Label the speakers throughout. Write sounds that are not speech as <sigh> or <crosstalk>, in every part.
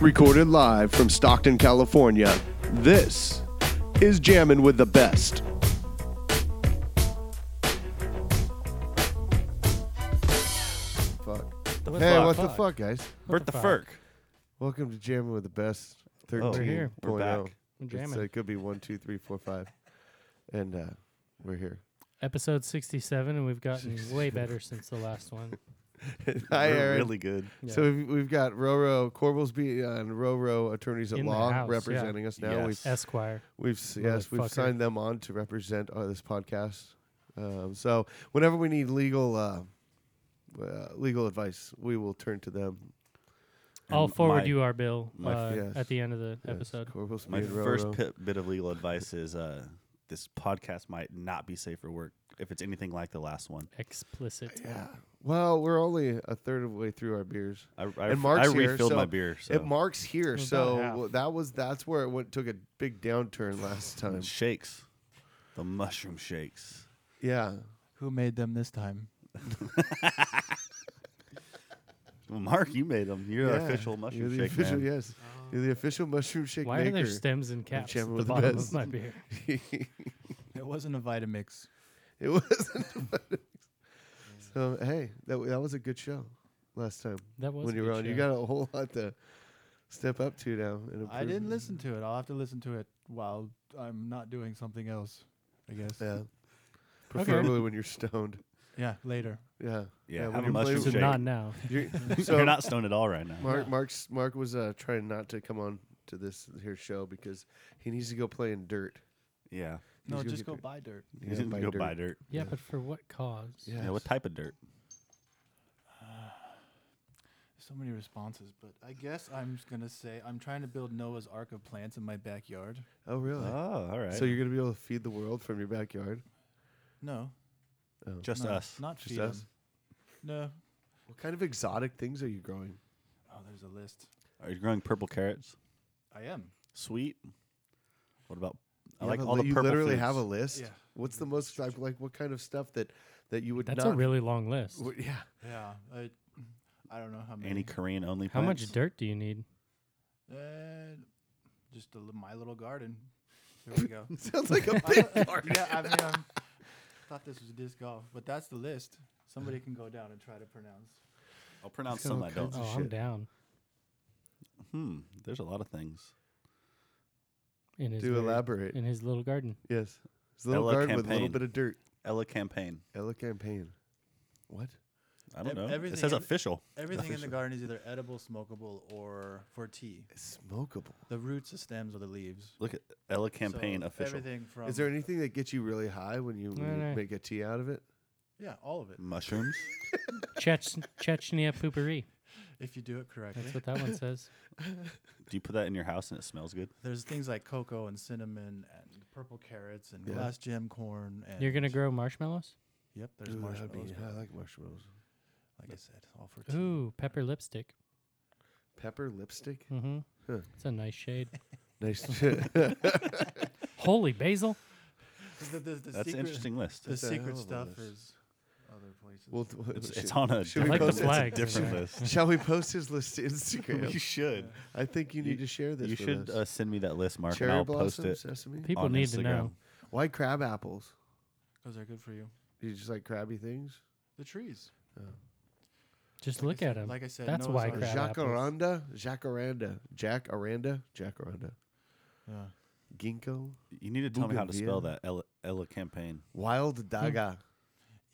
Speaker 1: Recorded live from Stockton, California, this is Jammin' with the Best.
Speaker 2: Fuck.
Speaker 3: What the
Speaker 2: Hey,
Speaker 3: fuck?
Speaker 2: what the fuck, guys?
Speaker 3: Bert the
Speaker 4: the
Speaker 3: Furk.
Speaker 4: fuck?
Speaker 2: Welcome to Jamming with the Best. 13.
Speaker 3: Oh,
Speaker 2: point
Speaker 4: here.
Speaker 3: We're
Speaker 2: oh.
Speaker 3: back.
Speaker 4: We're
Speaker 2: It's,
Speaker 4: jamming.
Speaker 2: uh, It could be one, two, three, four, five, and uh, we're here.
Speaker 4: Episode 67, <laughs> and we've gotten way better since the last one.
Speaker 2: Hi,
Speaker 3: <laughs> We're
Speaker 2: Aaron.
Speaker 3: really good.
Speaker 4: Yeah.
Speaker 2: So we've, we've got Roro Corbelsby and Roro Attorneys at
Speaker 4: In the
Speaker 2: Law
Speaker 4: house, yeah.
Speaker 2: representing us now.
Speaker 3: Yes.
Speaker 4: <laughs> Esquire.
Speaker 2: We've we've s- yes we've
Speaker 4: Motherfucker.
Speaker 2: signed them on to represent uh, this podcast. Um, so whenever we need legal uh, uh, legal advice, we will turn to them.
Speaker 4: I'll
Speaker 3: And
Speaker 4: forward
Speaker 3: my-
Speaker 4: you our bill
Speaker 3: my-
Speaker 4: uh,
Speaker 2: yes.
Speaker 4: at the end of the
Speaker 2: Yes,
Speaker 4: episode.
Speaker 2: Corbelsby
Speaker 3: My
Speaker 2: and
Speaker 3: first
Speaker 2: Roro.
Speaker 3: pit- bit of legal advice is uh, this podcast might not be safe for work if it's anything like the last one.
Speaker 4: Explicit.
Speaker 2: Yeah. Well, we're only a third of the way through our beers.
Speaker 3: I, I,
Speaker 2: And
Speaker 3: I
Speaker 2: Mark's here,
Speaker 3: refilled
Speaker 2: so
Speaker 3: my beer. So.
Speaker 2: It marks here,
Speaker 4: About
Speaker 2: so
Speaker 4: half.
Speaker 2: well, that was that's where it went took a big
Speaker 3: <laughs>
Speaker 2: downturn last time.
Speaker 3: shakes. The mushroom shakes.
Speaker 2: Yeah,
Speaker 5: Who made them this time?
Speaker 3: Well, Mark, you made them. You're the
Speaker 2: Yeah.
Speaker 3: official mushroom
Speaker 2: You're the
Speaker 3: shake
Speaker 2: official,
Speaker 3: man.
Speaker 2: Yes, you're the official mushroom shake
Speaker 4: Why are
Speaker 2: maker.
Speaker 4: there stems and caps at
Speaker 2: jamming
Speaker 4: the
Speaker 2: with the
Speaker 4: bottom
Speaker 2: best.
Speaker 4: of my beer?
Speaker 5: It wasn't a Vitamix.
Speaker 2: it <laughs> wasn't. <laughs> so hey, that w- that was a good show last time
Speaker 4: That was
Speaker 2: when
Speaker 4: a
Speaker 2: you were
Speaker 4: good
Speaker 2: on. You
Speaker 4: show.
Speaker 2: got a whole <laughs> lot to step up to now. And
Speaker 5: I
Speaker 2: improve.
Speaker 5: didn't listen to it. I'll have to listen to it while I'm not doing something else. I guess.
Speaker 2: <laughs> Yeah, preferably when you're stoned.
Speaker 5: Yeah, later.
Speaker 2: Yeah,
Speaker 3: Yeah, have
Speaker 2: when
Speaker 3: a
Speaker 2: you're playing
Speaker 3: mushroom
Speaker 4: So
Speaker 2: with-
Speaker 3: shake. <laughs>
Speaker 4: not now.
Speaker 2: <laughs> you're-
Speaker 3: <laughs> You're
Speaker 2: so
Speaker 3: not stoned at all right now.
Speaker 2: Mark, Mark's Mark was uh, trying not to come on to this here show because he needs to go play in dirt.
Speaker 3: Yeah.
Speaker 2: He's
Speaker 5: No,
Speaker 2: gonna
Speaker 5: just
Speaker 2: get
Speaker 5: go
Speaker 2: dirt.
Speaker 5: buy dirt. <sighs>
Speaker 2: Yeah,
Speaker 3: You didn't
Speaker 2: buy
Speaker 3: go
Speaker 2: dirt.
Speaker 3: buy dirt.
Speaker 4: <laughs> Yeah, but for what cause?
Speaker 3: Yeah, what
Speaker 2: Yes.
Speaker 3: type of dirt?
Speaker 5: So many responses, but I guess I'm just gonna say I'm trying to build Noah's Ark of plants in my backyard.
Speaker 2: Oh, really?
Speaker 3: Oh, all right.
Speaker 2: So you're gonna be able to feed the world from your backyard?
Speaker 5: No,
Speaker 2: Oh.
Speaker 3: just
Speaker 5: no,
Speaker 3: us.
Speaker 5: Not
Speaker 2: Just
Speaker 5: feed 'em.
Speaker 2: us?
Speaker 5: No.
Speaker 2: What kind of exotic things are you growing?
Speaker 5: Oh, there's a list.
Speaker 3: Are you growing purple carrots?
Speaker 5: I am.
Speaker 3: Sweet. What about? I
Speaker 2: You
Speaker 3: like
Speaker 2: have a
Speaker 3: all
Speaker 2: li-
Speaker 3: the
Speaker 2: You
Speaker 3: purple.
Speaker 2: literally
Speaker 3: foods.
Speaker 2: have a list.
Speaker 5: Yeah.
Speaker 2: What's the most like, like what kind of stuff that that you would
Speaker 4: That's
Speaker 2: not?
Speaker 4: a really long list.
Speaker 2: w- yeah. <laughs>
Speaker 5: Yeah. I, I don't know how many.
Speaker 3: Any Korean only.
Speaker 4: How much
Speaker 3: plants?
Speaker 4: dirt do you need?
Speaker 5: Uh, just a, li- my little garden. There we go.
Speaker 2: Sounds like <laughs> a
Speaker 5: I
Speaker 2: big.
Speaker 5: don't- yeah, I mean, I'm, thought this was disc golf, but that's the list. Somebody can go down and try to pronounce.
Speaker 3: I'll pronounce
Speaker 2: got
Speaker 3: some
Speaker 2: all
Speaker 3: I don't.
Speaker 2: kinds of
Speaker 4: Oh, I'm
Speaker 2: shit.
Speaker 4: down.
Speaker 3: Hmm. There's a lot of things.
Speaker 4: In his
Speaker 2: Do
Speaker 4: very-
Speaker 2: elaborate.
Speaker 4: In his little garden.
Speaker 2: Yes. It's a little
Speaker 3: Ella
Speaker 2: garden with a little
Speaker 3: campaign.
Speaker 2: bit of dirt.
Speaker 3: Ella campaign.
Speaker 2: Ella campaign. What?
Speaker 3: I don't
Speaker 5: Ev-
Speaker 3: know.
Speaker 5: everything
Speaker 3: it says
Speaker 5: in-
Speaker 3: official.
Speaker 5: Everything in the garden is either edible, smokable, or for tea.
Speaker 2: It's smokable.
Speaker 5: The roots, the stems, or the leaves.
Speaker 3: Look at Ella campaign
Speaker 5: So
Speaker 3: official.
Speaker 5: Everything from
Speaker 2: Is there anything that gets you really high when you, when you
Speaker 4: no.
Speaker 2: make a tea out of it?
Speaker 5: yeah, all of it.
Speaker 3: Mushrooms.
Speaker 4: Chech- Chechnya poopery.
Speaker 5: If you do it correctly,
Speaker 4: That's what that
Speaker 2: <laughs>
Speaker 4: one says.
Speaker 3: Do you put that in your house and it smells good?
Speaker 5: there's things like cocoa and cinnamon and purple carrots and
Speaker 2: Yeah.
Speaker 5: glass gem corn. And
Speaker 4: You're going to grow marshmallows?
Speaker 5: Yep, there's
Speaker 2: Ooh, that'd be-
Speaker 5: marshmallows. but
Speaker 2: I like marshmallows.
Speaker 5: like I said, all for tea.
Speaker 4: Ooh, pepper lipstick.
Speaker 2: Pepper
Speaker 4: <laughs>
Speaker 2: lipstick.
Speaker 4: Mm-hmm.
Speaker 2: Huh.
Speaker 4: It's a nice shade. <laughs>
Speaker 2: Nice.
Speaker 4: Holy basil.
Speaker 5: The- the- the
Speaker 3: That's
Speaker 5: secret-
Speaker 3: an interesting list.
Speaker 5: The
Speaker 2: That's a hell
Speaker 5: secret
Speaker 2: of a
Speaker 5: stuff
Speaker 2: list.
Speaker 5: is other places.
Speaker 2: <laughs> Well, th-
Speaker 3: It's,
Speaker 2: should-
Speaker 3: it's on a
Speaker 2: should we
Speaker 3: different,
Speaker 4: Like the
Speaker 2: post it?
Speaker 4: flag.
Speaker 3: different
Speaker 4: Yeah.
Speaker 3: list.
Speaker 2: Shall we post his list to
Speaker 4: <laughs>
Speaker 2: Instagram?
Speaker 3: you should.
Speaker 2: I think you
Speaker 3: You-
Speaker 2: need to share this.
Speaker 3: You
Speaker 2: with
Speaker 3: should
Speaker 2: us.
Speaker 3: uh, send me that list, Mark,
Speaker 2: Cherry
Speaker 3: and I'll
Speaker 2: blossom,
Speaker 3: post it.
Speaker 2: sesame.
Speaker 4: People
Speaker 3: on
Speaker 4: need
Speaker 3: Instagram.
Speaker 4: to know.
Speaker 2: Why crab apples?
Speaker 5: Because they're good for you.
Speaker 2: Do you just like crabby things?
Speaker 5: The trees.
Speaker 4: Just
Speaker 5: Like I
Speaker 4: look
Speaker 5: said-
Speaker 4: at him.
Speaker 5: Like I said,
Speaker 4: That's
Speaker 5: Noah's
Speaker 4: why
Speaker 5: Ark.
Speaker 2: Or
Speaker 4: crab apples.
Speaker 2: jacaranda, jacaranda, jacaranda, jacaranda,
Speaker 5: Yeah.
Speaker 2: ginkgo,
Speaker 3: You need to tell me how to
Speaker 2: Bougainvillea.
Speaker 3: spell that Ella, Ella campaign.
Speaker 2: wild daga.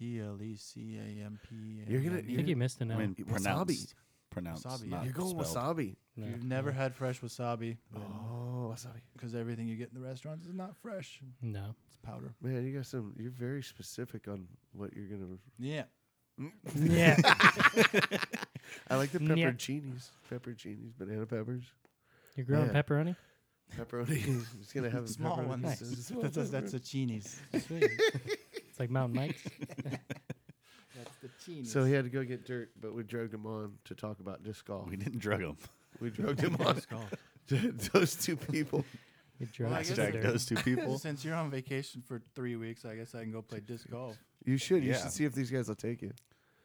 Speaker 5: E L E C A M P. E.
Speaker 2: You're gonna-
Speaker 4: I
Speaker 2: you're-
Speaker 4: think you missed an
Speaker 3: I
Speaker 4: L.
Speaker 3: mean,
Speaker 2: Wasabi.
Speaker 3: pronounce. Pronounce.
Speaker 5: Wasabi, yeah.
Speaker 4: Uh,
Speaker 3: not
Speaker 2: You're going
Speaker 3: spelled.
Speaker 2: wasabi.
Speaker 4: No.
Speaker 5: You've never had fresh wasabi.
Speaker 2: Oh, wasabi.
Speaker 5: Because everything you get in the restaurants is not fresh.
Speaker 4: No.
Speaker 5: It's powder.
Speaker 2: Man, you got some. You're very specific on what you're gonna.
Speaker 5: Yeah.
Speaker 4: Yeah.
Speaker 2: I like the
Speaker 4: <laughs> Yeah.
Speaker 2: pepperoncinis, pepperoncinis, banana peppers,
Speaker 4: You're growing
Speaker 2: Yeah.
Speaker 4: pepperoni?
Speaker 2: pepperoni. <laughs> It's gonna have
Speaker 5: Small
Speaker 2: pepperoni.
Speaker 5: ones.
Speaker 4: Nice.
Speaker 5: <laughs> That's, that's, that's the chinis.
Speaker 4: <laughs> Sweet. it's like Mountain
Speaker 2: <laughs>
Speaker 4: Mike's.
Speaker 5: That's the chinis.
Speaker 2: So he had to go get dirt, but we drugged him on to talk about disc golf.
Speaker 3: We didn't drug them.
Speaker 2: We drugged him on <laughs> to those two people.
Speaker 4: You
Speaker 5: Well, I
Speaker 4: drugs
Speaker 5: guess
Speaker 4: and
Speaker 5: I
Speaker 4: dirt.
Speaker 3: those two
Speaker 2: <laughs>
Speaker 3: people.
Speaker 5: Since you're on vacation for three weeks, I guess I can go play disc golf.
Speaker 2: <laughs> You should. You
Speaker 3: Yeah.
Speaker 2: should see if these guys will take you.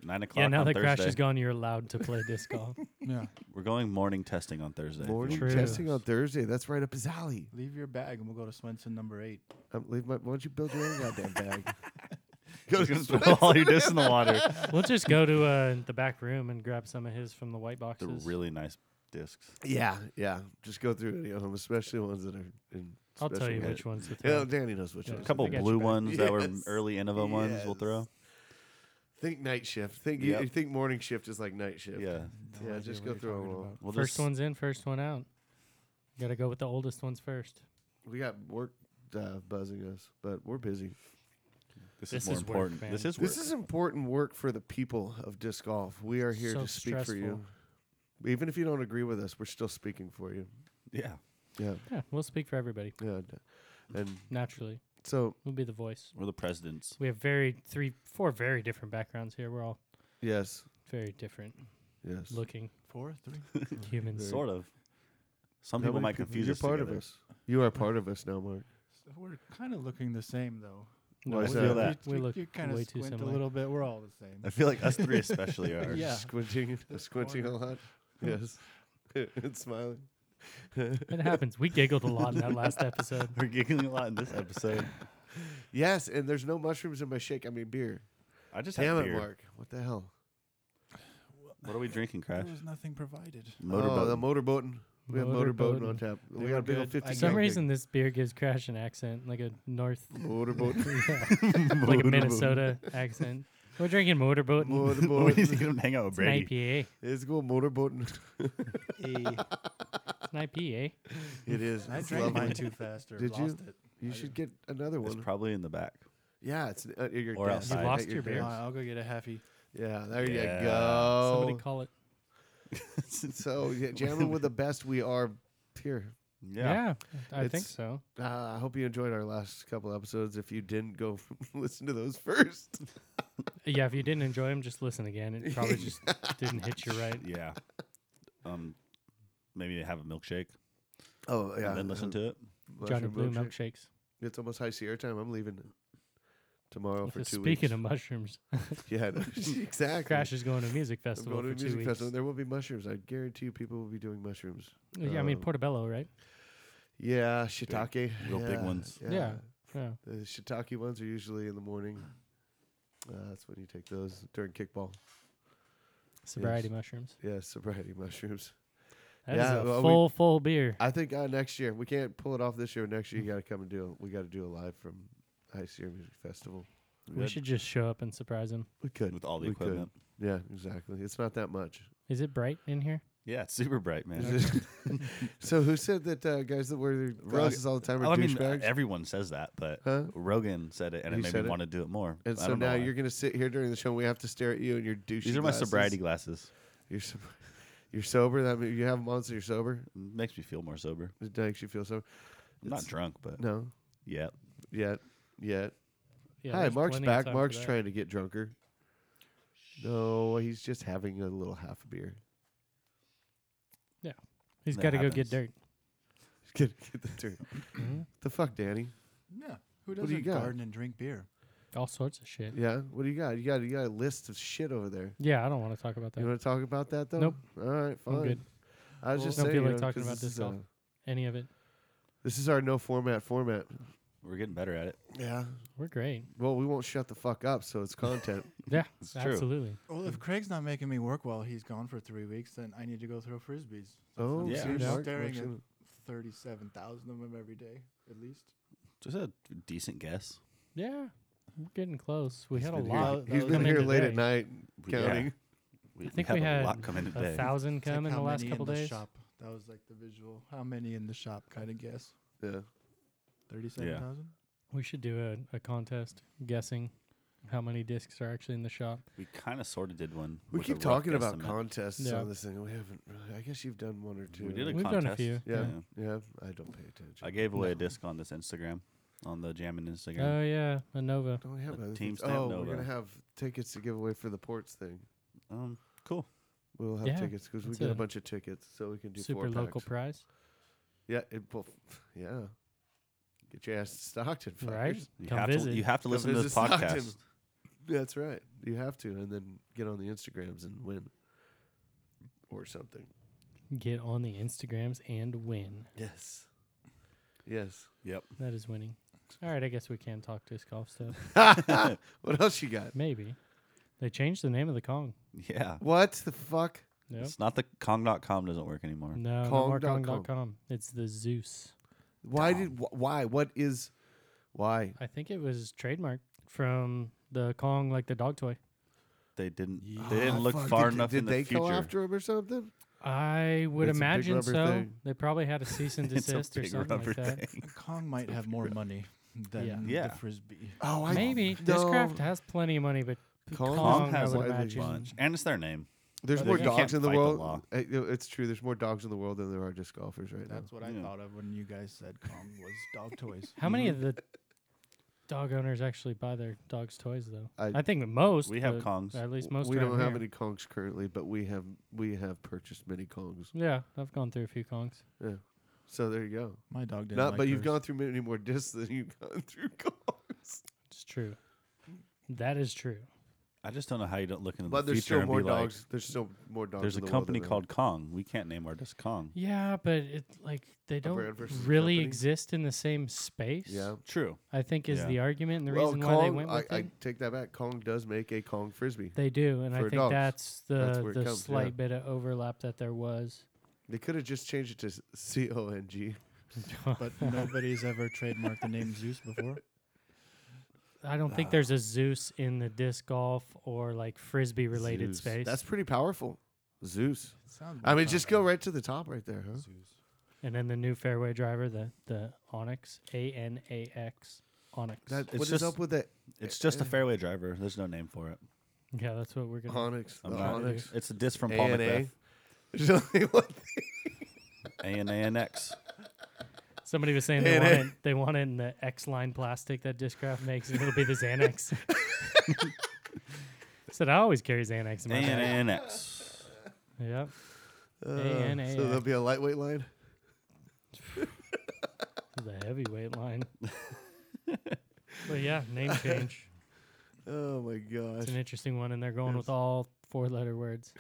Speaker 3: Nine o'clock.
Speaker 4: Yeah, now
Speaker 3: on
Speaker 4: that
Speaker 3: Thursday.
Speaker 4: Crash is gone, you're allowed to play disc golf.
Speaker 6: Yeah.
Speaker 3: We're going morning testing on Thursday. if you
Speaker 2: Morning
Speaker 3: want.
Speaker 4: True.
Speaker 2: testing on Thursday. That's right up his alley.
Speaker 6: Leave your bag and we'll go to Swenson number eight.
Speaker 2: Um, leave my, why don't you build your own goddamn bag?
Speaker 3: Just gonna spill all your dish in the
Speaker 2: <laughs>
Speaker 3: water.
Speaker 4: we'll just go to uh, the back room and grab some of his from the white
Speaker 3: They're
Speaker 4: boxes.
Speaker 3: really nice discs.
Speaker 2: yeah, yeah. Just go through any of them, especially ones that are in.
Speaker 4: I'll tell
Speaker 2: special
Speaker 4: you
Speaker 2: hand-
Speaker 4: which ones to
Speaker 2: Yeah,
Speaker 4: throw.
Speaker 2: Danny knows which
Speaker 4: Yeah.
Speaker 2: ones.
Speaker 3: A
Speaker 4: I
Speaker 3: couple
Speaker 4: think I
Speaker 3: blue
Speaker 4: should back-
Speaker 3: ones that were
Speaker 2: Yes.
Speaker 3: early Innova ones we'll
Speaker 2: Yes.
Speaker 3: throw.
Speaker 2: Think night shift. Think you,
Speaker 3: Yep.
Speaker 2: you think morning shift is like night shift.
Speaker 3: Yeah.
Speaker 6: No
Speaker 2: Yeah,
Speaker 6: idea
Speaker 2: just
Speaker 6: what
Speaker 2: go
Speaker 6: you're
Speaker 2: through
Speaker 6: talking
Speaker 2: 'em all.
Speaker 6: about.
Speaker 3: We'll
Speaker 4: first
Speaker 3: just,
Speaker 4: one's in, first one out. Got to go with the oldest ones first.
Speaker 2: We got work uh, buzzing us, but we're busy.
Speaker 3: This,
Speaker 4: This
Speaker 3: is more
Speaker 4: is work,
Speaker 3: important.
Speaker 4: man.
Speaker 3: this is work.
Speaker 2: This is important work for the people of disc golf. We are here
Speaker 4: So
Speaker 2: to speak for you. Even if you don't agree with us, we're still speaking for you.
Speaker 3: yeah.
Speaker 2: Yeah,
Speaker 4: Yeah, we'll speak for everybody
Speaker 2: yeah. and- And
Speaker 4: naturally.
Speaker 2: so
Speaker 4: We'll be the voice.
Speaker 3: We're the presidents.
Speaker 4: We have very three, four very different backgrounds here. We're all
Speaker 2: yes,
Speaker 4: very different
Speaker 2: yes. <laughs>
Speaker 4: looking
Speaker 6: Four, three.
Speaker 4: humans.
Speaker 3: Sort of. Some
Speaker 2: How
Speaker 3: people
Speaker 2: many
Speaker 3: might confuse
Speaker 2: You're
Speaker 3: us.
Speaker 2: part
Speaker 3: together.
Speaker 2: of us. You are part of us now,
Speaker 3: <laughs>
Speaker 2: Mark.
Speaker 6: So we're kind of looking the same though.
Speaker 4: No,
Speaker 2: Why
Speaker 4: we,
Speaker 2: is that?
Speaker 4: we-
Speaker 3: that.
Speaker 4: we look
Speaker 6: you kind of
Speaker 4: way too
Speaker 6: squint a
Speaker 4: similar.
Speaker 6: little bit. We're all the same.
Speaker 3: I feel like us three especially
Speaker 6: <laughs>
Speaker 3: are.
Speaker 6: Yeah.
Speaker 3: <laughs>
Speaker 2: Squinting,
Speaker 6: This
Speaker 2: squinting a lot. Yes, <laughs> and smiling. <laughs>
Speaker 4: It happens. We giggled a lot in that last episode.
Speaker 3: <laughs> We're giggling a lot in this episode.
Speaker 2: Yes, and there's no mushrooms in my shake. I mean beer.
Speaker 3: I just
Speaker 2: Damn
Speaker 3: have
Speaker 2: it,
Speaker 3: beer.
Speaker 2: Mark. What the hell?
Speaker 3: What are we drinking, Crash?
Speaker 6: There was nothing <laughs> provided.
Speaker 2: Oh, the
Speaker 3: Motorboat.
Speaker 2: motorboating. We have motorboating
Speaker 4: Motorboating.
Speaker 2: on tap.
Speaker 6: They
Speaker 2: We got a
Speaker 6: were
Speaker 2: big
Speaker 6: good.
Speaker 2: old 50
Speaker 6: I
Speaker 4: For
Speaker 6: Yeah,
Speaker 4: some
Speaker 6: yeah.
Speaker 2: gallon
Speaker 4: reason, this beer gives Crash an accent, like a North,
Speaker 2: keg. <laughs>
Speaker 4: <laughs>
Speaker 2: motorboat. <laughs>
Speaker 4: like a Minnesota accent. We're drinking motorboat. and
Speaker 3: <laughs> we
Speaker 2: motorboat.
Speaker 3: need to get him to hang out with
Speaker 4: It's an
Speaker 3: Brady.
Speaker 4: IPA.
Speaker 2: It's cool motorboating.
Speaker 4: It's an IPA.
Speaker 2: It is.
Speaker 6: I
Speaker 2: It's
Speaker 6: drank mine
Speaker 2: lovely.
Speaker 6: too fast or
Speaker 2: Did you?
Speaker 6: lost it.
Speaker 2: You
Speaker 6: I
Speaker 2: should get another
Speaker 3: It's
Speaker 2: one.
Speaker 3: probably in the back.
Speaker 2: yeah, it's uh, at your
Speaker 3: Or
Speaker 2: desk.
Speaker 3: outside. You
Speaker 4: lost
Speaker 2: At
Speaker 4: your
Speaker 6: All
Speaker 4: beer?
Speaker 2: desk.
Speaker 6: right, I'll go get a happy.
Speaker 2: Yeah, there
Speaker 3: Yeah.
Speaker 2: you go. <laughs>
Speaker 4: Somebody call it.
Speaker 2: so yeah, jamming with the best we are here.
Speaker 3: Yeah.
Speaker 4: Yeah, I think
Speaker 2: It's-
Speaker 4: so.
Speaker 2: Uh, I hope you enjoyed our last couple episodes. If you didn't, go <laughs> listen to those first.
Speaker 4: Yeah, if you didn't enjoy them, just listen again. It probably just
Speaker 2: <laughs>
Speaker 4: didn't hit you right.
Speaker 3: Yeah. Um, maybe have a milkshake
Speaker 2: Oh yeah,
Speaker 3: and then listen to it.
Speaker 4: Johnny Blue milkshakes.
Speaker 2: It's almost high Sierra time. I'm leaving tomorrow for two
Speaker 4: Speaking
Speaker 2: weeks.
Speaker 4: of mushrooms,
Speaker 2: yeah, I
Speaker 3: <laughs>
Speaker 2: know. <laughs> exactly.
Speaker 4: Crash is going to a music
Speaker 2: I'm
Speaker 4: festival
Speaker 2: going to a
Speaker 4: for two
Speaker 2: music
Speaker 4: weeks.
Speaker 2: festival. There will be mushrooms. I guarantee you, people will be doing mushrooms.
Speaker 4: Yeah, I mean
Speaker 2: Um,
Speaker 4: Portobello, right?
Speaker 2: Yeah, shiitake.
Speaker 3: real big
Speaker 2: Yeah,
Speaker 3: ones.
Speaker 4: Yeah. Yeah.
Speaker 2: The shiitake ones are usually in the morning. Uh, that's when you take those during kickball.
Speaker 4: Sobriety mushrooms.
Speaker 2: Yeah, sobriety <laughs> mushrooms.
Speaker 4: That is
Speaker 2: Yeah,
Speaker 4: a
Speaker 2: well, we-
Speaker 4: full, full beer.
Speaker 2: I think uh, next year we can't pull it off this year. Next year you got to come and do. We got to do a live from High Sierra Music Festival.
Speaker 4: We should just show up and surprise him.
Speaker 2: We could.
Speaker 3: with all the
Speaker 2: We could.
Speaker 3: equipment.
Speaker 2: Yeah, exactly. It's not that much.
Speaker 4: Is it bright in here?
Speaker 3: Yeah, it's super bright, man.
Speaker 2: <laughs> so who said that uh, guys that wear their glasses all the time are
Speaker 3: Oh, I mean,
Speaker 2: douchebags?
Speaker 3: everyone says that, but
Speaker 2: Huh?
Speaker 3: Rogan said it, and
Speaker 2: He
Speaker 3: it made
Speaker 2: said
Speaker 3: me
Speaker 2: it?
Speaker 3: want to do it more.
Speaker 2: and
Speaker 3: I
Speaker 2: so
Speaker 3: don't know
Speaker 2: now
Speaker 3: why.
Speaker 2: you're gonna sit here during the show. and We have to stare at you and your douchey.
Speaker 3: These are my
Speaker 2: glasses.
Speaker 3: sobriety glasses.
Speaker 2: You're sob- <laughs> you're sober. That means you have them on, so you're sober.
Speaker 3: Makes me feel more sober.
Speaker 2: It makes you feel sober.
Speaker 3: I'm not
Speaker 2: It's-
Speaker 3: drunk, but
Speaker 2: No,
Speaker 3: yeah.
Speaker 2: yet, yet.
Speaker 4: Yeah,
Speaker 2: Hi,
Speaker 4: there's
Speaker 2: Mark's
Speaker 4: plenty of
Speaker 2: back.
Speaker 4: time for
Speaker 2: Mark's
Speaker 4: that.
Speaker 2: trying to get drunker. No, he's just having a little half a beer. <laughs>
Speaker 4: He's
Speaker 3: That
Speaker 4: got to go
Speaker 3: happens.
Speaker 4: get
Speaker 2: <clears throat>
Speaker 4: dirt.
Speaker 2: Get, get the dirt. the fuck, Danny?
Speaker 6: Yeah. Who
Speaker 2: What do you
Speaker 6: doesn't
Speaker 2: got?
Speaker 6: garden and drink beer?
Speaker 4: All sorts of shit.
Speaker 2: Yeah, what do you got? You got you got a list of shit over there.
Speaker 4: Yeah, I don't want to talk about
Speaker 2: You
Speaker 4: that.
Speaker 2: want to talk about that though?
Speaker 4: Nope.
Speaker 2: All right, fine.
Speaker 4: I'm good.
Speaker 2: I was
Speaker 6: Well,
Speaker 2: just
Speaker 4: don't
Speaker 2: saying.
Speaker 4: feel
Speaker 2: you
Speaker 4: like
Speaker 2: know,
Speaker 4: talking
Speaker 2: 'cause
Speaker 4: about
Speaker 2: this
Speaker 4: this
Speaker 2: is, uh,
Speaker 4: golf. Any of it.
Speaker 2: this is our no format format.
Speaker 3: We're getting better at it.
Speaker 2: Yeah.
Speaker 4: We're great.
Speaker 2: Well, we won't shut the fuck up, so it's content.
Speaker 4: Yeah,
Speaker 3: It's true.
Speaker 4: absolutely.
Speaker 6: Well,
Speaker 3: Mm.
Speaker 6: if Craig's not making me work while he's gone for three weeks, then I need to go throw frisbees.
Speaker 2: oh,
Speaker 3: Yeah.
Speaker 2: see,
Speaker 3: You're
Speaker 2: Mark
Speaker 6: staring
Speaker 2: looks
Speaker 6: at-
Speaker 2: in-
Speaker 6: Thirty-seven thousand of them every day, at least.
Speaker 3: Just a decent guess.
Speaker 4: Yeah, we're getting close. We
Speaker 3: He's
Speaker 4: had a
Speaker 3: been here-
Speaker 4: lot.
Speaker 2: He's
Speaker 6: Those
Speaker 2: been
Speaker 4: come
Speaker 2: here
Speaker 4: in
Speaker 2: late at
Speaker 4: today.
Speaker 2: night counting.
Speaker 3: We,
Speaker 4: I think
Speaker 3: have
Speaker 4: we had
Speaker 3: a lot coming today.
Speaker 4: a thousand
Speaker 6: It's like
Speaker 4: come in
Speaker 6: how
Speaker 4: the last
Speaker 6: many
Speaker 4: couple
Speaker 6: in
Speaker 4: days.
Speaker 6: The shop. That was like the visual. How many in the shop kind of guess?
Speaker 2: Yeah.
Speaker 6: Thirty-seven thousand.
Speaker 4: We should do a, a contest guessing how many discs are actually in the shop.
Speaker 3: We kind of sort of did one.
Speaker 2: We
Speaker 3: with a
Speaker 2: keep
Speaker 3: rough
Speaker 2: talking about
Speaker 3: guesstimate.
Speaker 2: contests
Speaker 4: Yeah.
Speaker 2: on this thing. We haven't really. I guess you've done one or two.
Speaker 3: We did a
Speaker 4: We've done a
Speaker 3: contest.
Speaker 4: few,
Speaker 2: Yeah, yeah. I don't pay attention.
Speaker 3: I gave away a disc on this Instagram, on the jamming Instagram.
Speaker 4: Oh yeah, a Nova.
Speaker 2: Don't we have
Speaker 3: a
Speaker 2: other
Speaker 3: team
Speaker 2: things?
Speaker 3: stamp
Speaker 2: Oh,
Speaker 3: Nova.
Speaker 2: we're gonna have tickets to give away for the ports thing.
Speaker 3: um, cool.
Speaker 2: We'll have
Speaker 4: Yeah,
Speaker 2: tickets because we
Speaker 4: that's
Speaker 2: got a
Speaker 4: a
Speaker 2: bunch of tickets, so we can do
Speaker 4: Super
Speaker 2: four
Speaker 4: local
Speaker 2: packs.
Speaker 4: prize,
Speaker 2: yeah, it, well, <laughs> yeah. Get your ass to Stockton, fuckers.
Speaker 4: right?
Speaker 3: You
Speaker 4: Come
Speaker 3: have
Speaker 4: visit.
Speaker 3: to. You have to
Speaker 2: Come
Speaker 3: listen to
Speaker 2: visit
Speaker 3: this
Speaker 2: Stockton.
Speaker 3: podcast.
Speaker 2: That's right. You have to, and then get on the Instagrams and win, or something.
Speaker 4: Get on the Instagrams and win.
Speaker 2: Yes. <laughs>
Speaker 3: <laughs>
Speaker 2: Yes.
Speaker 3: Yep.
Speaker 4: That
Speaker 2: <laughs>
Speaker 4: is winning. All right, I guess we can talk disc golf stuff.
Speaker 2: What else you got?
Speaker 4: Maybe. They changed the name of the Kong.
Speaker 3: Yeah.
Speaker 2: What the fuck?
Speaker 4: Nope.
Speaker 3: It's not the Kong.com doesn't work anymore.
Speaker 4: No, no
Speaker 2: Kong
Speaker 4: more
Speaker 2: dot com.
Speaker 4: Kong.com. It's the Zeus.
Speaker 2: Why did? Wh- why? What is? Why?
Speaker 4: I think it was trademarked from the Kong, like the dog toy.
Speaker 3: They didn't.
Speaker 2: Ah,
Speaker 3: They didn't look
Speaker 2: fuck,
Speaker 3: far
Speaker 2: did,
Speaker 3: enough
Speaker 2: Did
Speaker 3: in the
Speaker 2: they
Speaker 3: future.
Speaker 2: go after him or something?
Speaker 4: I would
Speaker 2: It's a big
Speaker 4: imagine
Speaker 2: rubber
Speaker 4: so.
Speaker 2: thing.
Speaker 4: They probably had a
Speaker 2: <laughs>
Speaker 4: cease and
Speaker 3: It's a
Speaker 4: desist or
Speaker 3: big
Speaker 4: something like
Speaker 3: rubber
Speaker 4: that.
Speaker 3: thing.
Speaker 6: Kong might have more money than
Speaker 4: Yeah.
Speaker 6: the
Speaker 3: Yeah.
Speaker 6: frisbee.
Speaker 2: Oh, I
Speaker 4: Maybe
Speaker 2: no.
Speaker 4: Discraft has plenty of money, but
Speaker 2: Kong
Speaker 4: Kong,
Speaker 3: has
Speaker 4: I would
Speaker 2: a
Speaker 4: imagine.
Speaker 3: Bunch. And it's their name.
Speaker 2: There's
Speaker 4: But
Speaker 2: more
Speaker 4: they
Speaker 2: dogs
Speaker 3: can't
Speaker 2: in the
Speaker 3: fight the
Speaker 2: world.
Speaker 3: law.
Speaker 2: Uh, you know, it's true. There's more dogs in the world than there are disc golfers right now.
Speaker 6: That's what I
Speaker 3: Yeah.
Speaker 6: thought of when you guys said Kong was dog toys.
Speaker 4: How many of the dog owners actually buy their dogs' toys, though?
Speaker 2: I-
Speaker 4: I, think the most.
Speaker 3: We have
Speaker 4: but
Speaker 3: Kongs.
Speaker 4: At least
Speaker 2: W-
Speaker 4: most.
Speaker 2: we
Speaker 4: around
Speaker 2: don't have
Speaker 4: here.
Speaker 2: any Kongs currently, but we have we have purchased many Kongs.
Speaker 4: Yeah, I've gone through a few Kongs.
Speaker 2: Yeah. So there you go.
Speaker 6: <laughs> My dog didn't.
Speaker 2: Not,
Speaker 6: like
Speaker 2: but you've
Speaker 6: hers.
Speaker 2: gone through many more discs than you've gone <laughs> through Kongs.
Speaker 4: It's true. That is true.
Speaker 3: I just don't know how you don't look into
Speaker 2: But
Speaker 3: the
Speaker 2: there's still
Speaker 3: future and
Speaker 2: more
Speaker 3: be like,
Speaker 2: dogs. there's still more dogs.
Speaker 3: "There's a
Speaker 2: in the world
Speaker 3: company
Speaker 2: than there
Speaker 3: called Kong. We can't name our disc Kong."
Speaker 4: Yeah, but it like they
Speaker 2: brand
Speaker 4: don't
Speaker 2: versus a
Speaker 4: really
Speaker 2: company?
Speaker 4: exist in the same space.
Speaker 2: are. Yeah.
Speaker 3: True.
Speaker 4: I think is
Speaker 3: Yeah.
Speaker 4: the argument and the
Speaker 2: well,
Speaker 4: reason
Speaker 2: Kong,
Speaker 4: why they went with
Speaker 2: I, I
Speaker 4: it.
Speaker 2: take that back. Kong does make a Kong frisbee.
Speaker 4: They do, and I
Speaker 2: for
Speaker 4: think
Speaker 2: dogs.
Speaker 4: that's the
Speaker 2: That's where it
Speaker 4: the
Speaker 2: comes, yeah.
Speaker 4: slight bit of overlap that there <laughs> was.
Speaker 2: They could have just changed it to C O N G.
Speaker 6: <laughs> But nobody's ever trademarked the name Zeus
Speaker 2: <laughs>
Speaker 6: before.
Speaker 4: I don't think there's a Zeus in the disc golf or like frisbee related
Speaker 3: Zeus.
Speaker 4: space.
Speaker 2: That's pretty powerful. Zeus.
Speaker 6: It sounds
Speaker 2: I
Speaker 6: more
Speaker 2: mean, just go
Speaker 6: fun.
Speaker 2: right to the top right there, huh?
Speaker 6: Zeus.
Speaker 4: and then the new fairway driver, the the Onyx, A N A X Onyx.
Speaker 2: That,
Speaker 3: It's
Speaker 2: what is
Speaker 3: just-
Speaker 2: up with that
Speaker 3: It's just a
Speaker 2: Yeah.
Speaker 3: fairway driver. There's no name for it.
Speaker 4: yeah, that's what we're gonna.
Speaker 2: Onyx? The
Speaker 3: I'm not-
Speaker 2: Onyx.
Speaker 3: It's a disc from Paul
Speaker 2: ANA? <laughs>
Speaker 3: McBeth.
Speaker 2: There's only one
Speaker 3: A and A and X.
Speaker 4: Somebody was saying they want,
Speaker 2: A&A.
Speaker 4: it, they want it in the X line plastic that Discraft makes, and it'll be the Xanax. <laughs> Said I always carry Xanax in
Speaker 3: A and
Speaker 4: my
Speaker 3: A
Speaker 4: bag.
Speaker 3: and X.
Speaker 4: Yep.
Speaker 2: Uh,
Speaker 4: ANA.
Speaker 2: So there'll be a lightweight line.
Speaker 4: The heavyweight line. but yeah, name change.
Speaker 2: Oh my
Speaker 4: It's
Speaker 2: gosh.
Speaker 4: an interesting one, and they're going with all four letter words.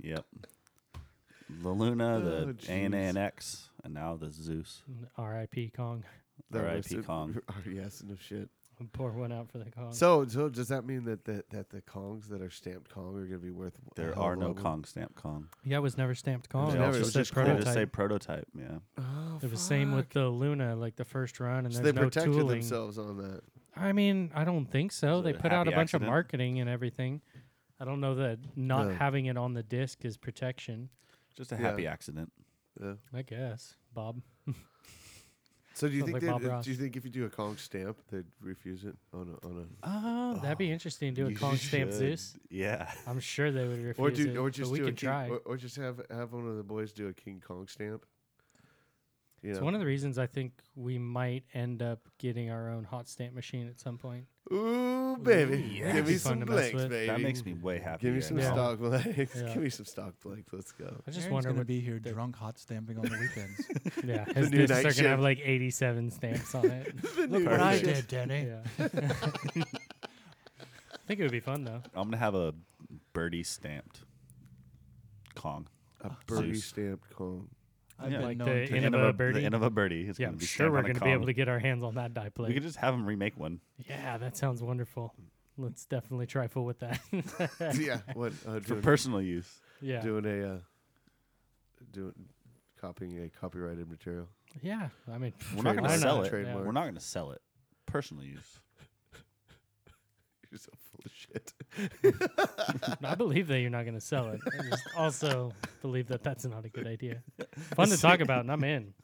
Speaker 3: Yep. The Luna,
Speaker 2: Oh,
Speaker 3: the A and A
Speaker 2: jeez.
Speaker 3: and X, and now the Zeus.
Speaker 4: R.I.P. Kong. <laughs>
Speaker 2: That
Speaker 3: R.I.P.
Speaker 2: was it. <laughs>
Speaker 3: Kong.
Speaker 2: yes, E no shit.
Speaker 4: Pour one out for the Kong.
Speaker 2: So, so does that mean that that, that the Kongs that are stamped Kong are going to be worth? a
Speaker 3: There
Speaker 2: hell
Speaker 3: are
Speaker 2: of a
Speaker 3: no
Speaker 2: lot more?
Speaker 3: Kong stamp Kong.
Speaker 4: yeah, it was never stamped Kong.
Speaker 3: They
Speaker 4: it
Speaker 3: all
Speaker 4: was
Speaker 2: just-
Speaker 4: just
Speaker 2: it
Speaker 4: a
Speaker 2: was just called-
Speaker 3: They just say
Speaker 4: prototype.
Speaker 3: prototype. Yeah.
Speaker 2: Oh,
Speaker 4: It was same with
Speaker 2: fuck.
Speaker 4: the Luna, like the first run, and
Speaker 2: So they
Speaker 4: there's no
Speaker 2: protected
Speaker 4: tooling.
Speaker 2: themselves on that.
Speaker 4: I mean, I don't think so.
Speaker 3: Was
Speaker 4: They
Speaker 3: it a
Speaker 4: put out a
Speaker 3: happy
Speaker 4: bunch
Speaker 3: accident?
Speaker 4: of marketing and everything. I don't know that not
Speaker 2: Yeah.
Speaker 4: having it on the disc is protection.
Speaker 3: Just a
Speaker 2: Yeah.
Speaker 3: happy accident.
Speaker 2: Yeah.
Speaker 4: I guess, Bob.
Speaker 2: So do you
Speaker 4: Sounds
Speaker 2: think
Speaker 4: like
Speaker 2: they
Speaker 4: Bob
Speaker 2: would
Speaker 4: Ross.
Speaker 2: do you think if you do a Kong stamp they'd refuse it on a, on
Speaker 4: Oh, that'd be interesting. Do a
Speaker 2: you <laughs>
Speaker 4: Kong stamp
Speaker 3: should.
Speaker 4: Zeus.
Speaker 3: Yeah.
Speaker 4: I'm sure they would refuse
Speaker 2: a or do
Speaker 4: it,
Speaker 2: or
Speaker 4: but
Speaker 2: just
Speaker 4: we
Speaker 2: do a
Speaker 4: could
Speaker 2: King,
Speaker 4: try.
Speaker 2: Or, or just have have one of the boys do a King Kong stamp? You
Speaker 4: It's
Speaker 2: know.
Speaker 4: one of the reasons I think we might end up getting our own hot stamp machine at some
Speaker 2: <laughs>
Speaker 4: point.
Speaker 2: Ooh baby,
Speaker 4: Yeah.
Speaker 2: give me
Speaker 4: Be
Speaker 2: some
Speaker 4: fun to mess
Speaker 2: blanks,
Speaker 4: with.
Speaker 2: baby.
Speaker 3: That makes me way happier.
Speaker 2: Give me some
Speaker 4: Yeah.
Speaker 2: stock blanks. <laughs>
Speaker 4: Yeah.
Speaker 2: Give me some stock blanks. Let's go.
Speaker 4: I just
Speaker 6: Aaron's
Speaker 4: wonder
Speaker 6: gonna
Speaker 4: what.
Speaker 6: be here
Speaker 4: the-
Speaker 6: drunk hot stamping on the weekends.
Speaker 2: <laughs>
Speaker 4: Yeah, his
Speaker 2: new
Speaker 4: discs
Speaker 2: night
Speaker 4: are gonna have
Speaker 2: shift.
Speaker 4: like 87 stamps on it.
Speaker 2: <laughs>
Speaker 6: Look
Speaker 2: what I Perfect.
Speaker 6: did, Denny.
Speaker 4: yeah. <laughs> I think it would be fun though.
Speaker 3: I'm gonna have a birdie stamped Kong.
Speaker 2: A birdie
Speaker 3: Zeus.
Speaker 2: stamped
Speaker 4: <laughs>
Speaker 2: Kong.
Speaker 6: I've
Speaker 3: Yeah.
Speaker 6: been
Speaker 4: Like
Speaker 6: known
Speaker 4: the
Speaker 6: to
Speaker 4: End of a birdie?
Speaker 3: The end of a birdie. It's
Speaker 4: Yeah,
Speaker 3: gonna
Speaker 4: I'm
Speaker 3: be
Speaker 4: sure we're
Speaker 3: going to
Speaker 4: be able to get our hands on that die
Speaker 3: We
Speaker 4: plate.
Speaker 3: could just have them remake one.
Speaker 4: Yeah, that sounds wonderful. Let's definitely trifle with that. <laughs>
Speaker 2: yeah, what uh,
Speaker 3: for
Speaker 2: doing,
Speaker 3: personal use.
Speaker 4: yeah.
Speaker 2: doing a uh, doing copying a copyrighted material. <laughs>
Speaker 4: Yeah. I mean,
Speaker 3: We're not going to
Speaker 4: Why
Speaker 3: sell
Speaker 4: not?
Speaker 3: it.
Speaker 4: Trademark.
Speaker 3: We're not going to sell it. Personal use.
Speaker 2: You're so full of shit.
Speaker 4: I believe that you're not going to sell it. I
Speaker 3: <laughs>
Speaker 4: just also believe that that's not a good idea. Fun to talk about, and I'm
Speaker 3: <laughs>
Speaker 4: in.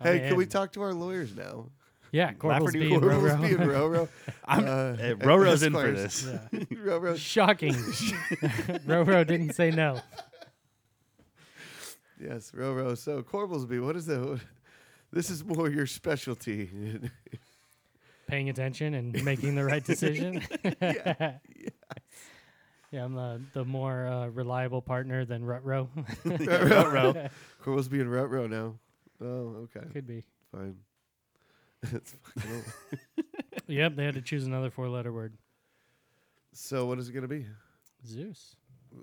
Speaker 4: I'm
Speaker 2: Hey, can we
Speaker 4: in.
Speaker 2: talk to our lawyers now?
Speaker 4: Yeah, Corporals
Speaker 3: Lafferty
Speaker 4: B and
Speaker 2: Corporals
Speaker 4: Roro.
Speaker 2: B and Roro.
Speaker 3: I'm,
Speaker 2: <laughs> Uh,
Speaker 3: eh, Roro's in for
Speaker 2: Esquires.
Speaker 3: this.
Speaker 4: <laughs> Yeah.
Speaker 2: Roro.
Speaker 4: Shocking. Roro didn't say no.
Speaker 2: Yes, Roro. So Corblesby, what is the? this is more your specialty. <laughs>
Speaker 4: Paying attention and making the
Speaker 3: <laughs>
Speaker 4: right decision.
Speaker 2: <laughs>
Speaker 4: yeah. I'm the, the more uh, reliable partner than Rutro.
Speaker 2: Roro. Corblesby and Roro now. Oh, okay,
Speaker 4: <laughs> Could be.
Speaker 2: fine. <laughs> That's fucking
Speaker 4: Yep, they had to choose another four letter word.
Speaker 2: So what is it gonna be?
Speaker 4: Zeus.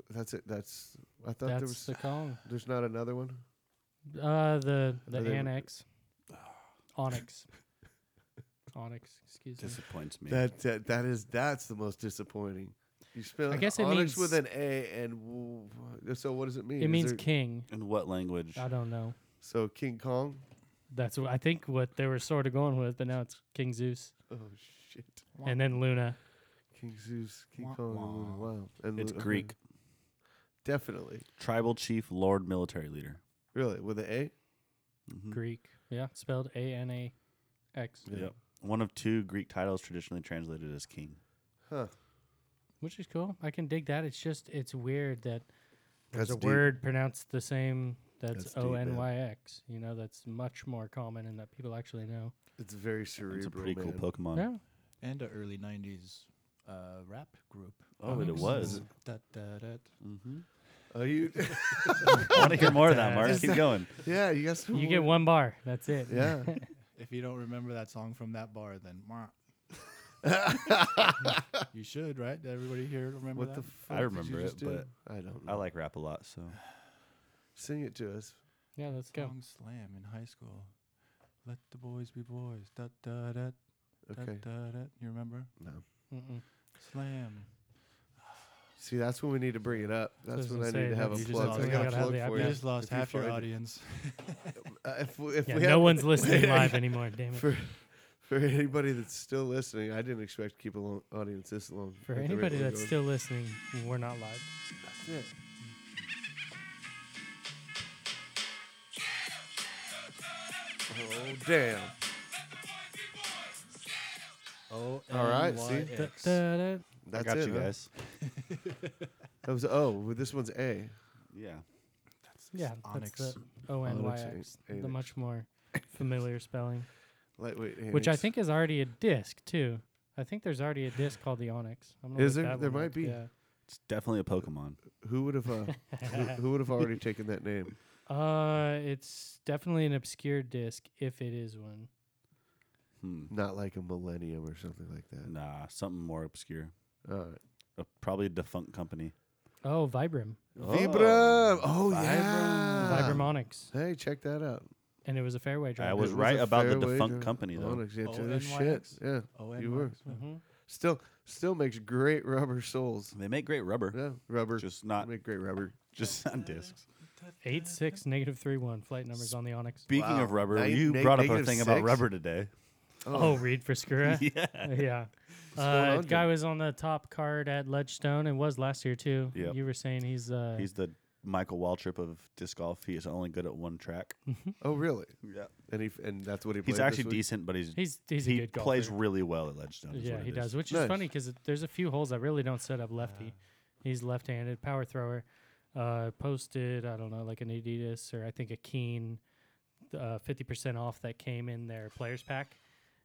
Speaker 2: That's it. That's I thought there
Speaker 4: That's
Speaker 2: was.
Speaker 4: the Kong.
Speaker 2: there's not another one.
Speaker 4: Uh, the the
Speaker 2: Are they- <sighs>
Speaker 4: annex. Onyx. Onyx. Excuse
Speaker 3: <laughs>
Speaker 4: me.
Speaker 3: Disappoints me.
Speaker 2: That, that that is that's the most disappointing. You spell
Speaker 4: I guess it
Speaker 2: onyx
Speaker 4: means-
Speaker 2: with an A and w- w- so what does it mean?
Speaker 4: It
Speaker 2: Is
Speaker 4: means
Speaker 2: there-
Speaker 4: king.
Speaker 3: In what language?
Speaker 4: I don't know.
Speaker 2: so King Kong.
Speaker 4: That's what I think what they were sort of going with, but now it's King Zeus
Speaker 2: Oh shit!
Speaker 4: and then Luna.
Speaker 2: King Zeus, King
Speaker 6: Wah,
Speaker 2: Kong. and Luna.
Speaker 6: wah.
Speaker 2: Wow, and
Speaker 3: It's
Speaker 2: Lu- okay.
Speaker 3: Greek.
Speaker 2: Definitely,
Speaker 3: Tribal chief, lord, military leader.
Speaker 2: really with an A. Mm-hmm.
Speaker 3: Mhm.
Speaker 4: Greek. Yeah, spelled A N A X,
Speaker 2: Mm. Yeah.
Speaker 3: Yep. One of two Greek titles traditionally translated as king.
Speaker 2: Huh?
Speaker 4: which is cool. I can dig that. It's just it's weird that there's
Speaker 2: That's
Speaker 4: a
Speaker 2: deep.
Speaker 4: word pronounced the same. That's
Speaker 2: That's deep,
Speaker 4: O
Speaker 2: man.
Speaker 4: N Y X. You know, that's much more common and that people actually know.
Speaker 2: It's very cerebral.
Speaker 3: It's a pretty cool
Speaker 2: man.
Speaker 3: Pokemon.
Speaker 4: Yeah,
Speaker 6: And a early '90s uh, rap group.
Speaker 3: Oh, it was.
Speaker 6: Da, da, da.
Speaker 3: Mm-hmm.
Speaker 2: Oh,
Speaker 3: <laughs>
Speaker 2: you?
Speaker 3: I want to hear more of
Speaker 2: <laughs>
Speaker 3: that, Mark.
Speaker 2: Is
Speaker 3: Keep going.
Speaker 2: yeah, you got some.
Speaker 4: you get
Speaker 2: word-
Speaker 4: one bar. That's it. <laughs>
Speaker 2: Yeah.
Speaker 6: If you don't remember that song from that bar, then
Speaker 2: <laughs>
Speaker 6: mwah. you should, right? Did Everybody here remember
Speaker 2: what
Speaker 6: that?
Speaker 2: the? Fuck
Speaker 3: I
Speaker 2: did
Speaker 3: remember
Speaker 2: you
Speaker 3: it,
Speaker 2: just do?
Speaker 3: but
Speaker 2: I don't. Know.
Speaker 3: I like rap a lot, so
Speaker 2: Sing it to us.
Speaker 4: yeah. Let's go.
Speaker 6: Song slam in high school. Let the boys be boys. Da da da. Da,
Speaker 2: Okay.
Speaker 6: da, da. You remember?
Speaker 2: No.
Speaker 4: Mm-mm.
Speaker 6: Slam.
Speaker 2: See, that's when we need to bring it up.
Speaker 4: I
Speaker 2: That's
Speaker 4: was
Speaker 2: when
Speaker 4: gonna
Speaker 2: I
Speaker 4: say,
Speaker 2: need to have a
Speaker 4: you just
Speaker 2: plug.
Speaker 6: lost
Speaker 2: I
Speaker 6: it.
Speaker 2: got
Speaker 6: You
Speaker 2: a
Speaker 4: gotta have
Speaker 2: plug
Speaker 4: the
Speaker 2: for
Speaker 6: We
Speaker 4: Yeah.
Speaker 2: you.
Speaker 6: just lost
Speaker 2: If you
Speaker 6: half your
Speaker 2: find it.
Speaker 6: audience.
Speaker 2: Uh, <laughs> if we, if
Speaker 4: Yeah,
Speaker 2: we
Speaker 4: no
Speaker 2: had- <laughs>
Speaker 4: one's listening live anymore. Damn it.
Speaker 2: for for anybody that's still listening, I didn't expect to keep a long audience this long.
Speaker 4: For
Speaker 2: at the rate
Speaker 4: anybody
Speaker 2: we're
Speaker 4: that's
Speaker 2: going.
Speaker 4: still listening, we're not live.
Speaker 2: oh damn,
Speaker 6: Oh,
Speaker 2: uh, All right, see?
Speaker 6: NYX.
Speaker 4: Da-da.
Speaker 2: that's
Speaker 3: I got
Speaker 2: it,
Speaker 3: you
Speaker 2: huh?
Speaker 3: guys.
Speaker 2: That was oh, well, this one's A.
Speaker 3: Yeah.
Speaker 4: Yeah,
Speaker 6: Onyx.
Speaker 4: that's the O N Y X,
Speaker 2: Onyx.
Speaker 4: the much
Speaker 2: <coughs>
Speaker 4: more familiar spelling,
Speaker 2: Lightweight,
Speaker 4: which I
Speaker 2: Annex.
Speaker 4: think is already a disc too. I think there's already a disc called the Onyx. I'm gonna
Speaker 2: Is
Speaker 4: look
Speaker 2: there?
Speaker 4: that
Speaker 2: There
Speaker 4: one
Speaker 2: might
Speaker 4: up,
Speaker 2: be.
Speaker 4: yeah.
Speaker 3: It's definitely a Pokemon.
Speaker 2: who would have uh,
Speaker 4: <laughs>
Speaker 2: who, who would have already taken that name?
Speaker 4: Uh, it's definitely an obscure disc if it is one.
Speaker 3: Hmm.
Speaker 2: Not like a millennium or something like that.
Speaker 3: Nah, something more obscure.
Speaker 2: All
Speaker 3: Uh, probably a defunct company.
Speaker 4: Oh, Vibram,
Speaker 2: right. Vibram.
Speaker 3: Oh,
Speaker 2: Oh
Speaker 3: Vibram.
Speaker 2: yeah.
Speaker 4: Vibram Onyx,
Speaker 2: Hey, check that out.
Speaker 4: and it was a fairway
Speaker 3: I
Speaker 4: drive.
Speaker 3: was
Speaker 2: It was
Speaker 3: right
Speaker 2: a
Speaker 3: about the
Speaker 2: fairway
Speaker 3: defunct
Speaker 2: drive.
Speaker 3: company, though.
Speaker 2: Onyx, yeah, check
Speaker 6: Oh,
Speaker 2: this shit.
Speaker 6: NYX.
Speaker 2: Yeah,
Speaker 6: Oh,
Speaker 2: you were
Speaker 6: NYX.
Speaker 4: hmm
Speaker 2: still still makes great rubber soles.
Speaker 3: They make great rubber,
Speaker 2: Yeah, rubber.
Speaker 3: just not
Speaker 2: make great rubber.
Speaker 3: just <laughs> on discs.
Speaker 4: Eight six negative three one flight numbers on the Onyx.
Speaker 3: Speaking
Speaker 2: Wow.
Speaker 3: of rubber,
Speaker 2: Nine-
Speaker 3: you
Speaker 2: neg-
Speaker 3: brought up a
Speaker 2: negative
Speaker 3: thing about
Speaker 2: six?
Speaker 3: rubber today. <laughs>
Speaker 4: Oh, read for Skura.
Speaker 3: yeah.
Speaker 4: yeah.
Speaker 2: going
Speaker 4: Uh,
Speaker 2: on,
Speaker 4: guy
Speaker 2: Jim?
Speaker 4: was on the top card at Ledgestone and was last year too.
Speaker 3: Yep.
Speaker 4: You were saying he's uh
Speaker 3: He's the Michael Waltrip of disc golf. He is only good at one track.
Speaker 2: Oh, really?
Speaker 3: Yeah.
Speaker 2: And he f- and that's what he.
Speaker 3: He's
Speaker 2: played
Speaker 3: actually
Speaker 2: this week?
Speaker 3: decent, but he's,
Speaker 4: he's he's a
Speaker 3: he
Speaker 4: good golfer.
Speaker 3: plays really well at Ledgestone. is
Speaker 4: yeah,
Speaker 3: what
Speaker 4: he
Speaker 3: it
Speaker 4: does,
Speaker 3: is.
Speaker 4: which
Speaker 2: Nice.
Speaker 4: is funny because there's a few holes that really don't set up lefty.
Speaker 6: Uh,
Speaker 4: he's left-handed, power thrower. Uh, posted I don't know like an Adidas or I think a Keen, uh, fifty percent off that came in their players pack,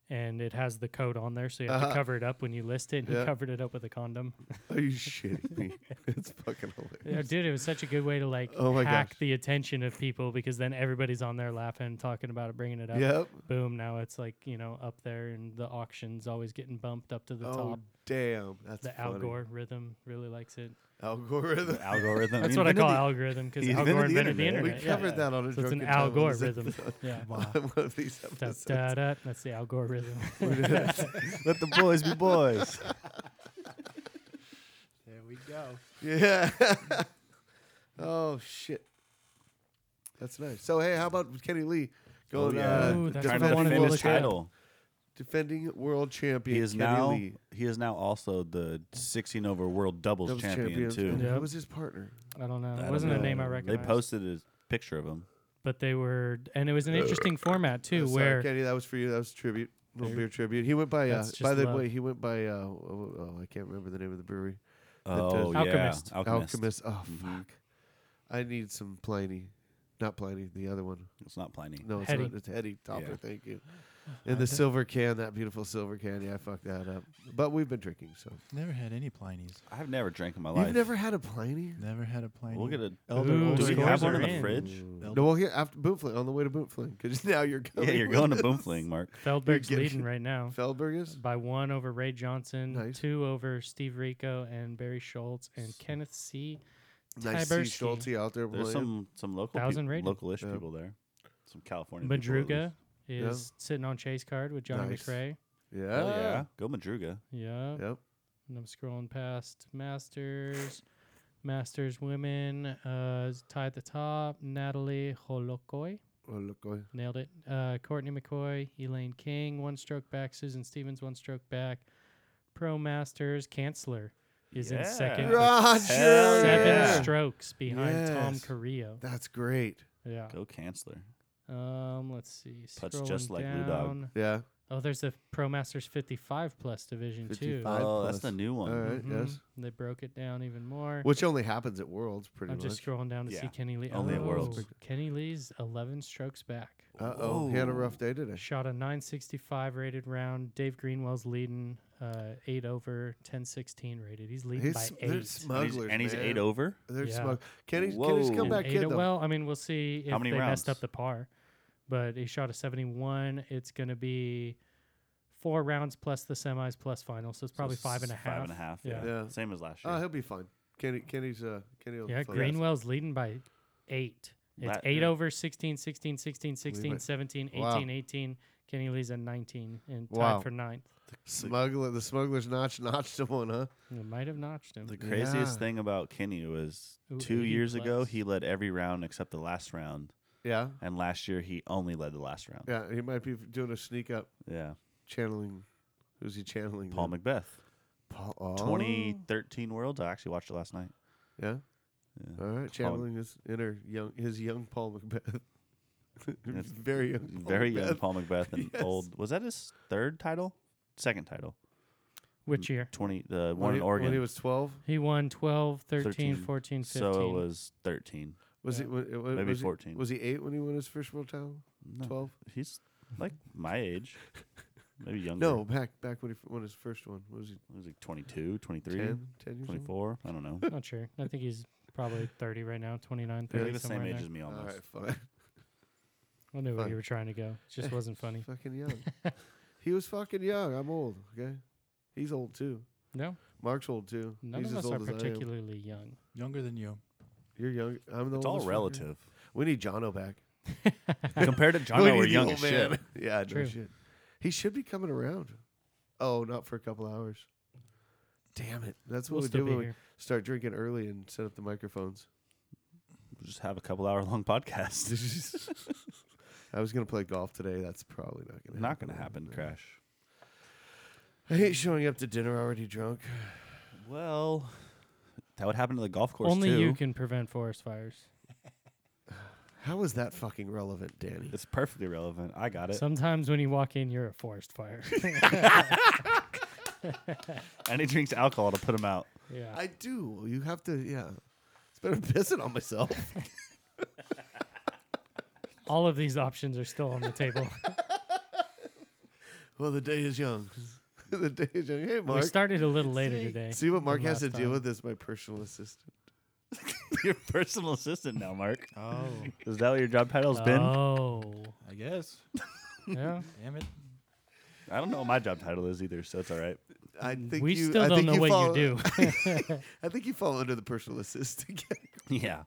Speaker 4: and it has the code on there, so you have
Speaker 2: Uh-huh.
Speaker 4: to cover it up when you list it. And
Speaker 2: Yeah.
Speaker 4: He covered it up with a condom.
Speaker 2: <laughs> Are you shitting me? <laughs> it's fucking hilarious.
Speaker 4: Yeah, dude, it was such a good way to like
Speaker 2: Oh my
Speaker 4: hack
Speaker 2: gosh.
Speaker 4: the attention of people because then everybody's on there laughing, talking about it, bringing it up.
Speaker 2: Yep.
Speaker 4: Boom! Now it's like you know up there, and the auction's always getting bumped up to the
Speaker 2: oh
Speaker 4: top.
Speaker 2: damn, that's
Speaker 4: The
Speaker 2: funny.
Speaker 4: Algor rhythm really likes it.
Speaker 2: algorithm.
Speaker 3: <laughs> The algorithm.
Speaker 4: That's
Speaker 3: He
Speaker 4: what I
Speaker 3: invented
Speaker 4: call
Speaker 3: the-
Speaker 4: algorithm because
Speaker 3: he
Speaker 4: Al Gore invented the internet.
Speaker 2: <laughs> We
Speaker 4: yeah.
Speaker 2: covered that on a
Speaker 4: So it's
Speaker 2: drunken
Speaker 4: an
Speaker 2: time
Speaker 4: Al
Speaker 2: on
Speaker 4: Gore
Speaker 2: this
Speaker 4: rhythm.
Speaker 2: episode-
Speaker 4: yeah.
Speaker 2: on <laughs> one of these
Speaker 4: <laughs> Da,
Speaker 2: episodes. <laughs>
Speaker 4: da, da. That's the Al Gore rhythm.
Speaker 3: Let the boys be boys.
Speaker 6: There we go.
Speaker 2: <laughs> Yeah. <laughs> oh shit. That's nice. So hey, how about Kenny Lee
Speaker 3: Oh,
Speaker 2: going?
Speaker 3: yeah.
Speaker 2: uh,
Speaker 4: Ooh, that's
Speaker 3: Trying
Speaker 4: what
Speaker 3: to
Speaker 4: I wanted
Speaker 2: defending,
Speaker 3: defend
Speaker 4: to
Speaker 3: his
Speaker 4: look up.
Speaker 3: title.
Speaker 2: defending world champion.
Speaker 3: He is
Speaker 2: Kenny
Speaker 3: now
Speaker 2: Lee.
Speaker 3: he is now also the 16 over world doubles,
Speaker 2: Doubles
Speaker 3: champion,
Speaker 2: And
Speaker 3: too.
Speaker 4: Yeah.
Speaker 2: Who
Speaker 4: Yep.
Speaker 2: was his partner?
Speaker 4: I don't
Speaker 3: I
Speaker 4: know. It
Speaker 3: don't
Speaker 4: wasn't a
Speaker 3: know.
Speaker 4: name I recognized.
Speaker 3: They posted a picture of him.
Speaker 4: but they were, and it was an interesting format too,
Speaker 2: Oh, <laughs> sorry,
Speaker 4: where
Speaker 2: Kenny, that was for you. That was a tribute. Little
Speaker 4: There-
Speaker 2: beer tribute. He went by. Uh,
Speaker 4: That's just
Speaker 2: by the
Speaker 4: love.
Speaker 2: way, he went by. Uh, oh, oh, I can't remember the name of the brewery.
Speaker 3: Oh, yeah. Alchemist.
Speaker 4: Alchemist.
Speaker 3: Mm-hmm.
Speaker 2: Alchemist. Oh fuck! I need some Pliny Not Pliny, the other one.
Speaker 3: It's not Pliny.
Speaker 2: No, it's
Speaker 4: Hetty.
Speaker 2: not. It's Hetty Topper.
Speaker 3: Yeah.
Speaker 2: Thank
Speaker 4: <laughs>
Speaker 2: you. And the silver can, that beautiful silver can. Yeah, I fucked that up. But we've been drinking, so.
Speaker 6: Never had any Pliny's.
Speaker 3: I've never drank in my life.
Speaker 2: You've never had a Pliny?
Speaker 6: Never had a Pliny.
Speaker 3: We'll get a.
Speaker 6: Elder
Speaker 4: Ooh,
Speaker 6: Old
Speaker 3: do we
Speaker 4: scores
Speaker 3: have one in
Speaker 4: are
Speaker 3: the
Speaker 4: in.
Speaker 3: fridge?
Speaker 2: No, well, here after Boomfling, on the way to Boomfling, because <laughs> now you're going.
Speaker 3: Yeah, you're going to Boomfling, Mark.
Speaker 4: Feldberg's
Speaker 2: getting-
Speaker 4: leading right now
Speaker 2: Feldberg is?
Speaker 4: by one over Ray Johnson,
Speaker 2: Nice.
Speaker 4: two over Steve Rico and Barry Schultz, and Kenneth C.
Speaker 2: Nice to see
Speaker 4: Tyberski.
Speaker 2: Schulte out there.
Speaker 3: There's
Speaker 2: playing.
Speaker 3: some some local
Speaker 4: Thousand
Speaker 3: peop-
Speaker 4: rated.
Speaker 3: localish
Speaker 2: Yeah.
Speaker 3: people there. Some California. people at
Speaker 4: Madruga
Speaker 3: least.
Speaker 2: Yeah.
Speaker 4: is sitting on chase card with Johnny
Speaker 2: Nice.
Speaker 4: McRae.
Speaker 2: Yeah.
Speaker 3: Hell yeah, go Madruga.
Speaker 4: Yeah.
Speaker 2: Yep.
Speaker 4: And I'm scrolling past Masters. Masters women uh, is tied at the top. Natalie Holokoi.
Speaker 2: Oh, look, boy.
Speaker 4: Nailed it. Uh, Courtney McCoy, Elaine King, one stroke back. Susan Stevens, one stroke back. Pro Masters, Kanzler is in
Speaker 3: Yeah.
Speaker 4: second. with
Speaker 2: Roger!
Speaker 3: Hell
Speaker 4: Seven
Speaker 3: yeah.
Speaker 4: strokes behind Tom
Speaker 2: Yes.
Speaker 4: Carrillo.
Speaker 2: That's great.
Speaker 4: Yeah.
Speaker 3: Go Chancellor.
Speaker 4: Um, let's see.
Speaker 3: Putts
Speaker 4: Scrolling
Speaker 3: just like Lou Dog.
Speaker 4: down.
Speaker 2: Yeah.
Speaker 4: Oh, there's the Pro Masters 55 plus division too.
Speaker 2: 55. Five
Speaker 3: oh, that's
Speaker 2: plus. Uh,
Speaker 3: the new one.
Speaker 2: All right.
Speaker 4: Mhm.
Speaker 2: Yes.
Speaker 4: They broke it down even
Speaker 2: <laughs>
Speaker 4: more.
Speaker 2: Which only happens at Worlds, pretty
Speaker 4: I'm
Speaker 2: much.
Speaker 4: just scrolling down to see
Speaker 3: Yeah.
Speaker 4: Kenny Lee.
Speaker 3: Only
Speaker 2: at Worlds.
Speaker 4: Oh, Kenny Lee's 11 strokes back.
Speaker 2: uh oh. He had a
Speaker 3: Whoa.
Speaker 2: rough day today.
Speaker 4: Shot a 965 rated round. Dave Greenwell's leading uh, 8 over, 1016 rated. He's leading
Speaker 2: He's,
Speaker 4: by
Speaker 2: they're
Speaker 4: 8.
Speaker 3: And he's,
Speaker 2: smugglers.
Speaker 3: and he's
Speaker 2: man.
Speaker 3: eight over.
Speaker 2: They're
Speaker 4: oh Yeah.
Speaker 2: smug. Kenny's, Kenny's come
Speaker 3: Whoa.
Speaker 2: back
Speaker 4: Eight
Speaker 2: kid,
Speaker 4: o-
Speaker 2: though.
Speaker 4: well, I mean, we'll see if
Speaker 3: How many
Speaker 4: they messed
Speaker 3: rounds?
Speaker 4: up the par. But he shot a 71. It's going to be four rounds plus the semis plus final. So it's probably
Speaker 3: So
Speaker 4: five and a
Speaker 3: s-
Speaker 4: half.
Speaker 3: Five and a half.
Speaker 2: Yeah.
Speaker 3: Yeah.
Speaker 2: Yeah.
Speaker 3: Same as last year.
Speaker 2: Oh, he'll be fine. Kenny, Kenny's, uh, Kenny will
Speaker 4: Yeah,
Speaker 2: be fine.
Speaker 4: Greenwell's leading by eight. It's
Speaker 3: That-
Speaker 4: eight
Speaker 3: yeah.
Speaker 4: over 16, 16, 16, 16,
Speaker 2: it.
Speaker 4: 17, 18,
Speaker 2: Wow.
Speaker 4: 18. Kenny Lee's at 19 and tied
Speaker 2: Wow.
Speaker 4: for ninth.
Speaker 2: Smuggler, the smuggler's notch notched him one, huh?
Speaker 4: It might have notched him.
Speaker 3: The craziest
Speaker 2: Yeah.
Speaker 3: thing about Kenny was
Speaker 4: Ooh,
Speaker 3: two
Speaker 4: 80
Speaker 3: years ago
Speaker 4: plus.
Speaker 3: he led every round except the last round,
Speaker 2: Yeah.
Speaker 3: and last year he only led the last round.
Speaker 2: Yeah. He might be doing a sneak up
Speaker 3: Yeah.
Speaker 2: channeling. Who's he channeling?
Speaker 3: Paul
Speaker 2: then?
Speaker 3: Macbeth,
Speaker 2: Paul, oh.
Speaker 3: 2013 Worlds. I actually watched it last night.
Speaker 2: Yeah.
Speaker 3: Yeah.
Speaker 2: All right. Channeling his inner young, his young Paul Macbeth. <laughs>
Speaker 3: That's
Speaker 2: very young. Paul
Speaker 3: Very young
Speaker 2: Macbeth.
Speaker 3: Paul Macbeth and
Speaker 2: <laughs> Yes.
Speaker 3: old. Was that his third title? Second title.
Speaker 2: mm.
Speaker 4: Which year?
Speaker 3: 20. The
Speaker 2: When
Speaker 3: one
Speaker 2: he-
Speaker 3: in Oregon.
Speaker 2: When he was 12,
Speaker 4: He won 12, 13,
Speaker 3: 13.
Speaker 4: 14, 15.
Speaker 3: so it was 13.
Speaker 2: was
Speaker 4: Yeah.
Speaker 2: he? wa- wa- Was,
Speaker 3: Maybe
Speaker 2: he-
Speaker 3: 14.
Speaker 2: was he eight when he won his first world title?
Speaker 3: No,
Speaker 2: Twelve?
Speaker 3: He's like my age, maybe younger.
Speaker 2: No, back back when he f- won his first one. What was he?
Speaker 3: He was like 22, 23,
Speaker 2: 10, 10 years old.
Speaker 3: 24. I don't know.
Speaker 4: Not sure. I think he's probably 30 right now, 29,
Speaker 3: They're
Speaker 4: 30.
Speaker 3: like the
Speaker 4: somewhere
Speaker 3: same
Speaker 4: in
Speaker 3: age
Speaker 4: there.
Speaker 3: as me
Speaker 2: All
Speaker 3: almost.
Speaker 2: right,
Speaker 3: <laughs>
Speaker 2: fine.
Speaker 4: I knew where
Speaker 2: Fine.
Speaker 4: you were trying to go. It just
Speaker 2: <laughs>
Speaker 4: wasn't funny.
Speaker 2: fucking young.
Speaker 3: <laughs>
Speaker 2: he was fucking young. I'm old. Okay, he's old too.
Speaker 4: No,
Speaker 2: Mark's old too.
Speaker 4: none
Speaker 2: he's
Speaker 4: of
Speaker 2: as
Speaker 4: us are
Speaker 2: old as I am.
Speaker 4: particularly young. <laughs>
Speaker 6: Younger than you.
Speaker 2: You're young. I'm the
Speaker 3: It's
Speaker 2: oldest.
Speaker 3: all
Speaker 2: fucker.
Speaker 3: relative.
Speaker 2: We need Jono back.
Speaker 3: <laughs> Compared to John,
Speaker 2: We
Speaker 3: we're
Speaker 2: need the
Speaker 3: young
Speaker 2: old
Speaker 3: as shit.
Speaker 2: Oh, man. yeah, no
Speaker 4: True.
Speaker 2: shit. He should be coming around. Oh, not for a couple hours. Damn it. That's what
Speaker 4: We'll
Speaker 2: we
Speaker 4: still
Speaker 2: do
Speaker 4: be
Speaker 2: when we
Speaker 4: here.
Speaker 2: start drinking early and set up the microphones.
Speaker 3: We'll Just have a couple hour long podcast.
Speaker 2: I was gonna play golf today. That's probably not gonna.
Speaker 3: Not
Speaker 2: happen.
Speaker 3: gonna happen,
Speaker 2: Yeah.
Speaker 3: Crash.
Speaker 2: I hate showing up to dinner already drunk.
Speaker 3: Well, that would happen to the golf course
Speaker 4: Only
Speaker 3: too.
Speaker 4: you can prevent forest fires.
Speaker 2: <laughs> How is that fucking relevant,
Speaker 3: <laughs>
Speaker 2: Danny?
Speaker 3: It's perfectly relevant. I got it.
Speaker 4: Sometimes when you walk in, you're a
Speaker 2: <laughs>
Speaker 4: forest fire. <laughs>
Speaker 3: and he drinks alcohol to put him out. <laughs>
Speaker 4: yeah.
Speaker 2: I do. You have to. Yeah. It's better pissing on myself.
Speaker 3: <laughs>
Speaker 4: All of these options are still on
Speaker 2: <laughs>
Speaker 4: the table.
Speaker 2: well, the day is young. <laughs> the day is young. Hey,
Speaker 4: we
Speaker 2: Mark.
Speaker 4: started a little later today.
Speaker 2: See what Mark
Speaker 4: than
Speaker 2: has to
Speaker 4: last
Speaker 2: deal
Speaker 4: time.
Speaker 2: with is my personal assistant.
Speaker 3: Your personal assistant now, Mark.
Speaker 6: Oh,
Speaker 3: Is that what your job title's been?
Speaker 4: Oh,
Speaker 6: I guess.
Speaker 2: <laughs>
Speaker 4: yeah.
Speaker 6: Damn it.
Speaker 3: I don't know what my job title is either, so it's all right.
Speaker 2: I think
Speaker 4: Mm, we
Speaker 2: you,
Speaker 4: still
Speaker 2: I
Speaker 4: don't
Speaker 2: think
Speaker 4: know what
Speaker 2: fall- <laughs>
Speaker 4: you do.
Speaker 2: I think you fall under the personal <laughs> assistant. category.
Speaker 3: <laughs> Yeah.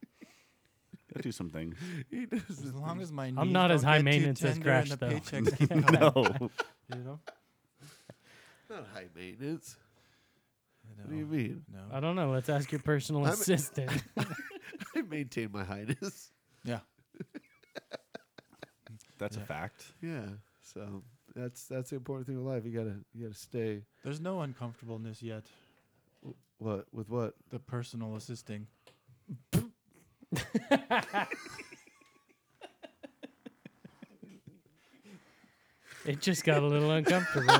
Speaker 3: I do some things.
Speaker 2: he does. <laughs>
Speaker 6: As long as my knees
Speaker 4: not
Speaker 6: don't
Speaker 4: as high
Speaker 6: get too
Speaker 4: maintenance as
Speaker 6: tender and
Speaker 4: Crash,
Speaker 6: the
Speaker 3: <laughs>
Speaker 4: though. <laughs>
Speaker 6: paychecks keep coming,
Speaker 3: No.
Speaker 6: You know?
Speaker 2: not high maintenance.
Speaker 6: I
Speaker 2: What do you
Speaker 6: know.
Speaker 2: mean? <laughs>
Speaker 6: No.
Speaker 4: I don't know. Let's ask your personal
Speaker 2: I'm-
Speaker 4: assistant.
Speaker 2: I maintain my highness. <laughs>
Speaker 6: Yeah.
Speaker 3: That's
Speaker 6: Yeah.
Speaker 3: a fact.
Speaker 2: Yeah. So that's that's the important thing in life. You gotta you gotta stay.
Speaker 6: There's no uncomfortableness yet.
Speaker 2: What with what?
Speaker 6: The personal assisting.
Speaker 4: it just got a
Speaker 2: <laughs>
Speaker 4: little uncomfortable.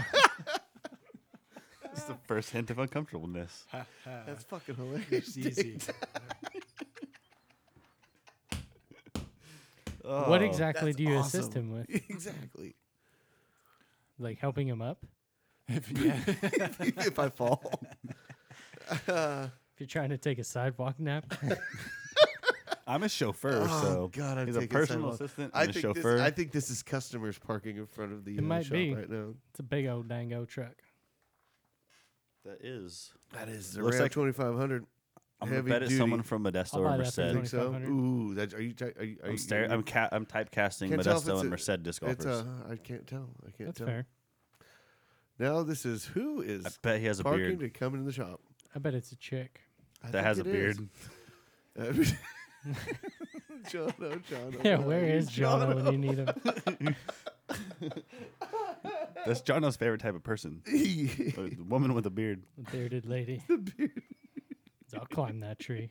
Speaker 3: It's the first hint of uncomfortableness. Uh,
Speaker 2: That's <laughs> fucking hilarious.
Speaker 6: It's easy.
Speaker 4: what
Speaker 3: Oh,
Speaker 4: exactly
Speaker 2: That's
Speaker 4: do you
Speaker 2: awesome.
Speaker 4: assist him with?
Speaker 2: <laughs> exactly.
Speaker 4: Like helping him up?
Speaker 6: If, yeah.
Speaker 2: if I fall.
Speaker 3: <laughs>
Speaker 2: Uh,
Speaker 4: If you're trying to take a sidewalk nap,
Speaker 3: I'm a chauffeur,
Speaker 2: oh,
Speaker 3: so
Speaker 2: God, I'm
Speaker 3: he's a
Speaker 2: taking
Speaker 3: personal
Speaker 2: sidewalk.
Speaker 3: assistant.
Speaker 2: I
Speaker 3: I'm a
Speaker 2: think
Speaker 3: chauffeur.
Speaker 2: This, I think this is customers parking in front of the
Speaker 4: It
Speaker 2: uh,
Speaker 4: might
Speaker 2: shop
Speaker 4: be.
Speaker 2: right now.
Speaker 4: it's a big old dango truck.
Speaker 3: that is.
Speaker 2: That is
Speaker 3: Looks
Speaker 2: around
Speaker 3: like-
Speaker 2: 2500.
Speaker 3: I'm gonna
Speaker 2: Heavy
Speaker 3: bet it's someone
Speaker 2: duty.
Speaker 3: from Modesto
Speaker 4: I'll buy
Speaker 3: or
Speaker 4: that for
Speaker 3: Merced.
Speaker 2: Think so?
Speaker 4: 2500.
Speaker 2: Ooh, that, are you? T- are you are
Speaker 3: I'm
Speaker 2: you-
Speaker 3: staring. I'm ca- I'm typecasting
Speaker 2: Can't tell if
Speaker 3: Modesto and
Speaker 2: it's
Speaker 3: Merced disc
Speaker 2: It's
Speaker 3: golfers.
Speaker 2: uh, I can't tell. I can't
Speaker 4: That's
Speaker 2: tell.
Speaker 4: fair.
Speaker 2: Now this is who is
Speaker 3: I bet he has a
Speaker 2: parking
Speaker 3: beard.
Speaker 2: to come into the shop.
Speaker 4: I bet it's a chick.
Speaker 2: I
Speaker 3: That
Speaker 2: think
Speaker 3: has a
Speaker 2: it is.
Speaker 3: beard.
Speaker 2: <laughs> John, oh, John.
Speaker 4: Yeah, where is
Speaker 2: <laughs>
Speaker 4: Jono when you need him?
Speaker 3: That's Jono's favorite type
Speaker 2: <laughs>
Speaker 3: of person.
Speaker 2: is?
Speaker 3: a woman with a beard.
Speaker 4: A bearded lady. <laughs> I'll climb that tree.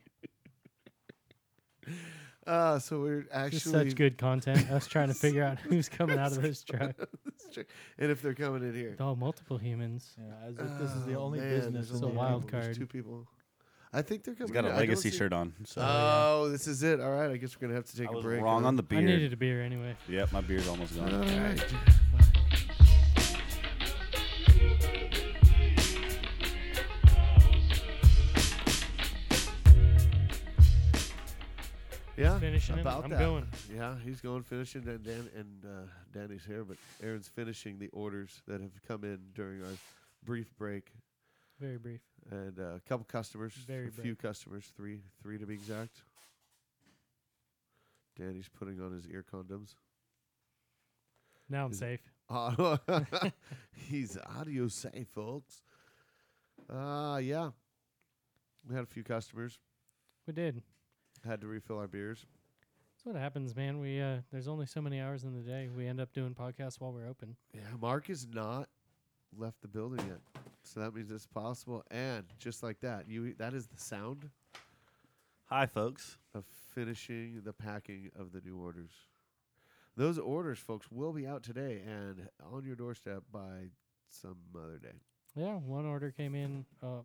Speaker 2: uh, so we're
Speaker 4: Just
Speaker 2: actually
Speaker 4: such good content. Us trying to figure
Speaker 2: <laughs>
Speaker 4: out who's coming out of this truck.
Speaker 2: and if they're coming in here,
Speaker 4: Oh, multiple humans.
Speaker 6: Yeah, as if this is the
Speaker 2: Oh,
Speaker 6: only
Speaker 2: man,
Speaker 6: business.
Speaker 2: there's
Speaker 4: It's a
Speaker 6: in the
Speaker 4: wild
Speaker 6: area.
Speaker 4: card.
Speaker 2: there's two people. I think they're coming.
Speaker 3: He's got
Speaker 2: in.
Speaker 3: a
Speaker 2: I don't
Speaker 3: legacy
Speaker 2: see-
Speaker 3: shirt on. So
Speaker 2: Oh, this is it. All right, I guess we're gonna have to take
Speaker 3: I
Speaker 2: a
Speaker 3: was
Speaker 2: break.
Speaker 3: wrong on the
Speaker 4: I
Speaker 3: beard.
Speaker 4: needed a beer anyway.
Speaker 3: Yep, my beard's almost
Speaker 2: All <laughs>
Speaker 3: gone.
Speaker 2: right. Yeah.
Speaker 4: Finishing him.
Speaker 2: about
Speaker 4: I'm
Speaker 2: that.
Speaker 4: going.
Speaker 2: Yeah, he's going finishing, and Dan and uh, Danny's here, but Aaron's finishing the orders that have come in during our brief break,
Speaker 4: Very brief.
Speaker 2: and uh, a couple customers,
Speaker 4: Very
Speaker 2: a few customers, three, three to be exact. Danny's putting on his ear condoms.
Speaker 4: Now I'm
Speaker 2: Is it-
Speaker 4: safe.
Speaker 2: Auto- <laughs> he's audio safe, folks. Uh yeah, we had a few customers
Speaker 4: We did.
Speaker 2: had to refill our beers.
Speaker 4: That's what happens, man. We uh, there's only so many hours in the day. We end up doing podcasts while we're open.
Speaker 2: Yeah, Mark has not left the building yet, so that means it's possible. And just like that, you—that is the sound
Speaker 3: Hi, folks.
Speaker 2: of finishing the packing of the new orders. Those orders, folks, will be out today and on your doorstep by some other day.
Speaker 4: Yeah, one order came in. Uh,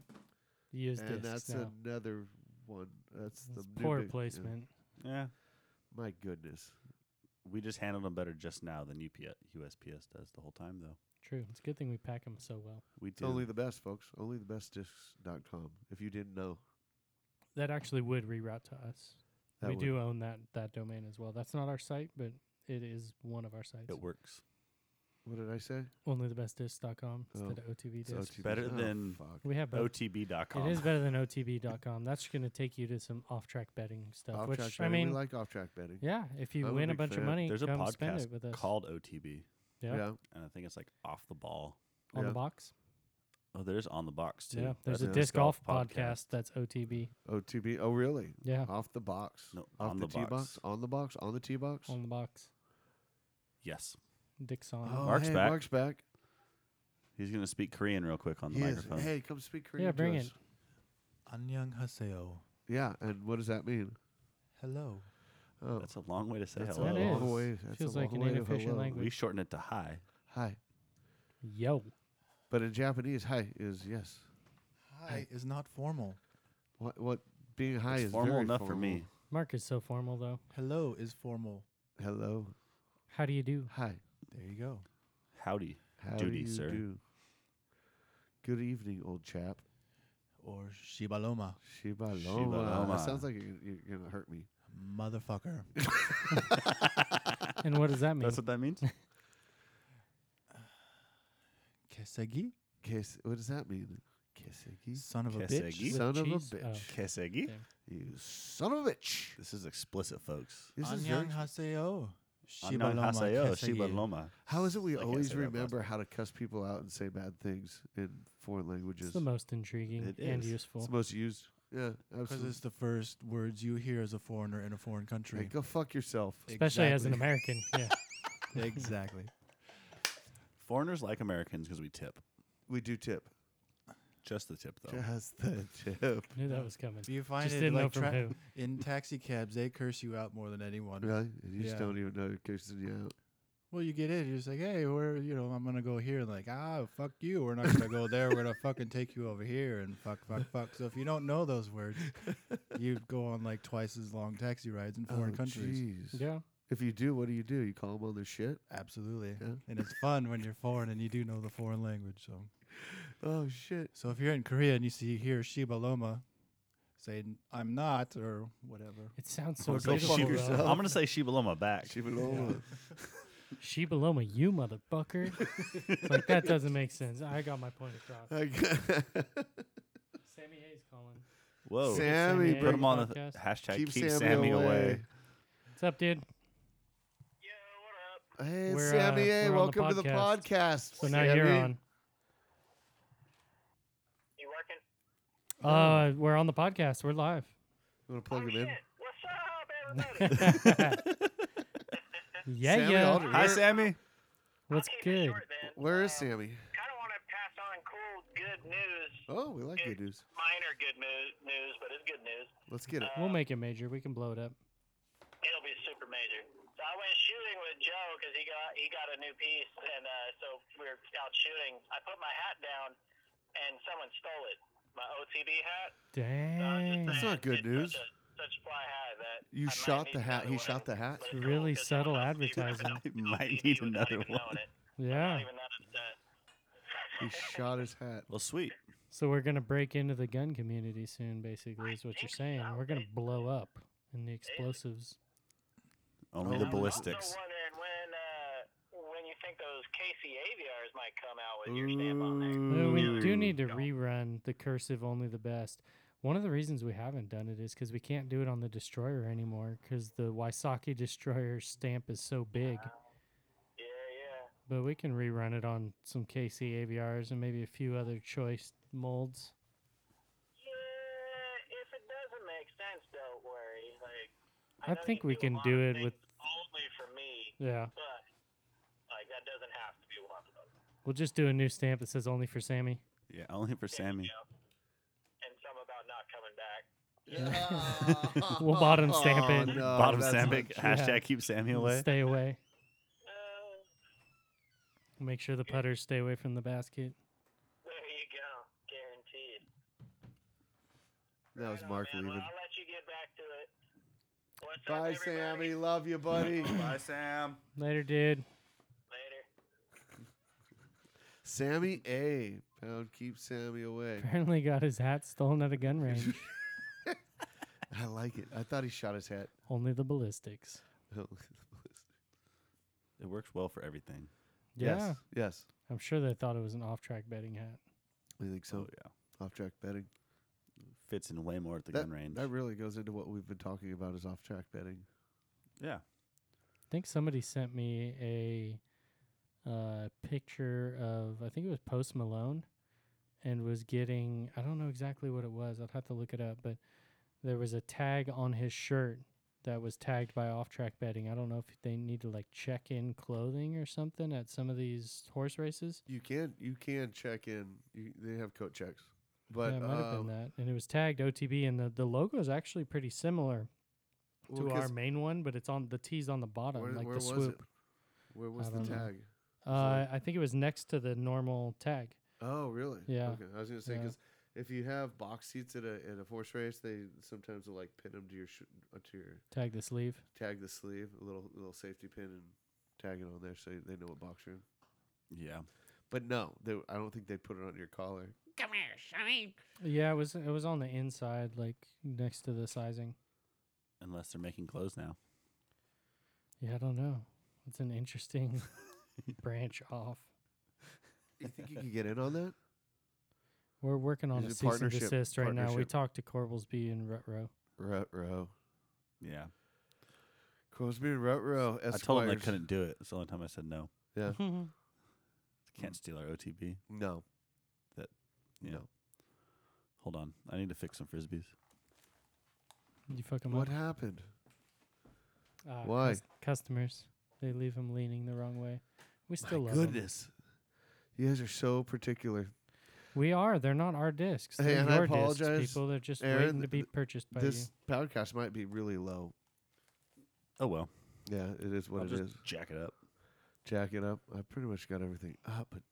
Speaker 4: used
Speaker 2: and
Speaker 4: discs
Speaker 2: that's
Speaker 4: now.
Speaker 2: another one. That's
Speaker 4: It's
Speaker 2: the new
Speaker 4: poor
Speaker 2: big- yeah.
Speaker 4: placement.
Speaker 3: Yeah,
Speaker 2: My goodness.
Speaker 3: we just handled them better just now than UPS, USPS does the whole time, though.
Speaker 4: True. It's a good thing we pack 'em so well.
Speaker 3: We
Speaker 2: It's
Speaker 3: do.
Speaker 2: only the best, folks. Only the bestdiscs.com. If you didn't know,
Speaker 4: That actually would reroute to us.
Speaker 2: that
Speaker 4: we
Speaker 2: would-
Speaker 4: do own that that domain as well. That's not our site, but it is one of our sites.
Speaker 3: it works.
Speaker 2: What did I say?
Speaker 4: Only the best disc.com instead
Speaker 2: Oh,
Speaker 4: of OTB
Speaker 2: It's
Speaker 4: disc.
Speaker 2: OTB.
Speaker 3: better than-
Speaker 2: Oh, fuck.
Speaker 4: We have both.
Speaker 3: OTB.com.
Speaker 4: It is better than OTB.com. That's going to take you to some off-track betting stuff,
Speaker 2: off
Speaker 4: which
Speaker 2: track
Speaker 4: I
Speaker 2: betting.
Speaker 4: mean,
Speaker 2: we like off track betting.
Speaker 4: yeah, if you
Speaker 2: I'm a
Speaker 4: win a
Speaker 2: big
Speaker 4: bunch of
Speaker 2: fan.
Speaker 4: money,
Speaker 3: There's a
Speaker 4: come spend
Speaker 3: podcast
Speaker 4: it with us
Speaker 3: called OTB,
Speaker 4: yeah,
Speaker 3: and I think it's like off the ball.
Speaker 4: on
Speaker 2: yeah.
Speaker 4: the box.
Speaker 3: Oh, there's on the box too.
Speaker 4: Yeah, there's
Speaker 3: That's
Speaker 4: a
Speaker 2: a
Speaker 4: disc golf podcast that's OTB.
Speaker 2: OTB. Oh, really?
Speaker 4: Yeah,
Speaker 2: Off the box.
Speaker 3: No,
Speaker 2: Off
Speaker 3: on
Speaker 2: the,
Speaker 3: the
Speaker 2: tee box.
Speaker 3: box.
Speaker 2: On the box. On the tee box.
Speaker 4: on the box.
Speaker 3: Yes,
Speaker 4: Dick's on. it.
Speaker 2: Oh,
Speaker 3: Mark's
Speaker 2: hey,
Speaker 3: back.
Speaker 2: Mark's back.
Speaker 3: he's gonna speak Korean real quick on the
Speaker 2: He is.
Speaker 3: microphone.
Speaker 2: Hey, come speak Korean.
Speaker 4: Yeah,
Speaker 2: to
Speaker 4: bring
Speaker 2: us.
Speaker 4: it.
Speaker 6: Annyeong haseo.
Speaker 2: Yeah, and what does that mean?
Speaker 6: Hello.
Speaker 2: Oh,
Speaker 3: That's a long way to say
Speaker 2: that's
Speaker 4: That
Speaker 3: hello.
Speaker 2: a long
Speaker 4: is.
Speaker 2: way. That's
Speaker 4: Feels
Speaker 2: a
Speaker 4: like
Speaker 2: long
Speaker 4: an
Speaker 2: way to
Speaker 4: inefficient
Speaker 2: hello.
Speaker 4: language.
Speaker 3: We shorten it to hi.
Speaker 2: Hi,
Speaker 4: Yo,
Speaker 2: but in Japanese, hi is yes.
Speaker 6: Hi is not formal.
Speaker 2: What? What? Being hi
Speaker 3: it's
Speaker 2: is
Speaker 3: formal
Speaker 2: very
Speaker 3: enough for
Speaker 2: formal.
Speaker 3: me.
Speaker 4: Mark is so formal though.
Speaker 6: Hello is formal.
Speaker 2: Hello.
Speaker 4: How do you do?
Speaker 2: Hi.
Speaker 6: There you go.
Speaker 2: <laughs>
Speaker 4: <laughs>
Speaker 3: Howdy.
Speaker 2: How
Speaker 3: Duty,
Speaker 2: do you
Speaker 3: sir.
Speaker 2: do? Good evening, old chap.
Speaker 6: Or Shibaloma.
Speaker 2: Shiba Loma. That
Speaker 3: Loma.
Speaker 2: sounds like you're, you're gonna hurt me.
Speaker 6: Motherfucker.
Speaker 2: <laughs>
Speaker 4: And what does that mean?
Speaker 3: That's what that
Speaker 4: <laughs>
Speaker 3: means.
Speaker 6: Kesegi?
Speaker 2: Kes- what does that mean? Kesegi.
Speaker 6: Son of a
Speaker 3: Kesegi?
Speaker 6: bitch.
Speaker 4: With
Speaker 2: Son of
Speaker 4: cheese?
Speaker 2: a
Speaker 4: Oh.
Speaker 2: bitch.
Speaker 3: Kesegi.
Speaker 4: Okay.
Speaker 2: You son of a bitch.
Speaker 3: This is explicit, folks.
Speaker 2: This is very-
Speaker 6: Annyeong haseo.
Speaker 3: Annyeong
Speaker 6: Shibaloma.
Speaker 3: haseyo,
Speaker 6: kesegi.
Speaker 3: Shibaloma.
Speaker 2: how is it we
Speaker 3: I can't
Speaker 2: always
Speaker 3: say that last
Speaker 2: remember how to cuss people out and say bad things in foreign languages?
Speaker 4: It's the most intriguing
Speaker 3: It
Speaker 4: and
Speaker 2: It's
Speaker 3: is.
Speaker 4: useful.
Speaker 2: the most used. Yeah,
Speaker 6: Because
Speaker 2: absolutely.
Speaker 6: it's the first words you hear as a foreigner in a foreign
Speaker 2: Hey,
Speaker 6: country.
Speaker 2: go fuck yourself.
Speaker 4: Especially as an
Speaker 6: Exactly.
Speaker 4: American.
Speaker 2: <laughs>
Speaker 4: Yeah.
Speaker 6: exactly.
Speaker 3: Foreigners like Americans because we tip.
Speaker 2: We do tip.
Speaker 3: Just the tip, though.
Speaker 2: Just the tip.
Speaker 4: Knew that was coming.
Speaker 6: If you find
Speaker 4: Just
Speaker 6: it
Speaker 4: didn't know
Speaker 6: like
Speaker 4: from
Speaker 6: tra-
Speaker 4: who.
Speaker 6: in taxi cabs, they curse you out more than anyone.
Speaker 2: <laughs> Really? And you just
Speaker 6: Yeah.
Speaker 2: don't even know it cursing you out.
Speaker 6: Well, you get in, you're just like, hey, we're you know, I'm gonna go here, and like, ah, fuck you, we're not gonna go there, we're gonna fucking take you over here, and fuck, fuck, fuck. So if you don't know
Speaker 2: <laughs>
Speaker 6: those words, you go on like twice as long taxi rides in foreign
Speaker 2: Oh,
Speaker 6: countries.
Speaker 2: jeez.
Speaker 4: Yeah.
Speaker 2: If you do, what do you do? You call them on their shit?
Speaker 6: Absolutely.
Speaker 2: Yeah.
Speaker 6: And it's fun when you're foreign and you do know the foreign language. So,
Speaker 2: Oh shit!
Speaker 6: so if you're in Korea and you see here Shiba Loma, say "N- I'm not or whatever.
Speaker 4: It sounds so
Speaker 2: Or go
Speaker 4: beautiful.
Speaker 2: fuck
Speaker 4: though.
Speaker 2: yourself.
Speaker 3: I'm gonna say Shiba Loma back.
Speaker 2: Shibaloma. <laughs>
Speaker 4: Sheba Loma, you motherfucker. It's like that doesn't make sense. I got my point across.
Speaker 2: Like-
Speaker 4: Sammy Hayes calling.
Speaker 3: Whoa.
Speaker 4: Sam-
Speaker 2: Sammy,
Speaker 4: Hayes
Speaker 3: Put
Speaker 2: bro.
Speaker 3: him on the
Speaker 4: podcast.
Speaker 3: hashtag
Speaker 2: Keep,
Speaker 3: keep,
Speaker 2: Sammy,
Speaker 3: Sammy
Speaker 2: away.
Speaker 3: away.
Speaker 4: What's up, dude?
Speaker 2: Hey, it's
Speaker 4: We're,
Speaker 2: Sammy,
Speaker 4: uh,
Speaker 2: hey,
Speaker 4: we're on the
Speaker 2: welcome to the
Speaker 4: podcast.
Speaker 2: podcast.
Speaker 4: So now you're
Speaker 2: Sammy.
Speaker 4: on.
Speaker 2: Oh.
Speaker 4: You working? Uh, we're on the podcast. We're live.
Speaker 2: You want to plug him in? <laughs>
Speaker 4: Yeah,
Speaker 2: Sammy
Speaker 4: yeah.
Speaker 2: Aldridge.
Speaker 3: Hi,
Speaker 2: Where-
Speaker 3: Sammy.
Speaker 4: What's good?
Speaker 2: Where is Sammy?
Speaker 7: Kind of want to pass on cool, good news.
Speaker 2: Oh, we like good news.
Speaker 7: Minor good mu- news, but it's good news.
Speaker 2: Let's get it.
Speaker 4: We'll make it major. We can blow it up.
Speaker 7: It'll be super major. So I went shooting with Joe because he got he got a new piece, and uh, so we were out shooting. I put my hat down, and someone stole it. My OTB hat. So I was just
Speaker 4: Dang.
Speaker 2: That's
Speaker 7: saying,
Speaker 2: not good news.
Speaker 7: it's Such, a, such fly high that
Speaker 2: You
Speaker 7: I might
Speaker 2: shot
Speaker 7: need
Speaker 2: the hat.
Speaker 7: another
Speaker 2: He
Speaker 7: one.
Speaker 2: shot the hat.
Speaker 7: But
Speaker 4: It's
Speaker 7: it's
Speaker 4: really
Speaker 7: cool 'cause
Speaker 4: subtle
Speaker 7: OTB
Speaker 3: <laughs>
Speaker 2: <laughs>
Speaker 4: advertising.
Speaker 7: without-
Speaker 3: He might
Speaker 7: OTB
Speaker 3: need
Speaker 7: without
Speaker 3: another
Speaker 7: even
Speaker 3: one.
Speaker 7: knowing it.
Speaker 4: Yeah.
Speaker 7: Not even that upset.
Speaker 2: He shot his hat.
Speaker 3: Well, sweet.
Speaker 4: So we're gonna break into the gun community soon. Basically, is what you're saying. We're gonna blow up in the explosives.
Speaker 3: Only
Speaker 2: Oh.
Speaker 3: the ballistics.
Speaker 7: Also wondering when uh, when you think those Casey aviars might come out with your stamp on there.
Speaker 4: Uh, we do
Speaker 3: Ooh.
Speaker 4: need to rerun the cursive only the best. One of the reasons we haven't done it is because we can't do it on the destroyer anymore because the Waisaki <laughs> destroyer stamp is so big.
Speaker 7: Yeah, yeah.
Speaker 4: But we can rerun it on some KC AVRs and maybe a few other choice molds.
Speaker 7: Yeah, if it doesn't make sense, don't worry. Like,
Speaker 4: I
Speaker 7: know you
Speaker 4: think we
Speaker 7: a
Speaker 4: can
Speaker 7: lot
Speaker 4: do
Speaker 7: of
Speaker 4: it
Speaker 7: things
Speaker 4: with-
Speaker 7: only for me,
Speaker 4: Yeah,
Speaker 7: but like that doesn't have to be one of them.
Speaker 4: we'll just do a new stamp that says only for Sammy.
Speaker 3: Yeah, only for Sammy.
Speaker 7: You know? And some about not coming
Speaker 3: <laughs>
Speaker 4: <laughs>
Speaker 7: back. Uh,
Speaker 4: We'll bottom stamp
Speaker 2: Oh,
Speaker 4: it.
Speaker 2: no,
Speaker 3: Bottom
Speaker 2: that's <laughs>
Speaker 3: Sammy.
Speaker 2: not-
Speaker 4: Yeah.
Speaker 3: Hashtag keep Sammy
Speaker 4: We'll
Speaker 3: away.
Speaker 4: Stay away.
Speaker 7: Uh,
Speaker 4: Make sure the putters stay away from the basket.
Speaker 7: there you go, guaranteed.
Speaker 2: That was
Speaker 7: Right on,
Speaker 2: Mark
Speaker 7: man. Well,
Speaker 2: leaving.
Speaker 7: I'll let you get back to it. What's up,
Speaker 2: Bye,
Speaker 7: everybody?
Speaker 2: Sammy. Love you,
Speaker 4: <laughs>
Speaker 2: buddy.
Speaker 3: Bye, Sam.
Speaker 4: Later, dude.
Speaker 7: Later.
Speaker 2: Sammy A. Pound keep Sammy away.
Speaker 4: Apparently got his hat stolen at a gun range.
Speaker 2: I like it. I thought he shot his hat. <laughs>
Speaker 4: only the ballistics.
Speaker 3: It works well for everything.
Speaker 4: Yeah.
Speaker 2: Yes. Yes.
Speaker 4: I'm sure they thought it was an off-track betting hat.
Speaker 2: We think so.
Speaker 3: So Oh, yeah,
Speaker 2: Off track betting.
Speaker 3: fits in way more at the
Speaker 2: That,
Speaker 3: gun range.
Speaker 2: that really goes into what we've been talking about is off track betting.
Speaker 3: yeah.
Speaker 4: I think somebody sent me a uh, picture of I think it was Post Malone, and was getting I don't know exactly what it was. I'd have to look it up, but there was a tag on his shirt that was tagged by off-track betting. I don't know if they need to like check in clothing or something at some of these horse races.
Speaker 2: You can you can check in. You, they have coat checks, but
Speaker 4: yeah, it might have
Speaker 2: um,
Speaker 4: been that, and it was tagged OTB, and the the logo is actually pretty similar
Speaker 2: well,
Speaker 4: to our
Speaker 2: 'cause
Speaker 4: main one, but it's on the T's on the bottom,
Speaker 2: where,
Speaker 4: like
Speaker 2: where
Speaker 4: the
Speaker 2: was
Speaker 4: swoop.
Speaker 2: it? Where was
Speaker 4: I
Speaker 2: the
Speaker 4: don't know.
Speaker 2: tag?
Speaker 4: Uh, I think it was next to the normal tag.
Speaker 2: Oh, really?
Speaker 4: Yeah.
Speaker 2: Okay. I was gonna say
Speaker 4: Yeah.
Speaker 2: because if you have box seats at a at a horse race, they sometimes will like pin them to your sh- uh, to your
Speaker 4: Tag the sleeve.
Speaker 2: tag the sleeve, a little little safety pin, and tag it on there so they know what box you're in.
Speaker 3: Yeah.
Speaker 2: But no, they, I don't think they put it on your collar.
Speaker 4: Yeah, it was it was on the inside, like next to the sizing.
Speaker 3: Unless they're making clothes now.
Speaker 4: Yeah, I don't know. It's an interesting
Speaker 2: <laughs>
Speaker 4: branch off.
Speaker 2: You think you could get in on that?
Speaker 4: We're working
Speaker 2: Is
Speaker 4: on a
Speaker 2: it
Speaker 4: cease and
Speaker 2: partnership-
Speaker 4: desist right now. We
Speaker 2: partnership?
Speaker 4: talked to Corblesby and Rutrow.
Speaker 2: Rut row.
Speaker 3: Yeah.
Speaker 2: Crosby and Rut row.
Speaker 3: I told them I
Speaker 2: Esquires.
Speaker 3: couldn't do it. It's the only time I said no.
Speaker 2: Yeah.
Speaker 3: Can't steal our OTB.
Speaker 2: No.
Speaker 3: That-
Speaker 2: Mm. No.
Speaker 3: yeah. Hold on. I need to fix some frisbees.
Speaker 4: <laughs> you fucking
Speaker 2: What happened?
Speaker 4: Uh,
Speaker 2: Why?
Speaker 4: customers, they leave him leaning the wrong way. We still
Speaker 2: My
Speaker 4: love 'em.
Speaker 2: goodness. You guys are so particular.
Speaker 4: We are. They're not our discs. They're
Speaker 2: Hey, and I
Speaker 4: your
Speaker 2: apologize,
Speaker 4: discs, people. They're just
Speaker 2: Aaron,
Speaker 4: waiting to be
Speaker 2: th-
Speaker 4: purchased by
Speaker 2: this podcast might be really low.
Speaker 3: Oh well.
Speaker 2: Yeah, it is what
Speaker 3: I'll
Speaker 2: it is.
Speaker 3: just jack it up.
Speaker 2: Jack it up. I pretty much got everything up, but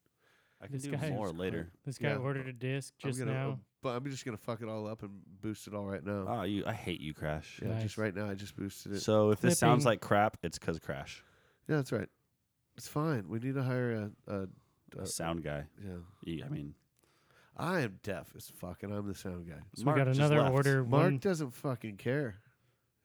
Speaker 3: I can
Speaker 4: This
Speaker 3: do
Speaker 4: guy-
Speaker 3: more later.
Speaker 4: <laughs> This guy
Speaker 2: Yeah.
Speaker 4: ordered a disc just
Speaker 2: I'm gonna, uh,
Speaker 4: now.
Speaker 2: But I'm just gonna fuck it all up and boost it all right now.
Speaker 3: Oh, you! I hate you, Crash.
Speaker 2: yeah, just
Speaker 4: nice.
Speaker 2: right now I just boosted it.
Speaker 3: So if this sounds
Speaker 4: Clipping.
Speaker 3: like crap, it's because Crash,
Speaker 2: yeah, that's right. It's fine. We need to hire a, a,
Speaker 3: a
Speaker 2: Uh,
Speaker 3: sound guy.
Speaker 2: yeah.
Speaker 3: You- I mean, <laughs>
Speaker 2: I am deaf as fuck, and I'm the sound guy.
Speaker 4: So
Speaker 3: Mark
Speaker 4: we got
Speaker 3: just
Speaker 4: another
Speaker 3: left.
Speaker 4: order.
Speaker 2: Mark
Speaker 4: one-
Speaker 2: doesn't fucking care.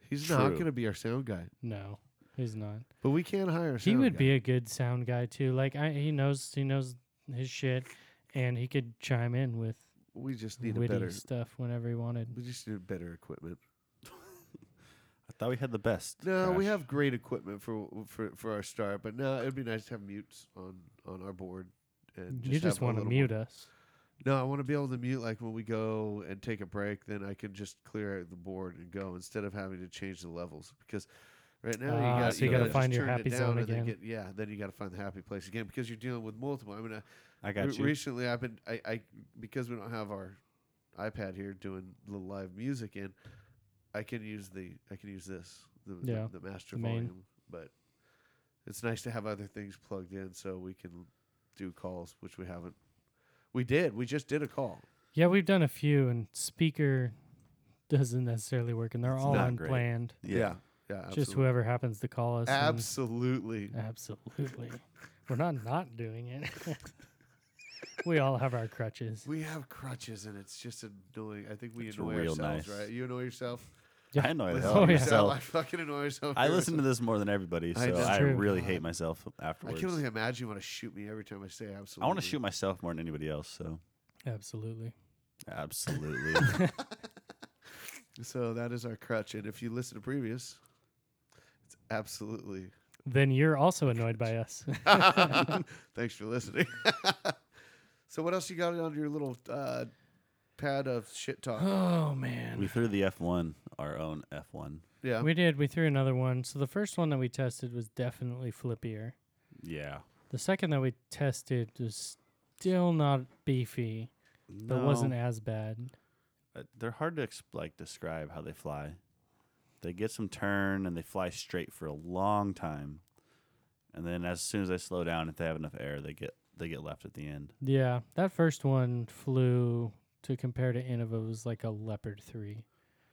Speaker 2: He's not
Speaker 3: True.
Speaker 2: gonna be our sound guy.
Speaker 4: no, he's not.
Speaker 2: But we can hire a sound
Speaker 4: He would
Speaker 2: guy.
Speaker 4: be a good sound guy too. Like I, he knows he knows his shit, and he could chime in with
Speaker 2: we just need a
Speaker 4: witty
Speaker 2: better
Speaker 4: stuff whenever he wanted.
Speaker 2: we just need better equipment.
Speaker 3: I thought we had the best.
Speaker 2: No, we
Speaker 3: Crash.
Speaker 2: have great equipment for for for our start, but no, it'd be nice to have mutes on on our board. And
Speaker 4: you just want to mute us.
Speaker 2: No, I want to be able to mute like when we go and take a break, then I can just clear out the board and go instead of having to change the levels because right now
Speaker 4: Ah,
Speaker 2: you got
Speaker 4: so you gotta
Speaker 2: just
Speaker 4: find your
Speaker 2: turn it
Speaker 4: happy
Speaker 2: down
Speaker 4: zone
Speaker 2: and then
Speaker 4: again.
Speaker 2: get- yeah, then you got to find the happy place again because you're dealing with multiple. I mean, uh, I,
Speaker 3: I got
Speaker 2: Re-
Speaker 3: you.
Speaker 2: Recently, I've been I, I because we don't have our iPad here doing the live music in. I can use the I can use this the the-
Speaker 4: Yeah,
Speaker 2: the, master
Speaker 4: the main.
Speaker 2: volume, but it's nice to have other things plugged in so we can do calls, which we haven't. We did. We just did a call.
Speaker 4: Yeah, we've done a few, and speaker doesn't necessarily work, and they're all
Speaker 3: not great.
Speaker 4: unplanned.
Speaker 2: Yeah, yeah. absolutely.
Speaker 4: Just whoever happens to call us. and-
Speaker 2: Absolutely.
Speaker 4: Absolutely. We're not not doing it. <laughs> we all have our crutches.
Speaker 2: We have crutches, and it's just annoying. I think we
Speaker 3: It's
Speaker 2: annoy
Speaker 3: real
Speaker 2: ourselves,
Speaker 3: nice.
Speaker 2: right? You annoy yourself.
Speaker 3: I annoy the
Speaker 2: <laughs> Listen
Speaker 3: hell
Speaker 4: Oh,
Speaker 3: out of
Speaker 4: yeah.
Speaker 2: yourself. I
Speaker 3: myself.
Speaker 2: fucking annoy myself.
Speaker 3: I listen to this more than everybody, so
Speaker 2: I know.
Speaker 3: I,
Speaker 4: True.
Speaker 3: really hate myself
Speaker 2: I
Speaker 3: afterwards.
Speaker 2: can only imagine you want to shoot me every time I say absolutely.
Speaker 3: I want to shoot myself more than anybody else. So
Speaker 4: Absolutely.
Speaker 3: absolutely,
Speaker 2: So that is our crutch. And if you listen to previous, it's <laughs> absolutely.
Speaker 4: Then you're also annoyed by us. <laughs>
Speaker 2: Thanks for listening. <laughs> so what else you got on your little uh, pad of shit talk?
Speaker 4: oh man.
Speaker 3: we threw the F one, our own F one.
Speaker 2: Yeah.
Speaker 4: We did. We threw another one. So the first one that we tested was definitely flippier.
Speaker 3: Yeah,
Speaker 4: The second that we tested was still not beefy, but wasn't as bad.
Speaker 3: uh, they're hard to ex- like describe how they fly. They get some turn and they fly straight for a long time, and then as soon as they slow down, if they have enough air, they get they get left at the end.
Speaker 4: Yeah, that first one flew to compare to Innova was like a Leopard 3.
Speaker 3: It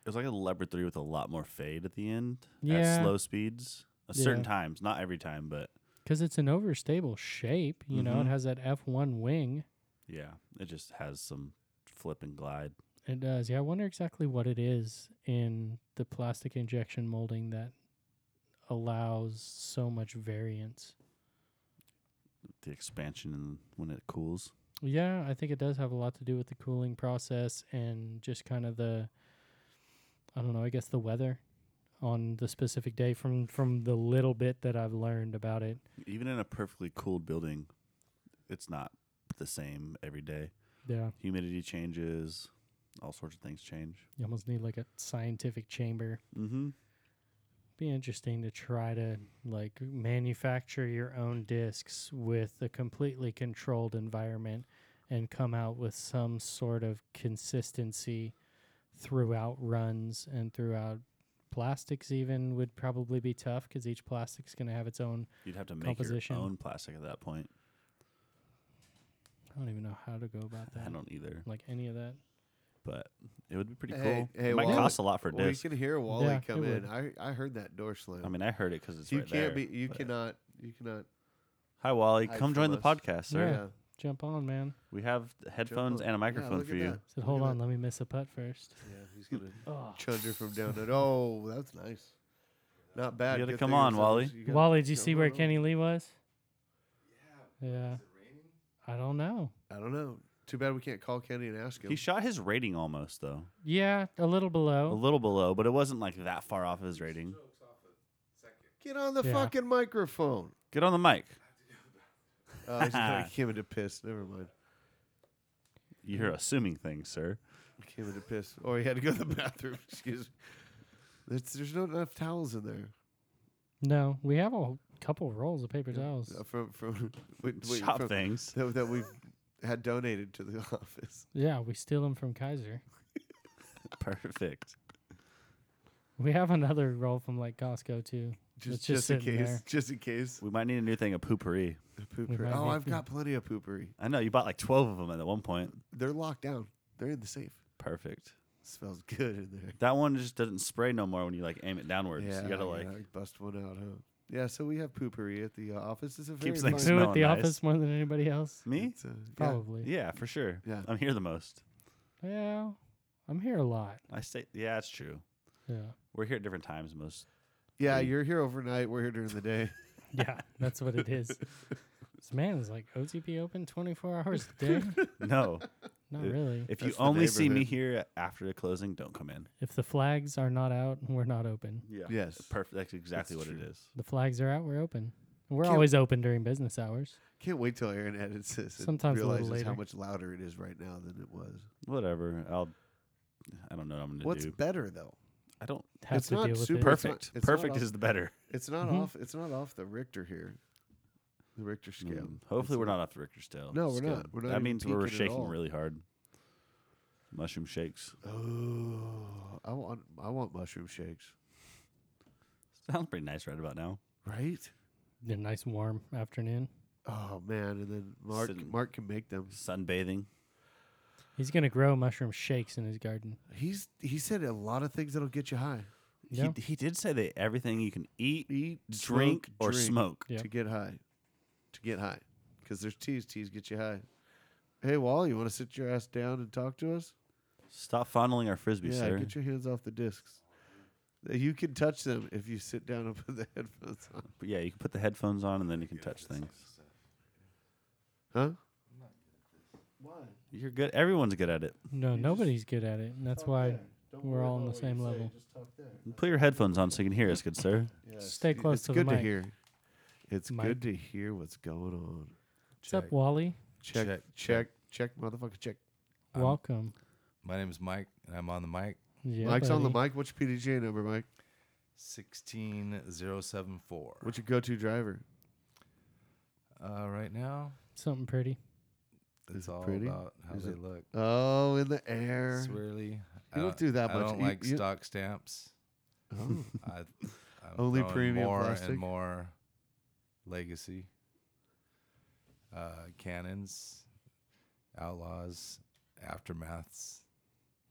Speaker 3: was like a leopard three with a lot more fade at the end
Speaker 4: Yeah.
Speaker 3: at slow speeds, at certain
Speaker 4: Yeah.
Speaker 3: times, not every time, but
Speaker 4: Because it's an overstable shape. You know, it
Speaker 3: Mhm.
Speaker 4: has that F1 wing.
Speaker 3: yeah, it just has some flip and glide.
Speaker 4: It does. Yeah, I wonder exactly what it is in the plastic injection molding that allows so much variance.
Speaker 3: The expansion and when it cools.
Speaker 4: Yeah, I think it does have a lot to do with the cooling process and just kind of the I don't know, I guess the weather on the specific day from from the little bit that I've learned about it.
Speaker 3: Even in a perfectly cooled building, it's not the same every day.
Speaker 4: Yeah,
Speaker 3: Humidity changes, all sorts of things change.
Speaker 4: you almost need like a scientific chamber.
Speaker 3: Mm-hmm.
Speaker 4: Be interesting to try to like manufacture your own discs with a completely controlled environment and come out with some sort of consistency throughout runs and throughout plastics even would probably be tough because each plastic's going to have its own
Speaker 3: You'd have to make
Speaker 4: Composition.
Speaker 3: your own plastic at that point.
Speaker 4: i don't even know how to go about that
Speaker 3: I don't either,
Speaker 4: like any of that
Speaker 3: but it would be pretty
Speaker 2: Hey-
Speaker 3: cool.
Speaker 2: hey,
Speaker 3: it might
Speaker 2: Wally-
Speaker 3: cost a lot for
Speaker 2: Well, you
Speaker 3: disc.
Speaker 2: can hear Wally
Speaker 4: Yeah,
Speaker 2: come
Speaker 4: it
Speaker 2: in. I I heard that door slam.
Speaker 3: I mean, I heard it because it's
Speaker 2: you
Speaker 3: right
Speaker 2: can't
Speaker 3: there.
Speaker 2: be. You
Speaker 3: but-
Speaker 2: cannot. You cannot.
Speaker 3: Hi, Wally.
Speaker 2: hide
Speaker 3: Come join the
Speaker 2: from us.
Speaker 3: podcast, sir.
Speaker 4: Yeah. Jump on, man.
Speaker 3: We have headphones
Speaker 2: on.
Speaker 3: and a
Speaker 2: Yeah,
Speaker 3: microphone
Speaker 2: look
Speaker 3: for
Speaker 2: at
Speaker 3: you.
Speaker 2: that.
Speaker 4: Said,
Speaker 2: Look
Speaker 4: hold
Speaker 2: at
Speaker 4: on, let me miss a putt first.
Speaker 2: that. Yeah, he's gonna
Speaker 4: Oh.
Speaker 2: chunder from down there. Oh, that's nice. Not bad.
Speaker 3: gotta
Speaker 2: Good
Speaker 3: come
Speaker 2: thing
Speaker 3: on,
Speaker 2: it's
Speaker 3: Wally.
Speaker 2: almost- you gotta
Speaker 4: Wally, did you
Speaker 2: jump
Speaker 4: see where
Speaker 2: on over.
Speaker 4: Kenny Lee was? Yeah. Yeah. I don't know.
Speaker 2: I don't know. Too bad we can't call Kenny and ask him.
Speaker 3: He shot his rating almost though,
Speaker 4: Yeah, a little
Speaker 3: a
Speaker 4: below.
Speaker 3: little below, but it wasn't like that far off his rating.
Speaker 2: Get on the
Speaker 4: Yeah.
Speaker 2: fucking <laughs> microphone.
Speaker 3: Get on the mic.
Speaker 2: Oh, he's <laughs> gonna came into piss. Never mind.
Speaker 3: You're
Speaker 2: Mm.
Speaker 3: assuming things, sir.
Speaker 2: Came into piss. Or he had to go to the <laughs> bathroom. Excuse me. There's, there's not enough towels in there.
Speaker 4: No, we have a whole couple rolls of paper towels.
Speaker 2: Uh, From from, <laughs> wait, wait,
Speaker 3: Shop
Speaker 2: from
Speaker 3: things.
Speaker 2: that, that we've had donated to the <laughs> office.
Speaker 4: Yeah, we steal them from Kaiser.
Speaker 3: Perfect.
Speaker 4: We have another roll from like Costco too.
Speaker 2: Just,
Speaker 4: just
Speaker 2: just in
Speaker 4: sitting
Speaker 2: case.
Speaker 4: there.
Speaker 2: Just in case.
Speaker 3: We might need a new thing, a poopery.
Speaker 2: Poopery.
Speaker 4: might
Speaker 2: Oh,
Speaker 4: need
Speaker 2: I've
Speaker 4: to-
Speaker 2: got plenty of poopery.
Speaker 3: I know you bought like twelve of them at one point.
Speaker 2: They're locked down. They're in the safe.
Speaker 3: Perfect.
Speaker 2: Smells good in there.
Speaker 3: That one just doesn't spray no more when you like aim it downwards.
Speaker 2: Yeah,
Speaker 3: you gotta like
Speaker 2: yeah, bust one out, huh? Yeah, so we have poopery at the uh, office. It's a very
Speaker 3: Keeps
Speaker 2: fun-
Speaker 3: things
Speaker 4: Who
Speaker 3: smelling
Speaker 4: at the
Speaker 3: nice.
Speaker 4: office more than anybody else?
Speaker 3: me.
Speaker 2: It's, uh, yeah.
Speaker 4: Probably.
Speaker 3: Yeah, for sure.
Speaker 2: Yeah.
Speaker 3: I'm here the most.
Speaker 4: Yeah, I'm here a lot.
Speaker 3: I stay. Yeah, that's true.
Speaker 4: Yeah.
Speaker 3: We're here at different
Speaker 2: <laughs>
Speaker 3: times most.
Speaker 2: Yeah, you're here overnight. We're here during the day.
Speaker 4: <laughs>
Speaker 2: <laughs>
Speaker 4: Yeah, that's what it is. This man is like OTP open 24 hours a day.
Speaker 3: No,
Speaker 4: Not
Speaker 3: It-
Speaker 4: really.
Speaker 3: if you
Speaker 2: That's the
Speaker 3: only see me
Speaker 2: neighborhood.
Speaker 3: here after the closing, don't come in.
Speaker 4: If the flags are not out, we're not open.
Speaker 3: Yeah.
Speaker 2: Yes.
Speaker 3: Perfect. That's exactly
Speaker 2: That's
Speaker 3: what
Speaker 2: true.
Speaker 3: it is.
Speaker 4: The flags are out, we're open. We're
Speaker 2: Can't-
Speaker 4: always open during business hours.
Speaker 2: Can't wait till Aaron edits this and
Speaker 4: Sometimes a little
Speaker 2: realizes how
Speaker 4: later.
Speaker 2: much louder it is right now than it was.
Speaker 3: Whatever. I'll. I don't know what I'm gonna
Speaker 2: What's
Speaker 3: do.
Speaker 2: better though?
Speaker 3: I don't.
Speaker 4: Have
Speaker 2: It's
Speaker 4: to
Speaker 2: not
Speaker 4: deal with
Speaker 2: super-
Speaker 4: it.
Speaker 2: It's not-
Speaker 3: Perfect.
Speaker 2: it's not
Speaker 3: perfect
Speaker 2: all-
Speaker 3: is the better.
Speaker 2: It's not
Speaker 4: Mhm.
Speaker 2: off. It's not off the Richter here. The Richter scale.
Speaker 3: Mm, Hopefully,
Speaker 2: It's
Speaker 3: we're not off the Richter scale.
Speaker 2: No, we're
Speaker 3: scale.
Speaker 2: not. We're not
Speaker 3: that
Speaker 2: even
Speaker 3: means we're
Speaker 2: peaking at
Speaker 3: shaking
Speaker 2: all.
Speaker 3: really hard. Mushroom shakes.
Speaker 2: Oh, I want I want mushroom shakes.
Speaker 3: Sounds pretty nice right about now.
Speaker 2: Right?
Speaker 4: A nice warm afternoon.
Speaker 2: Oh man, and then Mark
Speaker 3: Sitting-
Speaker 2: Mark can make them.
Speaker 3: Sunbathing.
Speaker 4: He's gonna grow mushroom shakes in his garden.
Speaker 2: He's he said a lot of things that'll get you high.
Speaker 4: Yeah.
Speaker 3: He, he did say that everything you can eat,
Speaker 2: Eat,
Speaker 3: drink, or
Speaker 2: drink
Speaker 3: smoke.
Speaker 4: Yeah.
Speaker 2: to get high. To get high. Cuz there's teas, teas get you high. Hey, Wall, you want to sit your ass down and talk to us?
Speaker 3: Stop fondling our frisbee,
Speaker 2: yeah,
Speaker 3: sir.
Speaker 2: get your hands off the discs. You can touch them if you sit down and <laughs> put the headphones on.
Speaker 3: But yeah, you can put the headphones on and then you can touch things.
Speaker 2: Huh?
Speaker 3: You're good. Everyone's good at it.
Speaker 4: No, nobody's good at it, and that's why we're all on the same level.
Speaker 3: Put your headphones on so you can hear us, good sir.
Speaker 4: Stay close
Speaker 2: it's
Speaker 4: to the
Speaker 2: good to
Speaker 4: mic.
Speaker 2: hear. It's
Speaker 4: Mic.
Speaker 2: good to hear what's going on.
Speaker 4: What's up, Wally?
Speaker 2: Check, check,
Speaker 5: Check,
Speaker 2: check, motherfucker, check.
Speaker 5: I'm-
Speaker 4: Welcome.
Speaker 5: My name is Mike, and I'm on the mic.
Speaker 4: Yeah,
Speaker 2: Mike's on the
Speaker 4: buddy.
Speaker 2: mic. What's your PDGA number, Mike?
Speaker 5: 16074.
Speaker 2: What's your go-to driver?
Speaker 5: uh, right now,
Speaker 4: Something pretty.
Speaker 5: it's
Speaker 2: it
Speaker 5: all
Speaker 2: pretty?
Speaker 5: about how
Speaker 2: Is
Speaker 5: they
Speaker 2: it
Speaker 5: look.
Speaker 2: Oh, in the air.
Speaker 5: Swirly. I
Speaker 2: don't do that
Speaker 5: Uh, I
Speaker 2: much.
Speaker 5: don't
Speaker 2: You-
Speaker 5: like
Speaker 2: you-
Speaker 5: stock stamps.
Speaker 2: Oh.
Speaker 5: I, I'm
Speaker 2: <laughs> Only
Speaker 5: throwing
Speaker 2: premium
Speaker 5: more
Speaker 2: plastic?
Speaker 5: and more legacy. Uh, cannons, outlaws, aftermaths,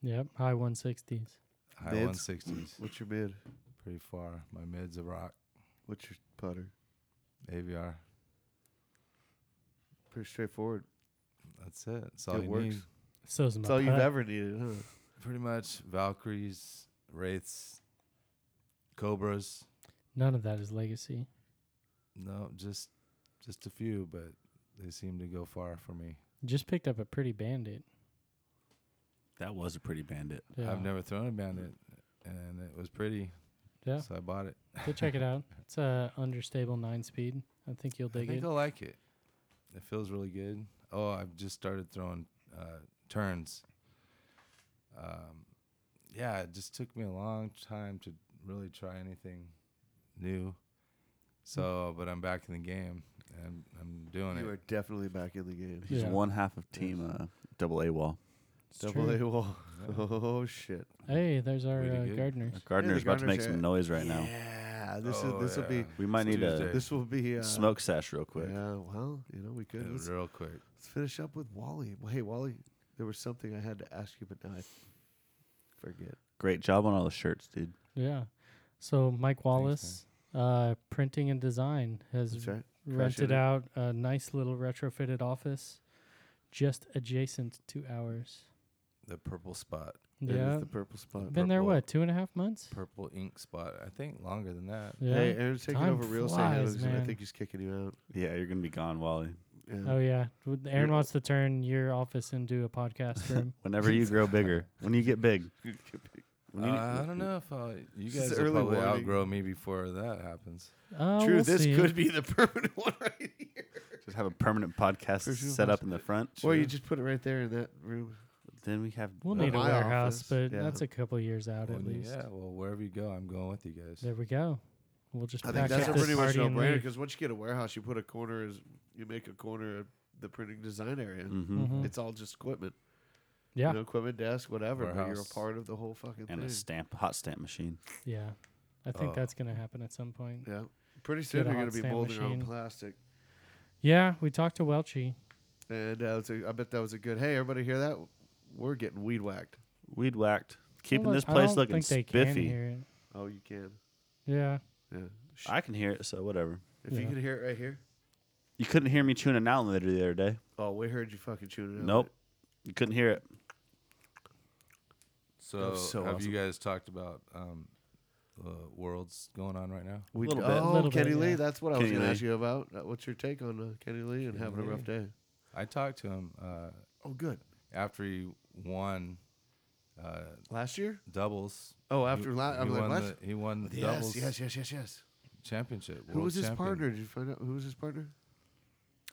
Speaker 4: Yep, high 160s.
Speaker 5: high
Speaker 2: Mids? <laughs>
Speaker 5: 160s,
Speaker 2: What's your mid?
Speaker 5: pretty far. My mid's a rock,
Speaker 2: What's your putter?
Speaker 5: AVR.
Speaker 2: Pretty straightforward.
Speaker 5: That's it. That's all
Speaker 2: It
Speaker 5: you
Speaker 2: works.
Speaker 5: need.
Speaker 4: So's my
Speaker 2: That's all you've
Speaker 4: putt.
Speaker 2: ever needed, huh?
Speaker 5: Pretty much Valkyries, Wraiths, Cobras.
Speaker 4: None of that is legacy.
Speaker 5: No, just just a few, but they seem to go far for me.
Speaker 4: Just picked up a pretty bandit.
Speaker 3: <laughs> That was a pretty bandit.
Speaker 4: Yeah.
Speaker 5: I've never thrown a bandit, and it was pretty,
Speaker 4: Yeah,
Speaker 5: so I bought it.
Speaker 4: go check it out. It's a understable nine speed. I think you'll
Speaker 5: I
Speaker 4: dig
Speaker 5: think
Speaker 4: it.
Speaker 5: I'll like it. It feels really good. Oh, I've just started throwing uh, turns. Um, yeah, it just took me a long time to really try anything new.
Speaker 4: Hmm.
Speaker 5: So, but I'm back in the game, and I'm doing
Speaker 2: You
Speaker 5: it.
Speaker 2: are definitely back in the game.
Speaker 3: He's
Speaker 4: Yeah.
Speaker 3: one half of team uh, double A wall.
Speaker 4: It's
Speaker 2: Double
Speaker 4: true.
Speaker 2: A wall.
Speaker 5: Yeah.
Speaker 2: <laughs> Oh shit!
Speaker 4: Hey, there's our
Speaker 5: Way to
Speaker 4: uh,
Speaker 5: good.
Speaker 4: gardeners.
Speaker 3: Gardner's about to make
Speaker 2: gardeners
Speaker 3: some
Speaker 2: are-
Speaker 3: noise right now.
Speaker 2: Yeah, this
Speaker 5: Oh,
Speaker 2: is this will
Speaker 5: yeah.
Speaker 2: be
Speaker 3: We might
Speaker 5: It's
Speaker 3: need a
Speaker 5: Tuesday.
Speaker 2: this will be uh,
Speaker 3: smoke sash real quick.
Speaker 2: Yeah, well, you know we
Speaker 5: Yeah,
Speaker 2: could. Let's,
Speaker 5: real quick.
Speaker 2: let's finish up with Wally. Well, Hey, Wally, there was something I had to ask you, but now I forget.
Speaker 3: Great job on all the shirts, dude.
Speaker 4: Yeah. So Mike Wallace, uh, printing and design, has
Speaker 2: That's right.
Speaker 4: rented
Speaker 2: it.
Speaker 4: out a nice little retrofitted office just adjacent to ours.
Speaker 5: The purple spot,
Speaker 2: It
Speaker 4: yeah.
Speaker 2: is the purple spot.
Speaker 4: Been there,
Speaker 5: purple.
Speaker 4: what, two and a half months?
Speaker 5: purple ink spot. I think longer than that.
Speaker 4: Yeah.
Speaker 2: Hey, Aaron's taking
Speaker 4: Time
Speaker 2: over real estate
Speaker 4: flies,
Speaker 2: hours, and I
Speaker 4: man.
Speaker 2: think he's kicking you out.
Speaker 3: Yeah, you're gonna be gone, Wally.
Speaker 2: Yeah.
Speaker 4: <laughs> Oh, yeah. Would- Aaron
Speaker 2: You're-
Speaker 4: wants to turn your office into a
Speaker 2: <laughs>
Speaker 4: podcast room.
Speaker 3: Whenever you grow bigger, when you get big, when
Speaker 5: Uh,
Speaker 3: you-
Speaker 5: I don't know if I'll, you
Speaker 2: This is
Speaker 5: guys will
Speaker 2: early
Speaker 5: probably
Speaker 2: warning.
Speaker 5: outgrow me before that happens.
Speaker 4: Oh,
Speaker 2: True,
Speaker 4: we'll
Speaker 2: this
Speaker 4: see.
Speaker 2: could be the permanent one right here.
Speaker 3: <laughs> Just have a permanent podcast
Speaker 2: Sure, sure,
Speaker 3: set up in the front.
Speaker 2: Or you just put it right there in that room.
Speaker 3: then we have
Speaker 4: We'll
Speaker 2: Well,
Speaker 4: need a
Speaker 2: my
Speaker 4: warehouse,
Speaker 2: office,
Speaker 4: but
Speaker 2: yeah.
Speaker 4: that's a couple years out
Speaker 5: Well,
Speaker 4: at least.
Speaker 5: Yeah, well, wherever you go, I'm going with you guys.
Speaker 4: There we go. We'll just
Speaker 2: I think
Speaker 4: pack
Speaker 2: that's
Speaker 4: up
Speaker 2: a
Speaker 4: this
Speaker 2: pretty much
Speaker 4: party
Speaker 2: no
Speaker 4: and
Speaker 2: brainer
Speaker 4: leave.
Speaker 2: because once you get a warehouse, you put a corner as you make a corner of the printing design area.
Speaker 3: hmm
Speaker 4: Mhm.
Speaker 2: It's all just equipment.
Speaker 4: Yeah,
Speaker 2: You know, equipment, desk, whatever. But you're a
Speaker 5: Warehouse.
Speaker 2: part of the whole fucking
Speaker 3: and
Speaker 2: thing.
Speaker 3: a stamp, hot stamp machine.
Speaker 4: yeah. I think
Speaker 5: Oh.
Speaker 4: that's gonna happen at some point.
Speaker 2: Yeah. Pretty soon
Speaker 4: a
Speaker 2: they're
Speaker 4: hot
Speaker 2: going to be
Speaker 4: sand
Speaker 2: molding on
Speaker 4: machine.
Speaker 2: plastic.
Speaker 4: Yeah, we talked to Welchie.
Speaker 2: And uh, it's a, I bet that was a good. Hey, everybody, hear that? We're getting weed whacked.
Speaker 3: Weed whacked. Keeping
Speaker 4: Well,
Speaker 3: this
Speaker 4: I
Speaker 3: place
Speaker 4: don't
Speaker 3: looking
Speaker 4: think they can
Speaker 3: spiffy.
Speaker 4: hear it.
Speaker 2: Oh, you can.
Speaker 4: Yeah.
Speaker 2: Yeah.
Speaker 3: I can hear it, so whatever.
Speaker 2: If you
Speaker 4: Yeah.
Speaker 2: could hear it right here.
Speaker 3: You couldn't hear me tuning out later the other day.
Speaker 2: Oh, we heard you fucking shooting. it.
Speaker 3: Nope. You couldn't hear it.
Speaker 5: So,
Speaker 2: was so
Speaker 5: have
Speaker 2: awesome.
Speaker 5: you guys talked about um, uh, worlds going on right now?
Speaker 2: We
Speaker 3: Little
Speaker 2: Little
Speaker 3: bit.
Speaker 2: Oh,
Speaker 4: Little
Speaker 2: Kenny
Speaker 4: bit,
Speaker 2: Lee.
Speaker 4: yeah.
Speaker 2: That's what I was
Speaker 3: Kenny
Speaker 2: going to
Speaker 3: Lee.
Speaker 2: ask you about. Uh, What's your take on uh, Kenny Lee and having a rough day?
Speaker 5: I talked to him uh,
Speaker 2: Oh, good.
Speaker 5: after he won uh,
Speaker 2: Last year?
Speaker 5: doubles.
Speaker 2: Oh,
Speaker 5: He-
Speaker 2: after last.
Speaker 5: he
Speaker 2: I'm like,
Speaker 5: won
Speaker 2: last.
Speaker 5: the, he won the
Speaker 2: Yes,
Speaker 5: doubles
Speaker 2: yes, yes, yes, yes.
Speaker 5: championship.
Speaker 2: Who
Speaker 5: world
Speaker 2: was his
Speaker 5: champion.
Speaker 2: partner? Did you find out who was his partner?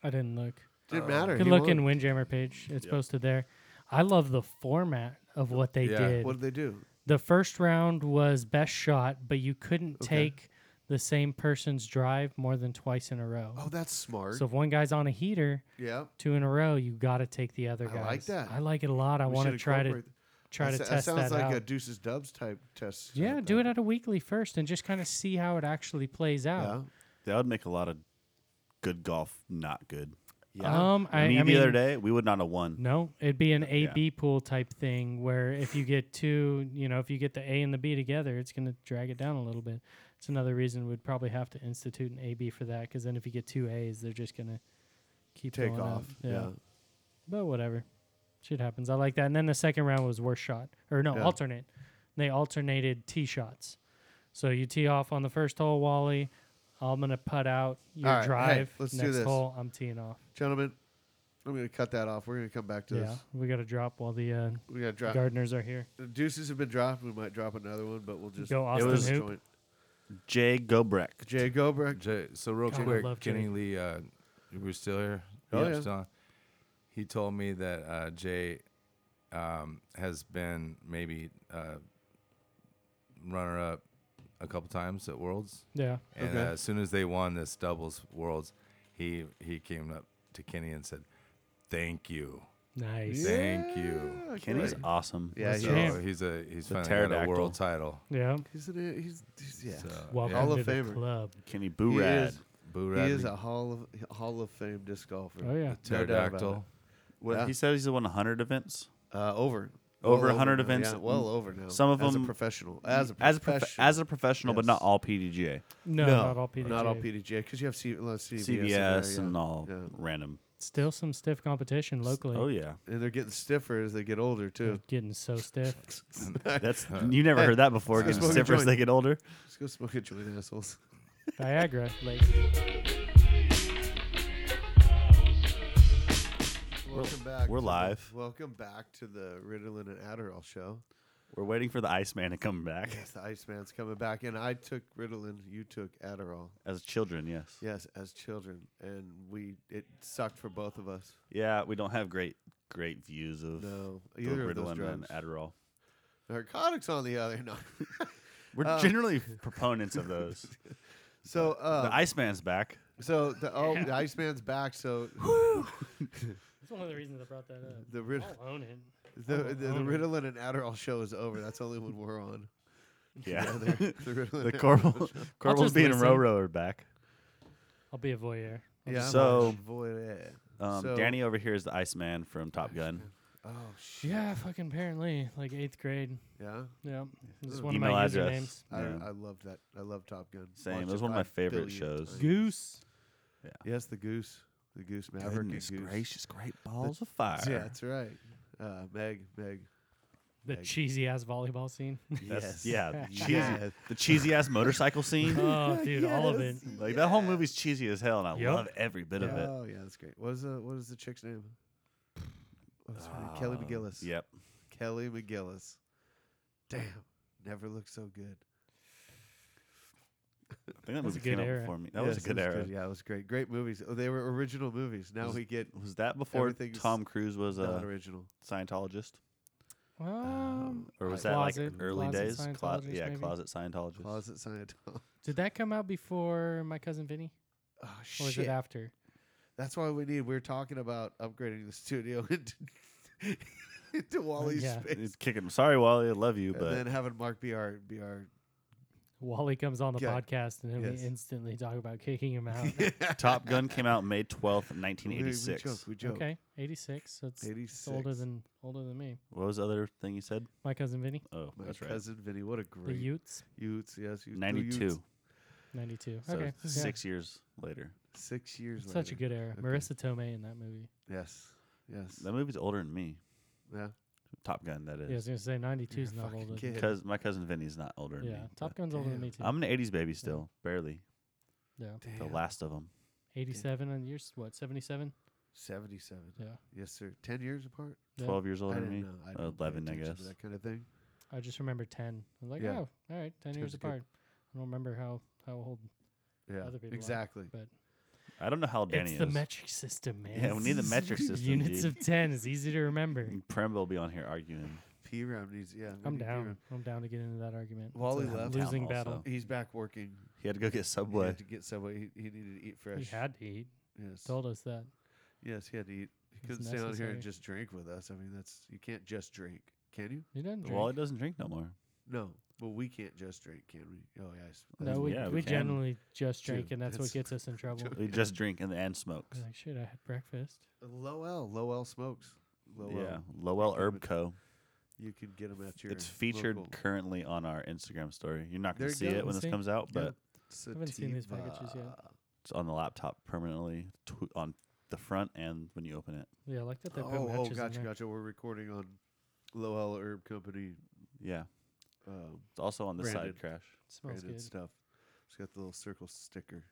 Speaker 4: I didn't look.
Speaker 5: Uh,
Speaker 2: Didn't matter.
Speaker 4: You can
Speaker 2: he
Speaker 4: look
Speaker 2: won.
Speaker 4: in Windjammer page. It's posted there. I love the format of what they
Speaker 5: Yeah.
Speaker 4: did.
Speaker 2: What did they do?
Speaker 4: The first round was best shot, but you couldn't
Speaker 2: Okay.
Speaker 4: take the same person's drive more than twice in a row.
Speaker 2: Oh, that's smart.
Speaker 4: so if one guy's on a heater,
Speaker 2: yeah.
Speaker 4: two in a row, you got to take the other
Speaker 2: I
Speaker 4: guy.
Speaker 2: like that.
Speaker 4: I like it a lot. I
Speaker 2: We
Speaker 4: want to
Speaker 2: should
Speaker 4: try to
Speaker 2: incorporate-
Speaker 4: try to
Speaker 2: That s-
Speaker 4: test
Speaker 2: that
Speaker 4: that,
Speaker 2: sounds like
Speaker 4: out.
Speaker 2: a deuces dubs type test.
Speaker 4: yeah, do it at a weekly first and just kind of see how it actually plays
Speaker 2: Yeah.
Speaker 4: out.
Speaker 3: That would make a lot of good golf not good.
Speaker 4: Um, I,
Speaker 3: me
Speaker 4: I
Speaker 3: the
Speaker 4: mean,
Speaker 3: other day, we would not have won.
Speaker 4: No, it'd be an A
Speaker 3: Yeah.
Speaker 4: B pool type thing where if you get two, you know, if you get the A and the B together, it's going to drag it down a little bit. It's another reason we'd probably have to institute an A B for that because then if you get two A's, they're just going to keep
Speaker 2: Take
Speaker 4: going up.
Speaker 2: off. Yeah.
Speaker 4: but whatever, shit happens. I like that. And then the second round was worst shot or no
Speaker 2: Yeah.
Speaker 4: alternate. They alternated tee shots, so you tee off on the first hole, Wally. I'm gonna putt out your
Speaker 2: All right, hey,
Speaker 4: drive.
Speaker 2: let's do
Speaker 4: Next
Speaker 2: this.
Speaker 4: hole, I'm teeing off.
Speaker 2: Gentlemen, I'm going to cut that off. We're going to come back to
Speaker 4: yeah,
Speaker 2: this.
Speaker 4: we gotta drop while the uh,
Speaker 2: We got to drop.
Speaker 4: gardeners are here.
Speaker 2: The deuces have been dropped. We might drop another one, but we'll just
Speaker 4: Go Austin
Speaker 2: It was
Speaker 4: Hoop.
Speaker 2: joint.
Speaker 3: Jay Gobrek.
Speaker 2: Jay Gobrek.
Speaker 5: Jay, so real
Speaker 4: God, I
Speaker 5: quick,
Speaker 4: love
Speaker 5: Kenny
Speaker 4: Jay.
Speaker 5: Lee, uh, we're still here.
Speaker 2: Oh,
Speaker 5: We're
Speaker 2: yeah.
Speaker 5: still on. He told me that uh, Jay um, has been maybe uh, runner up a couple times at Worlds,
Speaker 4: Yeah.
Speaker 5: and
Speaker 2: Okay.
Speaker 5: uh, as soon as they won this doubles Worlds, he he came up to Kenny and said, "Thank you,
Speaker 4: Nice. Yeah.
Speaker 5: thank you."
Speaker 2: Yeah,
Speaker 3: Kenny's
Speaker 2: good.
Speaker 3: awesome.
Speaker 2: Yeah,
Speaker 4: Let's
Speaker 2: he
Speaker 4: do
Speaker 2: is.
Speaker 4: it.
Speaker 5: So he's a he's
Speaker 3: The
Speaker 5: finally got a
Speaker 3: pterodactyl.
Speaker 5: world title.
Speaker 2: He's, an, he's, he's yeah.
Speaker 5: So,
Speaker 4: Welcome
Speaker 5: yeah,
Speaker 2: Hall
Speaker 4: to
Speaker 2: of
Speaker 4: the
Speaker 2: Famer.
Speaker 4: club.
Speaker 3: Kenny
Speaker 2: He
Speaker 3: Boorad.
Speaker 2: is.
Speaker 5: Boo
Speaker 2: He is
Speaker 5: Radley,
Speaker 2: a hall of hall of fame disc golfer.
Speaker 4: Oh yeah.
Speaker 2: No doubt about
Speaker 5: pterodactyl.
Speaker 3: What,
Speaker 2: Yeah.
Speaker 3: He said he's won 100 events.
Speaker 2: Uh, over.
Speaker 3: Over
Speaker 2: Well
Speaker 3: 100
Speaker 2: now,
Speaker 3: events.
Speaker 2: Yeah, well over now.
Speaker 3: Some of
Speaker 2: as
Speaker 3: them-
Speaker 2: a professional. As a
Speaker 3: as a,
Speaker 2: professional.
Speaker 3: prof- as a professional, but
Speaker 2: Yes.
Speaker 3: not all PDGA.
Speaker 4: No, not all PDGA.
Speaker 2: Not all PDGA because you have C- well, CVS, in there,
Speaker 3: CVS
Speaker 2: yeah.
Speaker 3: and all
Speaker 2: Yeah.
Speaker 3: random.
Speaker 4: Still some stiff competition locally.
Speaker 3: Oh,
Speaker 2: <laughs>
Speaker 3: yeah.
Speaker 2: and they're getting stiffer as they get older
Speaker 4: They're
Speaker 2: too.
Speaker 4: Getting <laughs> so stiff.
Speaker 2: <laughs>
Speaker 3: That's You never heard that before.
Speaker 2: Let's
Speaker 3: Getting
Speaker 2: go smoke a
Speaker 3: stiffer as
Speaker 2: joint.
Speaker 3: they get older.
Speaker 2: Let's go smoke a joint, assholes.
Speaker 4: Viagra. Like
Speaker 2: Welcome back.
Speaker 3: we're
Speaker 2: to the-
Speaker 3: live.
Speaker 2: welcome back to the Ritalin and Adderall show.
Speaker 3: We're waiting for the Iceman to come back.
Speaker 2: Yes, the Iceman's coming back, and I took Ritalin. You took Adderall.
Speaker 3: <laughs> As children, yes.
Speaker 2: Yes, as children, and we it sucked for both of us.
Speaker 3: Yeah, we don't have great great views of
Speaker 2: No,
Speaker 3: the
Speaker 2: either of those
Speaker 3: Ritalin and
Speaker 2: drugs.
Speaker 3: Adderall.
Speaker 2: Narcotics on the other.
Speaker 3: <laughs>
Speaker 2: No.
Speaker 3: We're
Speaker 2: Uh, <laughs>
Speaker 3: generally proponents of those.
Speaker 2: So uh,
Speaker 3: the
Speaker 2: <laughs>
Speaker 3: Iceman's back.
Speaker 2: so the
Speaker 3: <laughs>
Speaker 2: oh the Iceman's back. So
Speaker 4: That's one of the reasons I brought that up.
Speaker 2: the Rit-
Speaker 4: I'll own it.
Speaker 2: the, the,
Speaker 3: Oh.
Speaker 2: the
Speaker 4: Alone.
Speaker 2: Ritalin and Adderall show is over. That's only when we're
Speaker 3: <laughs>
Speaker 2: on. <laughs>
Speaker 3: Yeah.
Speaker 2: The Ritalin
Speaker 3: the
Speaker 2: and <laughs>
Speaker 3: Corporal, Corporal's
Speaker 4: just
Speaker 3: being
Speaker 4: listen.
Speaker 3: row rower back.
Speaker 4: I'll be a voyeur. I'll
Speaker 2: Yeah.
Speaker 4: just-
Speaker 3: So-
Speaker 2: void it.
Speaker 3: Um,
Speaker 2: So-
Speaker 3: Danny over here is the Iceman from Top Gun.
Speaker 2: Oh shit.
Speaker 4: yeah, fucking apparently, like eighth grade.
Speaker 2: Yeah.
Speaker 4: Yeah, this is
Speaker 2: Ugh.
Speaker 4: one of
Speaker 3: Email
Speaker 4: my
Speaker 3: address.
Speaker 4: usernames.
Speaker 2: I,
Speaker 3: Yeah.
Speaker 2: I loved that. I love Top Gun.
Speaker 3: Same.
Speaker 2: Watched
Speaker 3: It was one of my
Speaker 2: five
Speaker 3: favorite
Speaker 2: billion
Speaker 3: shows.
Speaker 2: times.
Speaker 4: Goose.
Speaker 2: Yes, the Goose. The Goose Maverick. and
Speaker 3: Goodness
Speaker 2: Goose.
Speaker 3: gracious, great balls of fire.
Speaker 2: Yeah, that's right. Uh, Meg, Meg.
Speaker 4: The
Speaker 2: Egg.
Speaker 4: cheesy ass volleyball scene.
Speaker 2: <laughs>
Speaker 3: That's- Yeah, the cheesy,
Speaker 2: Yes.
Speaker 3: the cheesy ass motorcycle scene.
Speaker 4: oh, dude, all of it.
Speaker 3: Like that whole movie's cheesy as hell, and I
Speaker 4: Yep.
Speaker 3: love every bit of it.
Speaker 2: Oh yeah, that's great. What is the what is the chick's name? What is her name? Kelly
Speaker 3: Uh,
Speaker 2: McGillis.
Speaker 3: Yep.
Speaker 2: Kelly McGillis. Damn, never looked so good.
Speaker 3: I think that
Speaker 4: was
Speaker 3: movie
Speaker 4: a
Speaker 3: came
Speaker 4: good
Speaker 3: out
Speaker 4: era.
Speaker 3: before me. That was a
Speaker 2: Yes,
Speaker 3: good
Speaker 2: it
Speaker 3: era.
Speaker 2: Yeah, it was great. Great movies. Oh, they were original movies. Now
Speaker 3: Was-
Speaker 2: we get
Speaker 3: Was that before
Speaker 2: Everything's
Speaker 3: Tom Cruise was
Speaker 2: not
Speaker 3: a
Speaker 2: original.
Speaker 3: Scientologist,
Speaker 4: Um,
Speaker 3: or was
Speaker 4: uh,
Speaker 3: that like
Speaker 4: closet-
Speaker 3: early
Speaker 4: closet
Speaker 3: days? Clo-
Speaker 4: Scientologist,
Speaker 3: yeah,
Speaker 4: maybe?
Speaker 3: closet Scientologist.
Speaker 2: Closet <laughs> Oh, Scientology.
Speaker 4: Did that come out before my cousin Vinny,
Speaker 2: Oh
Speaker 4: or was
Speaker 2: shit.
Speaker 4: it after?
Speaker 2: That's why we need. We are talking about upgrading the studio <laughs> into, into Wally's
Speaker 4: yeah.
Speaker 2: space,
Speaker 3: He's kicking. Sorry, Wally, I love you,
Speaker 2: and
Speaker 3: but
Speaker 2: then having Mark be our be our
Speaker 4: Wally comes on the
Speaker 2: Yeah.
Speaker 4: podcast and then
Speaker 2: Yes.
Speaker 4: we instantly talk about kicking
Speaker 2: <laughs>
Speaker 4: him out.
Speaker 3: Top Gun came out May 12th,
Speaker 2: We- We,
Speaker 3: 1986.
Speaker 2: joke. We joke.
Speaker 4: okay, 86. So it's, it's
Speaker 2: 86.
Speaker 4: older than older than me.
Speaker 3: What was the other thing you said?
Speaker 4: My cousin Vinny,
Speaker 3: Oh,
Speaker 2: My
Speaker 3: that's right.
Speaker 2: cousin Vinny. What a
Speaker 4: the
Speaker 2: great
Speaker 4: Utes,
Speaker 2: Utes. Yes, Utes. Go Utes.
Speaker 3: 92.
Speaker 4: 92.
Speaker 3: So
Speaker 4: okay, yeah.
Speaker 3: six years later.
Speaker 2: Six years later.
Speaker 4: Such a good era.
Speaker 2: Okay.
Speaker 4: Marissa Tomei in that movie.
Speaker 2: Yes. Yes.
Speaker 3: That movie's older than me.
Speaker 2: Yeah.
Speaker 3: Top Gun, that
Speaker 4: Yeah, I
Speaker 3: is.
Speaker 4: was gonna say
Speaker 2: You're
Speaker 4: '92 is
Speaker 2: a
Speaker 4: not
Speaker 2: fucking
Speaker 4: older.
Speaker 2: kid.
Speaker 4: Than,
Speaker 3: Because my cousin Vinny's not older than
Speaker 4: yeah,
Speaker 3: me.
Speaker 4: Top
Speaker 3: but
Speaker 4: Gun's older than
Speaker 2: damn.
Speaker 4: me too.
Speaker 3: I'm an 80s baby still, barely.
Speaker 4: yeah,
Speaker 3: The
Speaker 2: Damn.
Speaker 3: last of them.
Speaker 4: 87 and you're s- what 77?
Speaker 2: 77.
Speaker 4: Yeah,
Speaker 2: Yes, sir. 10 years apart?
Speaker 4: Yeah.
Speaker 3: 12 years older
Speaker 2: I
Speaker 3: than
Speaker 2: didn't
Speaker 3: me.
Speaker 2: know. I didn't pay
Speaker 3: 11, I
Speaker 2: attention to
Speaker 3: guess.
Speaker 2: That kind of thing.
Speaker 4: I just remember 10. I was like,
Speaker 2: Yeah.
Speaker 4: oh, all right, 10
Speaker 2: Ten's
Speaker 4: years
Speaker 2: good.
Speaker 4: apart. I don't remember how how old.
Speaker 2: Yeah.
Speaker 4: Other people are.
Speaker 2: Exactly.
Speaker 3: I don't know how old Danny
Speaker 4: it's
Speaker 3: is.
Speaker 4: the metric system, man.
Speaker 3: Yeah, we need the
Speaker 4: <laughs>
Speaker 3: metric system,
Speaker 4: Units
Speaker 3: dude.
Speaker 4: of 10 is easy to remember.
Speaker 3: Prem will be on here arguing.
Speaker 2: P Ram needs, yeah. we
Speaker 4: I'm
Speaker 2: need P.
Speaker 4: down.
Speaker 2: Ram.
Speaker 4: I'm down to get into that argument.
Speaker 2: Wally
Speaker 3: It's a
Speaker 2: left.
Speaker 3: hometown
Speaker 4: Losing battle.
Speaker 3: also.
Speaker 2: He's back working.
Speaker 3: He had to go get
Speaker 2: He
Speaker 3: Subway.
Speaker 2: had to get Subway. He, he needed to eat fresh.
Speaker 4: He had to eat.
Speaker 2: Yes.
Speaker 4: Told us that.
Speaker 2: Yes, he had to eat. He
Speaker 4: It's
Speaker 2: couldn't stay on here
Speaker 4: necessary.
Speaker 2: and just drink with us. I mean, that's, you can't just drink. Can you?
Speaker 4: You didn't drink.
Speaker 3: Wally doesn't drink no more.
Speaker 2: No. Well, we can't just drink, can we? Oh, yes.
Speaker 4: no, we,
Speaker 3: yeah,
Speaker 4: we,
Speaker 3: we can.
Speaker 4: generally just
Speaker 2: True.
Speaker 4: drink, and that's, what
Speaker 2: That's-
Speaker 4: gets us in trouble.
Speaker 3: We <laughs> just drink and, and smokes.
Speaker 4: We're like, shit, I had breakfast.
Speaker 2: Lowell. Lowell smokes. Lowell.
Speaker 3: Yeah. Lowell
Speaker 2: Herb
Speaker 3: Herb Co.
Speaker 2: You can get them at your.
Speaker 3: It's featured
Speaker 2: local-
Speaker 3: currently on our Instagram story. You're not
Speaker 2: There
Speaker 3: going
Speaker 2: you
Speaker 3: to see
Speaker 2: go.
Speaker 3: it when this
Speaker 4: See?
Speaker 3: comes out, but
Speaker 2: Yeah.
Speaker 4: haven't seen these packages yet.
Speaker 2: Sativa.
Speaker 3: it's on the laptop permanently tw- on the front and when you open it.
Speaker 4: Yeah, I like that they put
Speaker 2: Oh, oh,
Speaker 4: matches
Speaker 2: gotcha,
Speaker 4: in there.
Speaker 2: gotcha. We're recording on Lowell Herb Company
Speaker 3: Yeah.
Speaker 2: um,
Speaker 3: It's also on the
Speaker 2: Branded.
Speaker 3: side crash.
Speaker 4: Smells
Speaker 2: branded
Speaker 4: good.
Speaker 2: stuff. It's got the little circle sticker.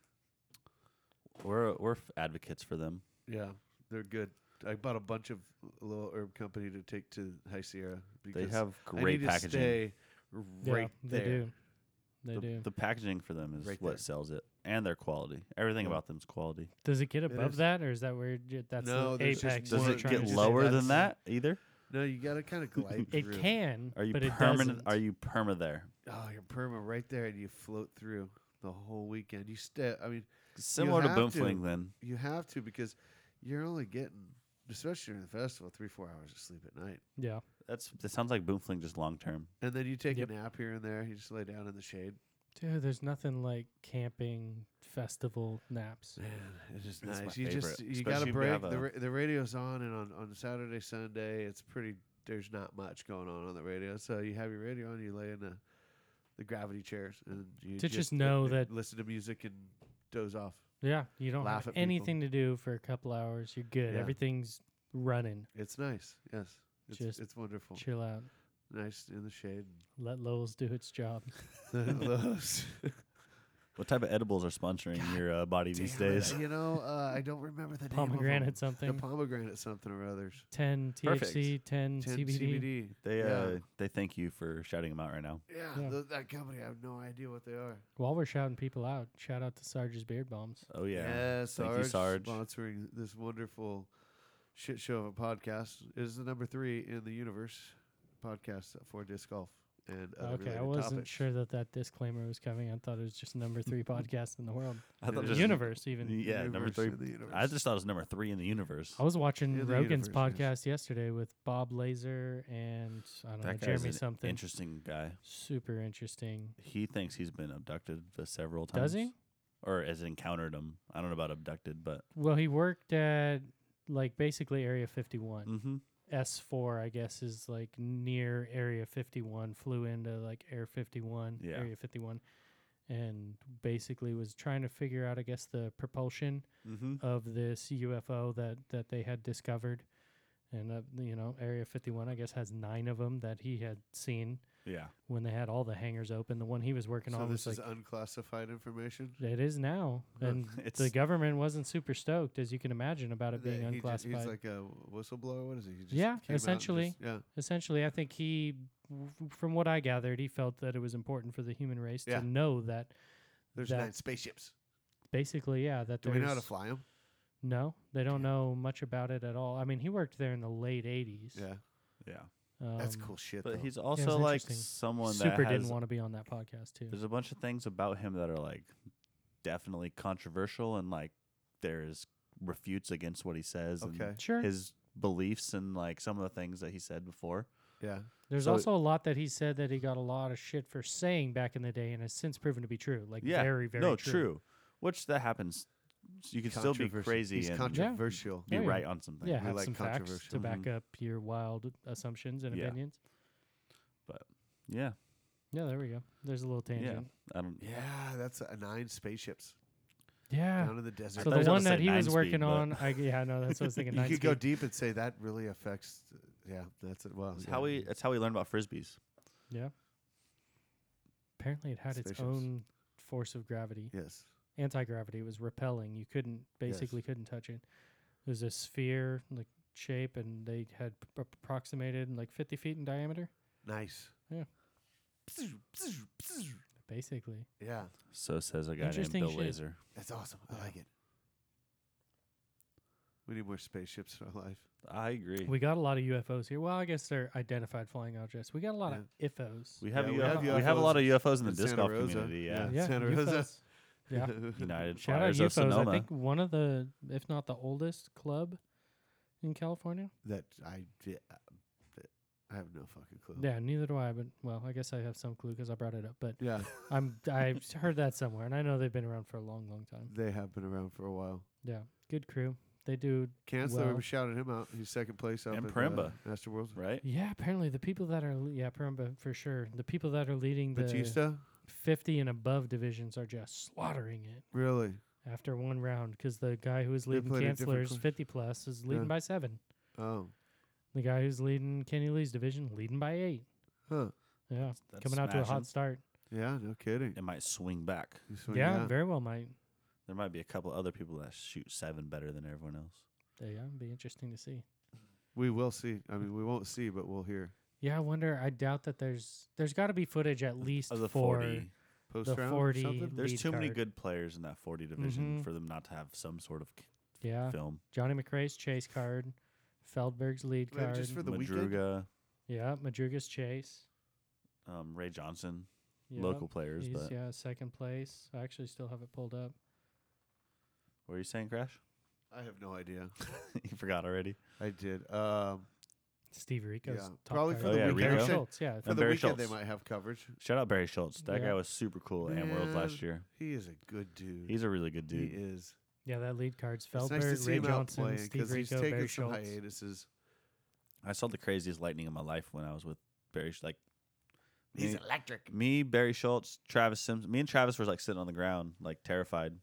Speaker 3: We're we're f- advocates for them.
Speaker 2: Yeah, they're good. I bought a bunch of Lowell Herb Company to take to High Sierra. Because
Speaker 3: they have
Speaker 2: I need
Speaker 3: great
Speaker 2: to
Speaker 3: packaging.
Speaker 2: stay
Speaker 4: Yeah,
Speaker 2: right
Speaker 4: they
Speaker 2: there.
Speaker 4: do. They
Speaker 3: the,
Speaker 4: do.
Speaker 3: the packaging for them is
Speaker 2: Right
Speaker 3: what
Speaker 2: there.
Speaker 3: sells it, and their quality. Everything
Speaker 2: Yeah.
Speaker 3: about them is quality.
Speaker 4: Does it get above
Speaker 2: is.
Speaker 4: that, or is that where you, that's
Speaker 2: No,
Speaker 4: the
Speaker 2: there's just
Speaker 4: apex?
Speaker 2: one-
Speaker 3: Does
Speaker 4: of what
Speaker 2: We're
Speaker 3: it
Speaker 4: you're trying
Speaker 3: get
Speaker 4: to do?
Speaker 3: lower
Speaker 2: that's-
Speaker 3: than that either?
Speaker 2: No, you got to
Speaker 3: <laughs>
Speaker 2: kind of glide.
Speaker 4: It
Speaker 2: through.
Speaker 4: can,
Speaker 3: Are you
Speaker 4: but it
Speaker 3: permanent?
Speaker 4: doesn't.
Speaker 3: Are you perma there?
Speaker 2: Oh, your perma right there, and you float through the whole weekend. You stay. I mean,
Speaker 3: Similar to
Speaker 2: have to.
Speaker 3: Boomfling, then.
Speaker 2: you have to because you're only getting, especially during the festival, three four hours of sleep at night,
Speaker 4: yeah,
Speaker 3: That's that sounds like Boomfling just long term.
Speaker 2: and then you take
Speaker 4: Yep.
Speaker 2: a nap here and there. You just lay down in the shade.
Speaker 4: dude. There's nothing like camping festival naps.
Speaker 2: Man, it is
Speaker 3: That's my
Speaker 2: nice. You just
Speaker 3: favorite,
Speaker 2: you got
Speaker 3: especially
Speaker 2: to
Speaker 3: if you
Speaker 2: break
Speaker 3: have
Speaker 2: the
Speaker 3: a-
Speaker 2: ra- the radio's on, and on on Saturday Sunday it's pretty. There's not much going on on the radio, so you have your radio on. You lay in the the gravity chairs, and you
Speaker 4: To just know
Speaker 2: li-
Speaker 4: that-
Speaker 2: listen to music and doze off.
Speaker 4: Yeah, you don't
Speaker 2: Laugh
Speaker 4: have
Speaker 2: at people.
Speaker 4: anything to do for a couple hours. You're good.
Speaker 2: Yeah.
Speaker 4: Everything's running.
Speaker 2: It's nice. Yes, it's
Speaker 4: Just
Speaker 2: it's wonderful.
Speaker 4: Chill out.
Speaker 2: Nice in the
Speaker 4: <laughs>
Speaker 2: shade.
Speaker 4: Let Lowell's do its
Speaker 2: <laughs>
Speaker 4: job.
Speaker 2: Those-
Speaker 3: What type of edibles are sponsoring your uh, body these
Speaker 2: Damn it,
Speaker 3: days?
Speaker 2: You know, uh, I don't remember the name. of 'em. <laughs>
Speaker 4: Pomegranate
Speaker 2: The
Speaker 4: something.
Speaker 2: pomegranate something or others.
Speaker 4: 10 THC,
Speaker 3: Perfect.
Speaker 4: 10,
Speaker 2: 10
Speaker 4: CBD.
Speaker 2: CBD.
Speaker 3: They
Speaker 2: yeah.
Speaker 3: uh, they thank you for shouting them out right now.
Speaker 2: yeah,
Speaker 4: Yeah.
Speaker 2: tho- that company. I have no idea what they are.
Speaker 4: While we're shouting people out, shout out to Sarge's Beard Bombs.
Speaker 2: Uh,
Speaker 3: Oh yeah,
Speaker 2: Yes,
Speaker 3: Thank you,
Speaker 2: Sarge
Speaker 3: Sarge.
Speaker 2: sponsoring this wonderful shit show of a podcast. It is the number three in the universe podcast for disc golf and other
Speaker 4: okay, I
Speaker 2: related
Speaker 4: wasn't
Speaker 2: topics.
Speaker 4: sure that that disclaimer was coming. I thought it was just
Speaker 2: <laughs>
Speaker 4: number three podcast in the world.
Speaker 3: I
Speaker 2: it
Speaker 3: thought
Speaker 2: is.
Speaker 4: The
Speaker 3: just-
Speaker 4: universe, even.
Speaker 3: Yeah, number
Speaker 2: Universe
Speaker 3: three.
Speaker 2: in the universe.
Speaker 3: I just thought it was number three in the universe.
Speaker 2: Oh,
Speaker 4: I was watching
Speaker 2: Yeah, the
Speaker 4: Rogan's
Speaker 2: universe, yes.
Speaker 4: podcast yesterday with Bob Laser and I don't know
Speaker 3: That guy's
Speaker 4: Jeremy
Speaker 3: an
Speaker 4: something.
Speaker 3: interesting guy.
Speaker 4: Super interesting.
Speaker 3: He thinks he's been abducted uh, several times.
Speaker 4: Does he?
Speaker 3: Or has encountered him. I don't know about abducted, but
Speaker 4: Well, he worked at like basically Area 51.
Speaker 2: Mm.
Speaker 3: mm-hmm.
Speaker 4: S4, I guess, is like near Area 51, flew into like Air 51,
Speaker 3: Yeah.
Speaker 4: Area 51, and basically was trying to figure out, I guess, the propulsion
Speaker 3: Mm-hmm.
Speaker 4: of this UFO that, that they had discovered. And, uh, you know, Area 51, I guess, has nine of them that he had seen
Speaker 3: yeah.
Speaker 4: when they had all the hangars open. The one he was working
Speaker 2: So
Speaker 4: on
Speaker 2: this is
Speaker 4: was like,
Speaker 2: unclassified information.
Speaker 4: it is now.
Speaker 2: Huh.
Speaker 4: And the
Speaker 3: It's-
Speaker 4: government wasn't super stoked, as you can imagine, about it
Speaker 2: That
Speaker 4: being
Speaker 2: he ju-
Speaker 4: unclassified.
Speaker 2: he's like a whistleblower. What is he? he just
Speaker 4: Yeah,
Speaker 2: came out and just-
Speaker 4: essentially.
Speaker 2: yeah.
Speaker 4: essentially i think he w- from what i gathered he felt that it was important for the human race
Speaker 2: Yeah.
Speaker 4: to know that
Speaker 2: There's
Speaker 4: That-
Speaker 2: nine spaceships.
Speaker 4: basically yeah that
Speaker 2: Do we know how to
Speaker 4: there's-
Speaker 2: fly them?
Speaker 4: no they don't know much about it at all i mean he worked there in the late 80s
Speaker 2: Yeah,
Speaker 3: Yeah.
Speaker 4: um,
Speaker 2: that's cool shit.
Speaker 3: But
Speaker 2: though.
Speaker 3: he's
Speaker 4: was
Speaker 3: also like
Speaker 4: interesting.
Speaker 3: someone that
Speaker 4: super
Speaker 3: has,
Speaker 4: didn't want to be on that podcast too
Speaker 3: there's a bunch of things about him that are like definitely controversial and like there's refutes against what he says
Speaker 2: Okay.
Speaker 3: and
Speaker 4: sure
Speaker 3: his beliefs and like some of the things that he said before.
Speaker 2: Yeah.
Speaker 4: There's
Speaker 2: So-
Speaker 4: also a lot that he said that he got a lot of shit for saying back in the day, and has since proven to be true. Like
Speaker 3: yeah,
Speaker 4: very, very
Speaker 3: no,
Speaker 4: true.
Speaker 3: Which that happens. You can still be
Speaker 2: Controversy.
Speaker 3: crazy
Speaker 2: He's
Speaker 3: and
Speaker 2: controversial.
Speaker 3: be
Speaker 4: Yeah.
Speaker 3: right on something.
Speaker 4: Yeah,
Speaker 2: We
Speaker 4: have
Speaker 2: like
Speaker 4: some facts to
Speaker 2: controversial. mm-hmm.
Speaker 4: back
Speaker 3: Mhm.
Speaker 4: up your wild assumptions and
Speaker 3: Yeah.
Speaker 4: opinions.
Speaker 3: yeah,
Speaker 4: Yeah, there we go. There's a little tangent.
Speaker 3: I don't.
Speaker 2: Yeah, that's uh, nine spaceships
Speaker 4: Yeah.
Speaker 2: down in the desert.
Speaker 4: So
Speaker 3: I was gonna
Speaker 4: the one that
Speaker 3: say
Speaker 4: he was
Speaker 3: nine speed,
Speaker 4: working
Speaker 3: but-
Speaker 4: on, I yeah, no, that's what I was thinking.
Speaker 2: you
Speaker 4: nine
Speaker 2: could go
Speaker 4: speed.
Speaker 2: deep and say that really affects. uh, Yeah, that's it. Well,
Speaker 3: That's
Speaker 2: yeah.
Speaker 3: how we. That's how we learn about frisbees.
Speaker 4: Yeah. Apparently, it had its
Speaker 2: Spaceships.
Speaker 4: own force of gravity,
Speaker 2: Yes.
Speaker 4: anti gravity. It was repelling. You couldn't basically couldn't touch it. It was a sphere like shape, and they had p- approximated like 50 feet in diameter,
Speaker 2: Nice.
Speaker 4: basically.
Speaker 2: Yeah,
Speaker 3: So says a guy named
Speaker 4: Interesting
Speaker 3: Bill
Speaker 4: shit.
Speaker 3: Laser.
Speaker 2: that's awesome. I like it. We need more spaceships in our life.
Speaker 3: I agree. We,
Speaker 4: We got a lot of UFOs here. Well, I guess they're identified flying objects. We got a lot of IFOs.
Speaker 3: have,
Speaker 2: Yeah,
Speaker 3: UFO
Speaker 2: we have
Speaker 3: we have a
Speaker 2: UFOs
Speaker 3: lot of UFOs in the
Speaker 2: in
Speaker 3: disc
Speaker 2: Santa
Speaker 3: golf
Speaker 2: Rosa.
Speaker 3: community. Yeah,
Speaker 4: Yeah,
Speaker 2: Santa
Speaker 4: UFOs.
Speaker 2: Rosa. <laughs>
Speaker 4: Yeah.
Speaker 3: United
Speaker 4: Shout out
Speaker 3: Flyers of
Speaker 4: UFOs.
Speaker 3: Sonoma.
Speaker 4: I think one of the, if not the oldest club in California.
Speaker 2: that I did. I have no fucking clue.
Speaker 4: Yeah, neither do I. But well, I guess I have some clue because I brought it up. But
Speaker 2: Yeah,
Speaker 4: I'm I <laughs> heard that somewhere, and I know they've been around for a long, long time.
Speaker 2: they have been around for a while.
Speaker 4: Yeah, good crew. They do.
Speaker 2: Kansler,
Speaker 4: Well-
Speaker 2: we shouted him out. He's second place up
Speaker 3: And
Speaker 2: in uh,
Speaker 3: Paramba.
Speaker 2: Master Worlds.
Speaker 3: right?
Speaker 4: Yeah, apparently the people that are le- yeah, Perumba for sure. The people that are leading the
Speaker 2: Batista,
Speaker 4: 50 and above divisions are just slaughtering it
Speaker 2: really?
Speaker 4: after one round because the guy who is
Speaker 2: They
Speaker 4: leading
Speaker 2: played a different
Speaker 4: Chancellor's
Speaker 2: cl-
Speaker 4: 50 plus is leading
Speaker 2: Yeah.
Speaker 4: by seven.
Speaker 2: Oh,
Speaker 4: The guy who's leading Kenny Lee's division leading by eight.
Speaker 2: huh?
Speaker 4: Yeah,
Speaker 3: That's
Speaker 4: coming out to a
Speaker 3: smashing.
Speaker 4: hot start.
Speaker 2: Yeah, no kidding.
Speaker 3: It might swing back.
Speaker 2: You swing
Speaker 4: yeah,
Speaker 2: out.
Speaker 4: very well might.
Speaker 3: There might be a couple other people that shoot seven better than everyone else.
Speaker 4: Yeah, it'd be interesting to see.
Speaker 2: we will see. I mean, we won't see, but we'll hear.
Speaker 4: Yeah, I wonder. I doubt that there's there's got to be footage at least
Speaker 3: Of the
Speaker 4: for
Speaker 3: forty,
Speaker 2: Post
Speaker 4: the
Speaker 2: round, or
Speaker 4: 40
Speaker 2: something?
Speaker 3: there's
Speaker 4: lead
Speaker 3: too many
Speaker 4: card.
Speaker 3: good players in that forty division
Speaker 4: Mhm.
Speaker 3: for them not to have some sort of k-
Speaker 4: Yeah,
Speaker 3: film.
Speaker 4: Johnny McRae's chase card, Feldberg's lead
Speaker 2: Maybe
Speaker 4: card.
Speaker 2: just for the weekend.
Speaker 3: Madruga,
Speaker 4: yeah, Madruga's chase.
Speaker 3: um, Ray Johnson,
Speaker 4: Yeah,
Speaker 3: local players.
Speaker 4: He's,
Speaker 3: But
Speaker 4: yeah, second place. I actually still have it pulled up.
Speaker 3: what are you saying, Crash? <laughs>
Speaker 2: I have no idea.
Speaker 3: you forgot already.
Speaker 2: I did. Um,
Speaker 4: Steve Rico's
Speaker 2: Yeah,
Speaker 4: top
Speaker 2: probably
Speaker 4: card.
Speaker 2: for
Speaker 3: Oh, the yeah, weekend.
Speaker 4: Barry
Speaker 3: Rico?
Speaker 4: Schultz, yeah.
Speaker 2: for
Speaker 3: And
Speaker 2: the
Speaker 3: Barry
Speaker 2: weekend, they
Speaker 3: Schultz.
Speaker 2: might have coverage.
Speaker 3: Shout out Barry Schultz. That
Speaker 4: Yeah.
Speaker 3: guy was super cool at Am World last year.
Speaker 2: He is a good dude.
Speaker 3: He's a really good
Speaker 2: he
Speaker 3: dude.
Speaker 2: is.
Speaker 4: Yeah, that lead card's
Speaker 2: It's
Speaker 4: Feldberg,
Speaker 2: nice to see
Speaker 4: Ray
Speaker 2: him out
Speaker 4: Johnson,
Speaker 2: playing
Speaker 4: Steve
Speaker 2: because he's
Speaker 4: Rico,
Speaker 2: taking
Speaker 4: Barry
Speaker 2: some
Speaker 4: Schultz.
Speaker 2: hiatuses.
Speaker 3: I saw the craziest lightning in my life when I was with Barry. Sh- Like
Speaker 2: He's
Speaker 3: me,
Speaker 2: electric.
Speaker 3: me, Barry Schultz, Travis Sims. Me and Travis were like sitting on the ground, like terrified,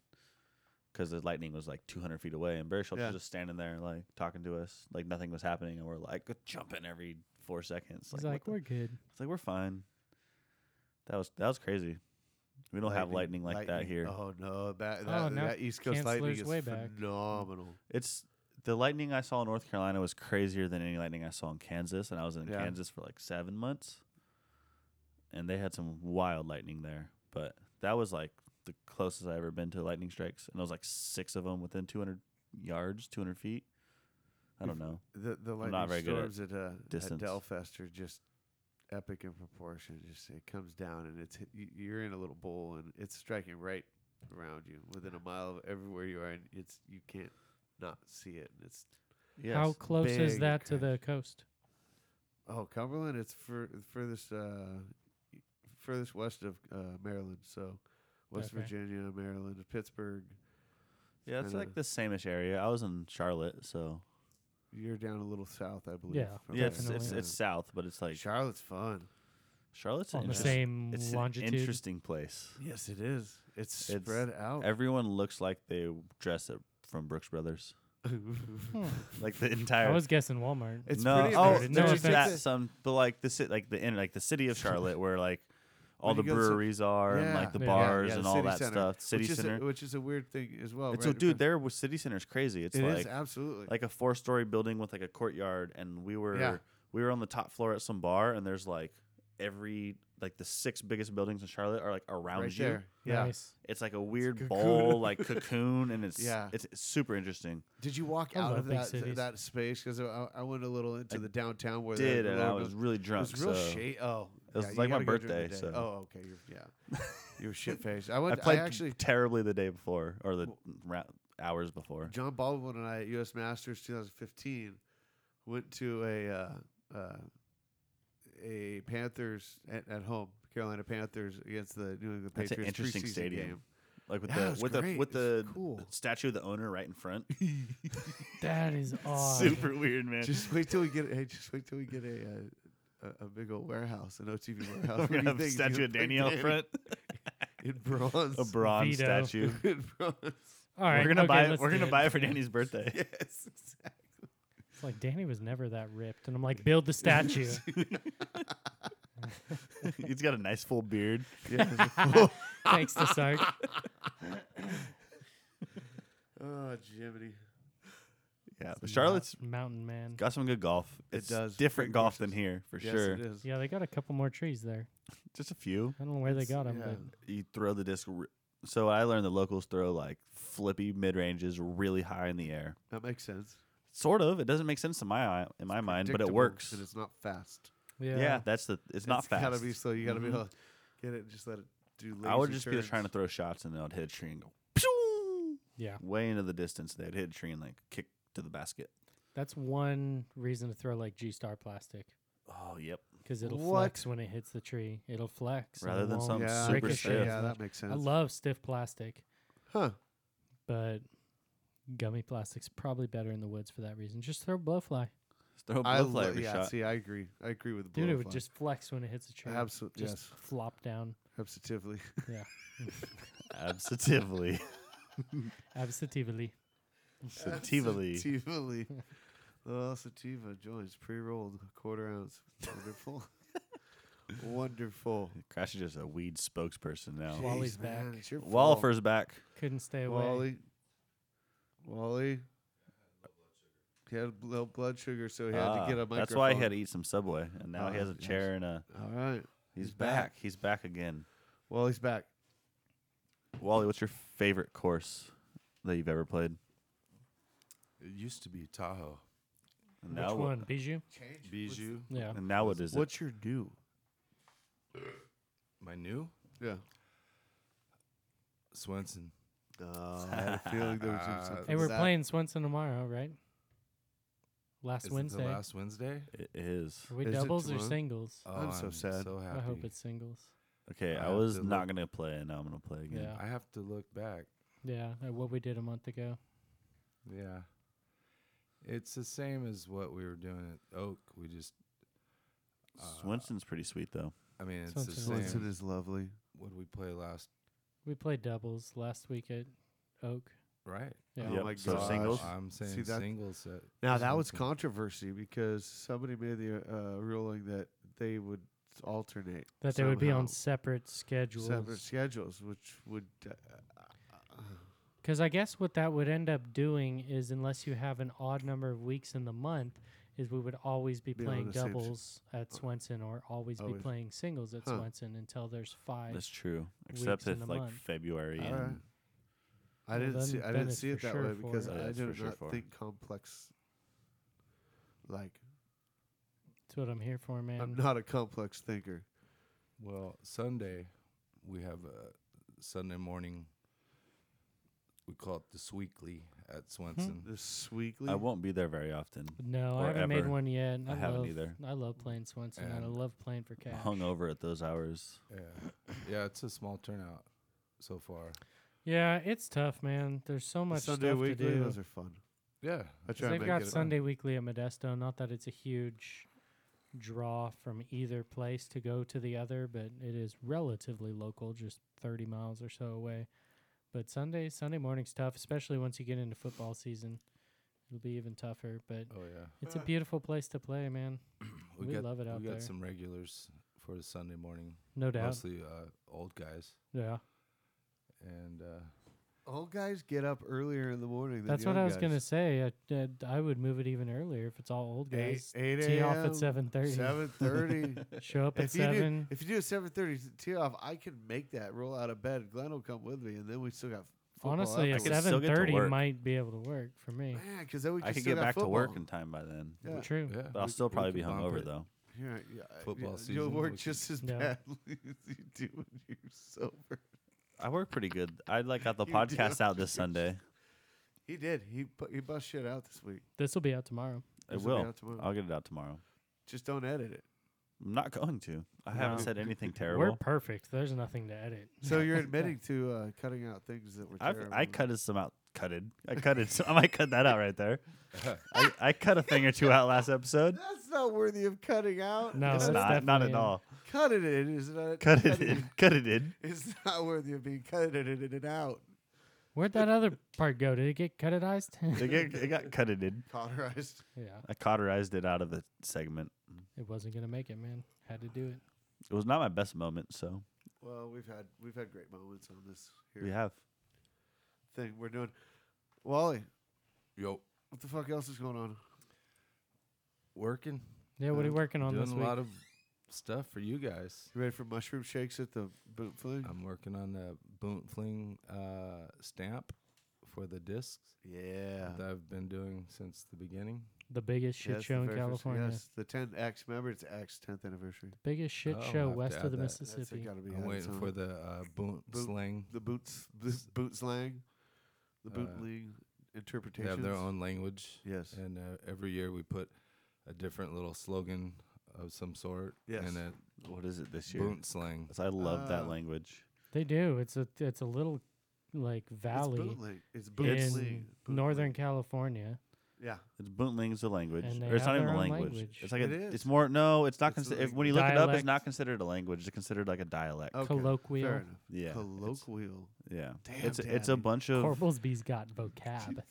Speaker 3: because the lightning was like 200 feet away, and Barry Schultz
Speaker 2: Yeah.
Speaker 3: was just standing there, like talking to us, like nothing was happening, and we're like jumping every four seconds.
Speaker 4: He's
Speaker 3: what
Speaker 4: like,
Speaker 3: the-
Speaker 4: we're good.
Speaker 3: it's like we're fine. That was that was crazy. We don't have lightning like that here.
Speaker 2: Oh no, that that,
Speaker 4: Oh, now
Speaker 2: that East Coast lightning
Speaker 4: Chancellor's
Speaker 2: is
Speaker 4: way back.
Speaker 2: phenomenal.
Speaker 3: It's the lightning I saw in North Carolina was crazier than any lightning I saw in Kansas, and I was in
Speaker 2: Yeah.
Speaker 3: Kansas for like seven months, and they had some wild lightning there. But that was like the closest I ever been to lightning strikes, and it was like six of them within 200 yards, 200 feet. I don't know.
Speaker 2: The the lightning
Speaker 3: very good at
Speaker 2: storms at, uh, at
Speaker 3: distance.
Speaker 2: Delfest are just epic in proportion. Just it comes down and it's hit- y- you're in a little bowl and it's striking right around you within a mile of everywhere you are and it's you can't not see it. And it's
Speaker 3: Yes.
Speaker 4: How close is
Speaker 2: big
Speaker 4: that to
Speaker 2: crash.
Speaker 4: the coast?
Speaker 2: oh Cumberland, it's fur furthest uh, y- furthest west of uh, Maryland. So West
Speaker 4: Okay.
Speaker 2: Virginia, Maryland, Pittsburgh.
Speaker 3: yeah, it's
Speaker 2: kinda-
Speaker 3: like the sameish area. I was in Charlotte, so
Speaker 2: You're down a little south, I believe.
Speaker 4: Yeah,
Speaker 2: from
Speaker 3: yeah, it's,
Speaker 2: Atlanta.
Speaker 3: it's
Speaker 4: Definitely.
Speaker 3: it's south, but it's like
Speaker 2: Charlotte's fun.
Speaker 3: Charlotte's an
Speaker 4: On the
Speaker 3: interest-
Speaker 4: same
Speaker 3: It's
Speaker 4: longitude.
Speaker 3: an interesting place.
Speaker 2: Yes, it is. It's
Speaker 3: It's
Speaker 2: spread out. <laughs>
Speaker 3: Everyone looks like they dress it from Brooks Brothers.
Speaker 4: Hmm.
Speaker 3: like the entire.
Speaker 4: I was guessing Walmart.
Speaker 2: it's
Speaker 3: no,
Speaker 2: pretty
Speaker 3: oh,
Speaker 2: amazing.
Speaker 4: No
Speaker 3: there's
Speaker 4: offense.
Speaker 3: that some, but like the ci- like the in like the city of Charlotte, where
Speaker 2: <laughs>
Speaker 3: like all
Speaker 2: When
Speaker 3: the
Speaker 2: you go to-
Speaker 3: breweries are and like the bars
Speaker 2: Yeah, the
Speaker 3: and all
Speaker 2: city
Speaker 3: that
Speaker 2: center,
Speaker 3: stuff. City
Speaker 2: which
Speaker 3: center.
Speaker 2: is a, which is a weird thing as well.
Speaker 3: And
Speaker 2: Right?
Speaker 3: so, dude,
Speaker 2: It
Speaker 3: there was city center's crazy. It's
Speaker 2: is
Speaker 3: like
Speaker 2: absolutely
Speaker 3: like a four story building with like a courtyard, and we were
Speaker 2: Yeah.
Speaker 3: we were on the top floor at some bar, and there's like every like the six biggest buildings in Charlotte are like around
Speaker 2: right
Speaker 3: you.
Speaker 2: there. Yeah.
Speaker 4: Nice.
Speaker 3: It's like a weird
Speaker 2: cocoon. <laughs>
Speaker 3: bowl, like cocoon, and it's
Speaker 2: Yeah.
Speaker 3: it's super interesting.
Speaker 2: Did you walk
Speaker 4: I
Speaker 2: out
Speaker 4: love
Speaker 2: of
Speaker 4: big
Speaker 2: that
Speaker 4: cities.
Speaker 2: that space? Because I, I went a little into
Speaker 3: I
Speaker 2: the downtown where the-
Speaker 3: Did
Speaker 2: the
Speaker 3: and I
Speaker 2: logo-
Speaker 3: was really
Speaker 2: It
Speaker 3: drunk.
Speaker 2: was real
Speaker 3: so. <laughs>
Speaker 2: shade. Oh,
Speaker 3: It was
Speaker 2: yeah, you
Speaker 3: like my
Speaker 2: gotta go during
Speaker 3: birthday,
Speaker 2: the day.
Speaker 3: so-
Speaker 2: oh, okay, you're, yeah, you were shit faced. I
Speaker 3: I
Speaker 2: went. I,
Speaker 3: played
Speaker 2: actually
Speaker 3: terribly the day before or the ra- hours before.
Speaker 2: John Baldwin and I at U.S. Masters 2015 went to a uh, uh, a Panthers at, at home, Carolina Panthers against the New England
Speaker 3: That's
Speaker 2: Patriots.
Speaker 3: an interesting
Speaker 2: preseason
Speaker 3: stadium.
Speaker 2: game.
Speaker 3: Like with
Speaker 2: Yeah, it
Speaker 3: the
Speaker 2: was
Speaker 3: with
Speaker 2: great.
Speaker 3: the with
Speaker 2: It's
Speaker 3: the
Speaker 2: cool.
Speaker 3: statue of the owner right
Speaker 2: <laughs>
Speaker 3: in front. <laughs>
Speaker 4: That is awesome.
Speaker 3: Super weird, man.
Speaker 2: Just wait till we get. Hey, just wait till we get a. Uh, a, a big old warehouse, an OTV warehouse. What
Speaker 3: <laughs> We're
Speaker 2: do you
Speaker 3: gonna have <laughs>
Speaker 2: think?
Speaker 3: a
Speaker 2: You're
Speaker 3: statue
Speaker 2: gonna
Speaker 3: of
Speaker 2: put
Speaker 3: Danny out
Speaker 2: Danny
Speaker 3: front.
Speaker 2: in bronze. <laughs>
Speaker 3: A bronze
Speaker 4: Vito.
Speaker 3: statue.
Speaker 2: in bronze. <laughs>
Speaker 4: All right,
Speaker 3: <laughs> we're gonna
Speaker 4: okay,
Speaker 3: buy it.
Speaker 4: let's
Speaker 3: We're
Speaker 4: do
Speaker 3: gonna
Speaker 4: it.
Speaker 3: buy it for Danny's birthday.
Speaker 2: Yes, exactly.
Speaker 4: It's like Danny was never that ripped, and I'm like, build
Speaker 3: <laughs>
Speaker 4: the statue. <laughs>
Speaker 3: He's got a nice full beard.
Speaker 4: Thanks to Sark.
Speaker 2: <laughs> Oh, Jiminy.
Speaker 3: Yeah, but Charlotte's
Speaker 4: Mount- mountain man.
Speaker 3: got some good golf.
Speaker 2: It
Speaker 3: It's
Speaker 2: does.
Speaker 3: different
Speaker 2: Great
Speaker 3: golf
Speaker 2: courses.
Speaker 3: than here for
Speaker 2: Yes,
Speaker 3: sure.
Speaker 2: it is.
Speaker 4: Yeah, they got a couple more trees there.
Speaker 3: Just a few.
Speaker 4: I don't know where they got them,
Speaker 2: yeah.
Speaker 3: You throw the disc. r so I learned the locals throw like flippy mid ranges really high in the air.
Speaker 2: That makes sense.
Speaker 3: Sort of. It doesn't make sense in my eye, in my mind, but it
Speaker 2: Predictable,
Speaker 3: works.
Speaker 2: And it's not fast.
Speaker 4: but
Speaker 3: yeah. that's the. It's, not
Speaker 2: It's
Speaker 3: fast.
Speaker 2: Gotta be slow. You gotta
Speaker 4: Mm-hmm.
Speaker 3: Mhm.
Speaker 2: be able to get it. and Just let it do. Lazy
Speaker 3: I would just
Speaker 2: turns.
Speaker 3: be trying to throw shots and then I'd hit a tree and go pshoo,
Speaker 4: yeah.
Speaker 3: way into the distance. They'd hit a tree and like kick to the basket.
Speaker 4: That's one reason to throw like G Star plastic
Speaker 3: Oh, yep.
Speaker 4: because it'll
Speaker 2: What?
Speaker 4: flex when it hits the tree. It'll flex and it
Speaker 3: Rather than
Speaker 4: won't-
Speaker 3: some
Speaker 2: yeah,
Speaker 3: super
Speaker 2: yeah,
Speaker 4: ricochet.
Speaker 3: stiff.
Speaker 2: Yeah, that makes sense.
Speaker 4: I love stiff plastic,
Speaker 2: Huh?
Speaker 4: but gummy plastic's probably better in the woods for that reason. Just throw blowfly,
Speaker 3: Just throw a
Speaker 2: I
Speaker 3: blow fly
Speaker 2: lo-
Speaker 3: every
Speaker 2: yeah.
Speaker 3: shot. <laughs>
Speaker 2: See, I agree. I agree with
Speaker 4: dude. It would
Speaker 2: blowfly. <laughs>
Speaker 4: just flex when it hits a tree.
Speaker 2: Absolutely.
Speaker 4: Just
Speaker 2: Yes.
Speaker 3: <laughs>
Speaker 4: flop down.
Speaker 2: Absolutely.
Speaker 4: Yeah,
Speaker 2: <laughs>
Speaker 3: Absolutely.
Speaker 4: absolutely.
Speaker 2: <laughs>
Speaker 3: Satively.
Speaker 2: Satively. Oh, sativa joints pre-rolled quarter ounce.
Speaker 3: <laughs>
Speaker 2: Wonderful. Wonderful.
Speaker 3: Crash is just a weed spokesperson now.
Speaker 4: Jeez. Wally's
Speaker 2: Jeez, man,
Speaker 4: back.
Speaker 2: it's your fault.
Speaker 3: Wallifer's back.
Speaker 4: Couldn't stay away.
Speaker 2: Wally. Wally. He had low blood sugar, so he had to
Speaker 3: Ah,
Speaker 2: get a microphone.
Speaker 3: that's why he had to eat some Subway, and now he
Speaker 2: Ah,
Speaker 3: has a
Speaker 2: yes.
Speaker 3: chair and a.
Speaker 2: All right.
Speaker 3: He's,
Speaker 2: He's
Speaker 3: back.
Speaker 2: back.
Speaker 3: He's back again.
Speaker 2: Wally's back.
Speaker 3: Wally, what's your favorite course that you've ever played?
Speaker 5: It used to be Tahoe.
Speaker 3: And
Speaker 4: Which
Speaker 3: now what-
Speaker 4: one, Bijou?
Speaker 5: Bijou.
Speaker 4: Yeah,
Speaker 3: And now what is it?
Speaker 2: What's your new?
Speaker 5: My new?
Speaker 2: Yeah.
Speaker 5: Swenson.
Speaker 2: Oh, I had a feeling there was gonna be
Speaker 5: Uh,
Speaker 2: something.
Speaker 4: Hey, we're
Speaker 2: that-
Speaker 4: playing Swenson tomorrow, right? Last
Speaker 5: Is it
Speaker 4: Wednesday.
Speaker 5: the last Wednesday?
Speaker 3: It is.
Speaker 4: Are we
Speaker 2: Is it
Speaker 4: doubles or
Speaker 2: tomorrow?
Speaker 4: singles?
Speaker 5: Oh,
Speaker 2: I'm so sad.
Speaker 5: So happy.
Speaker 4: I hope it's singles.
Speaker 3: Okay,
Speaker 5: I
Speaker 3: I
Speaker 5: have
Speaker 3: was
Speaker 5: to
Speaker 3: not
Speaker 5: look.
Speaker 3: gonna play, and now I'm gonna play again.
Speaker 4: Yeah.
Speaker 5: I have to look back.
Speaker 4: Yeah, uh, what we did a month ago.
Speaker 5: Yeah. It's the same as what we were doing at Oak. We just, uh,
Speaker 3: Swinston's pretty sweet though.
Speaker 5: I mean, it's
Speaker 4: Swenson.
Speaker 5: the
Speaker 2: Swenson
Speaker 5: same.
Speaker 2: is lovely.
Speaker 5: What did we play last?
Speaker 4: We played doubles last week at Oak.
Speaker 5: Right.
Speaker 4: Yeah.
Speaker 2: Yep.
Speaker 4: Yeah.
Speaker 2: oh my
Speaker 3: so
Speaker 2: gosh.
Speaker 3: singles.
Speaker 5: I'm saying
Speaker 2: See, that-
Speaker 5: singles. At
Speaker 2: Now that was
Speaker 5: Swenson.
Speaker 2: controversy because somebody made the uh, ruling that they would alternate.
Speaker 4: That they would be on
Speaker 2: somehow.
Speaker 4: separate schedules.
Speaker 2: separate schedules, which would. Uh,
Speaker 4: Because I guess what that would end up doing is, unless you have an odd number of weeks in the month, is we would always be
Speaker 2: Be on
Speaker 4: playing
Speaker 2: the same sch-
Speaker 4: doubles at Swenson or always, be
Speaker 2: Always.
Speaker 4: playing singles at
Speaker 2: Huh.
Speaker 4: Swenson until there's five.
Speaker 3: That's true.
Speaker 4: weeks
Speaker 3: Except
Speaker 4: in
Speaker 3: if
Speaker 4: a
Speaker 3: like
Speaker 4: month.
Speaker 3: February
Speaker 2: All
Speaker 3: and
Speaker 2: right. I
Speaker 4: Well,
Speaker 2: didn't
Speaker 4: then-
Speaker 2: see. uh, I
Speaker 4: then
Speaker 2: didn't
Speaker 4: it's
Speaker 2: see it
Speaker 4: for
Speaker 2: that
Speaker 4: sure
Speaker 2: way
Speaker 4: for
Speaker 2: because
Speaker 4: it.
Speaker 3: Oh, yeah,
Speaker 2: I
Speaker 3: it's for
Speaker 2: did
Speaker 3: sure
Speaker 2: not
Speaker 3: for it.
Speaker 2: think complex. Like
Speaker 4: That's what I'm here for, man.
Speaker 2: I'm not a complex thinker.
Speaker 5: Well, Sunday, we have a Sunday morning. We call it this weekly at Swenson.
Speaker 2: This weekly.
Speaker 3: I won't be there very often.
Speaker 4: no,
Speaker 3: or
Speaker 4: I haven't made
Speaker 3: ever.
Speaker 4: one yet. and
Speaker 3: I haven't
Speaker 4: love,
Speaker 3: either.
Speaker 4: I love playing Swenson and, I
Speaker 5: And
Speaker 4: love playing for cash.
Speaker 3: I'm hungover at those hours.
Speaker 2: Hmm.
Speaker 5: Yeah, yeah, it's a small turnout so far.
Speaker 4: Yeah, it's tough, man. There's so
Speaker 2: The
Speaker 4: much
Speaker 2: Sunday
Speaker 4: stuff
Speaker 2: weekly.
Speaker 4: to do.
Speaker 2: Those are fun. I
Speaker 5: Yeah,
Speaker 4: So
Speaker 2: try to
Speaker 4: They've
Speaker 2: make
Speaker 4: got
Speaker 2: it.
Speaker 4: Sunday Weekly at Modesto. Not that it's a huge draw from either place to go to the other, but it is relatively local, just 30 miles or so away. But Sunday, Sunday morning's tough, especially once you get into football season. It'll be even tougher, but
Speaker 5: oh yeah,
Speaker 2: Uh,
Speaker 4: it's a beautiful place to play, man. We
Speaker 5: got,
Speaker 4: love it out
Speaker 5: We got
Speaker 4: there.
Speaker 5: some regulars for the Sunday morning,
Speaker 4: No doubt.
Speaker 5: mostly uh, old guys,
Speaker 4: Yeah.
Speaker 5: and uh,
Speaker 2: All guys get up earlier in the morning. Than
Speaker 4: That's what
Speaker 2: young
Speaker 4: I was
Speaker 2: guys.
Speaker 4: going to say. I, uh, I would move it even earlier if it's all old
Speaker 2: Eight,
Speaker 4: guys.
Speaker 2: eight
Speaker 4: Tee off
Speaker 2: a.m.
Speaker 4: at 7:30.
Speaker 2: Seven <laughs> thirty.
Speaker 4: <laughs> Show up at
Speaker 2: if you do,
Speaker 4: 7.
Speaker 2: if you do a seven thirty tee off, I can make that roll out of bed. Glenn will come with me, and then we still got. football
Speaker 4: Honestly,
Speaker 2: after.
Speaker 4: at
Speaker 3: could still get to
Speaker 4: 7:30
Speaker 3: work.
Speaker 4: might be able to work for me.
Speaker 2: Man, because then we
Speaker 3: I
Speaker 2: can
Speaker 3: could
Speaker 2: still
Speaker 3: get
Speaker 2: got
Speaker 3: back to work
Speaker 2: football.
Speaker 3: in time by then.
Speaker 2: Yeah.
Speaker 4: True.
Speaker 5: yeah,
Speaker 3: But I'll
Speaker 5: we-
Speaker 3: still
Speaker 5: we
Speaker 3: probably be
Speaker 5: could bump
Speaker 3: hungover
Speaker 5: it.
Speaker 3: though.
Speaker 2: Yeah, yeah, I-
Speaker 5: Football
Speaker 2: yeah, You'll
Speaker 5: season,
Speaker 2: work
Speaker 5: we
Speaker 2: just as
Speaker 4: Yeah.
Speaker 2: <laughs> badly as you do when <laughs> you're sober.
Speaker 3: I work pretty good. I like got the
Speaker 2: You do.
Speaker 3: podcast out this Sunday.
Speaker 2: He did. He bu- he bust shit out this week.
Speaker 4: This will be out tomorrow.
Speaker 3: It
Speaker 2: This'll be
Speaker 3: will.
Speaker 2: out tomorrow.
Speaker 3: I'll get it out tomorrow.
Speaker 2: <laughs> Just don't edit it.
Speaker 3: I'm not <laughs> going to. I haven't
Speaker 4: No.
Speaker 3: said anything
Speaker 4: We're
Speaker 3: terrible.
Speaker 4: perfect. There's nothing to edit.
Speaker 2: So <laughs> you're admitting to uh, cutting out things that were
Speaker 3: I've,
Speaker 2: terrible.
Speaker 3: I cutted some out. Cutted. I cutted. some, I might cut that out
Speaker 2: <laughs>
Speaker 3: right there. I, I cut a thing or two out last episode.
Speaker 2: That's not worthy of cutting out.
Speaker 4: No,
Speaker 3: it's
Speaker 4: Oh,
Speaker 3: not.
Speaker 4: that's
Speaker 3: Not
Speaker 4: definitely
Speaker 3: at
Speaker 4: in.
Speaker 3: all.
Speaker 2: Cut it in is
Speaker 3: <laughs>
Speaker 2: not
Speaker 3: Cut it in. Cut it in.
Speaker 2: It's not worthy of being cut it in and out.
Speaker 4: Where'd that other part go? Did it get cutitized?
Speaker 3: It, get, it got cutted in.
Speaker 2: Cauterized.
Speaker 4: <laughs> yeah,
Speaker 3: I cauterized it out of the segment.
Speaker 4: it wasn't gonna make it, man. Had to do it.
Speaker 3: It was not my best moment, so
Speaker 2: Well, we've had we've had great moments on this here
Speaker 3: we have.
Speaker 2: thing we're doing. Wally,
Speaker 5: Yo,
Speaker 2: what the fuck else is going on?
Speaker 5: working,
Speaker 4: Yeah, what are you
Speaker 5: Yeah,
Speaker 4: working on
Speaker 5: doing
Speaker 4: this
Speaker 5: a
Speaker 4: week?
Speaker 5: lot of stuff for you guys.
Speaker 2: You ready for mushroom shakes at the boot fling?
Speaker 5: I'm working on the boot fling uh, stamp for the discs
Speaker 2: yeah.
Speaker 5: that I've been doing since the beginning.
Speaker 4: the biggest shit
Speaker 2: Yes, the
Speaker 4: show in
Speaker 2: very first-
Speaker 4: California.
Speaker 2: Yes, the 10X. Remember, it's X 10th anniversary.
Speaker 4: Biggest shit
Speaker 5: Oh, I'll
Speaker 4: show
Speaker 5: have to
Speaker 4: west
Speaker 5: add
Speaker 4: of the
Speaker 5: that. That's
Speaker 2: That's
Speaker 4: Mississippi.
Speaker 2: gotta be
Speaker 5: I'm
Speaker 2: on
Speaker 5: waiting
Speaker 2: its
Speaker 5: for
Speaker 2: own.
Speaker 5: the uh, boot,
Speaker 2: Boot-
Speaker 5: slang.
Speaker 2: the boots, the boot slang, the
Speaker 5: Uh,
Speaker 2: bootling
Speaker 5: They
Speaker 2: interpretations.
Speaker 5: have their own language,
Speaker 2: Yes.
Speaker 5: and uh, every year we put a different little slogan of some sort
Speaker 2: Yes.
Speaker 5: and a
Speaker 3: What is it this year?
Speaker 5: boot slang.
Speaker 3: 'Cause I love that
Speaker 2: Uh,
Speaker 3: language.
Speaker 4: They do. It's a it's a little like
Speaker 2: It's
Speaker 4: valley
Speaker 2: bootleg. It's bootleg.
Speaker 4: in
Speaker 2: Bootleg.
Speaker 4: northern California.
Speaker 2: Yeah.
Speaker 3: It's Bootling's a language,
Speaker 4: And they
Speaker 3: or it's not
Speaker 4: have
Speaker 3: even
Speaker 4: their
Speaker 3: a
Speaker 4: own
Speaker 3: language.
Speaker 4: language.
Speaker 3: It's like
Speaker 2: It
Speaker 3: a,
Speaker 2: is.
Speaker 3: It's more no. It's not
Speaker 2: It's a
Speaker 3: considered. When you look it up, it's not
Speaker 4: Dialect.
Speaker 3: considered a language. It's considered like a dialect.
Speaker 2: Okay.
Speaker 4: Colloquial.
Speaker 2: Fair enough.
Speaker 3: Yeah. it's-
Speaker 2: Colloquial.
Speaker 3: Yeah.
Speaker 2: Damn,
Speaker 3: it's a, it's a
Speaker 2: Daddy.
Speaker 3: bunch of
Speaker 4: Corblesby's got vocab.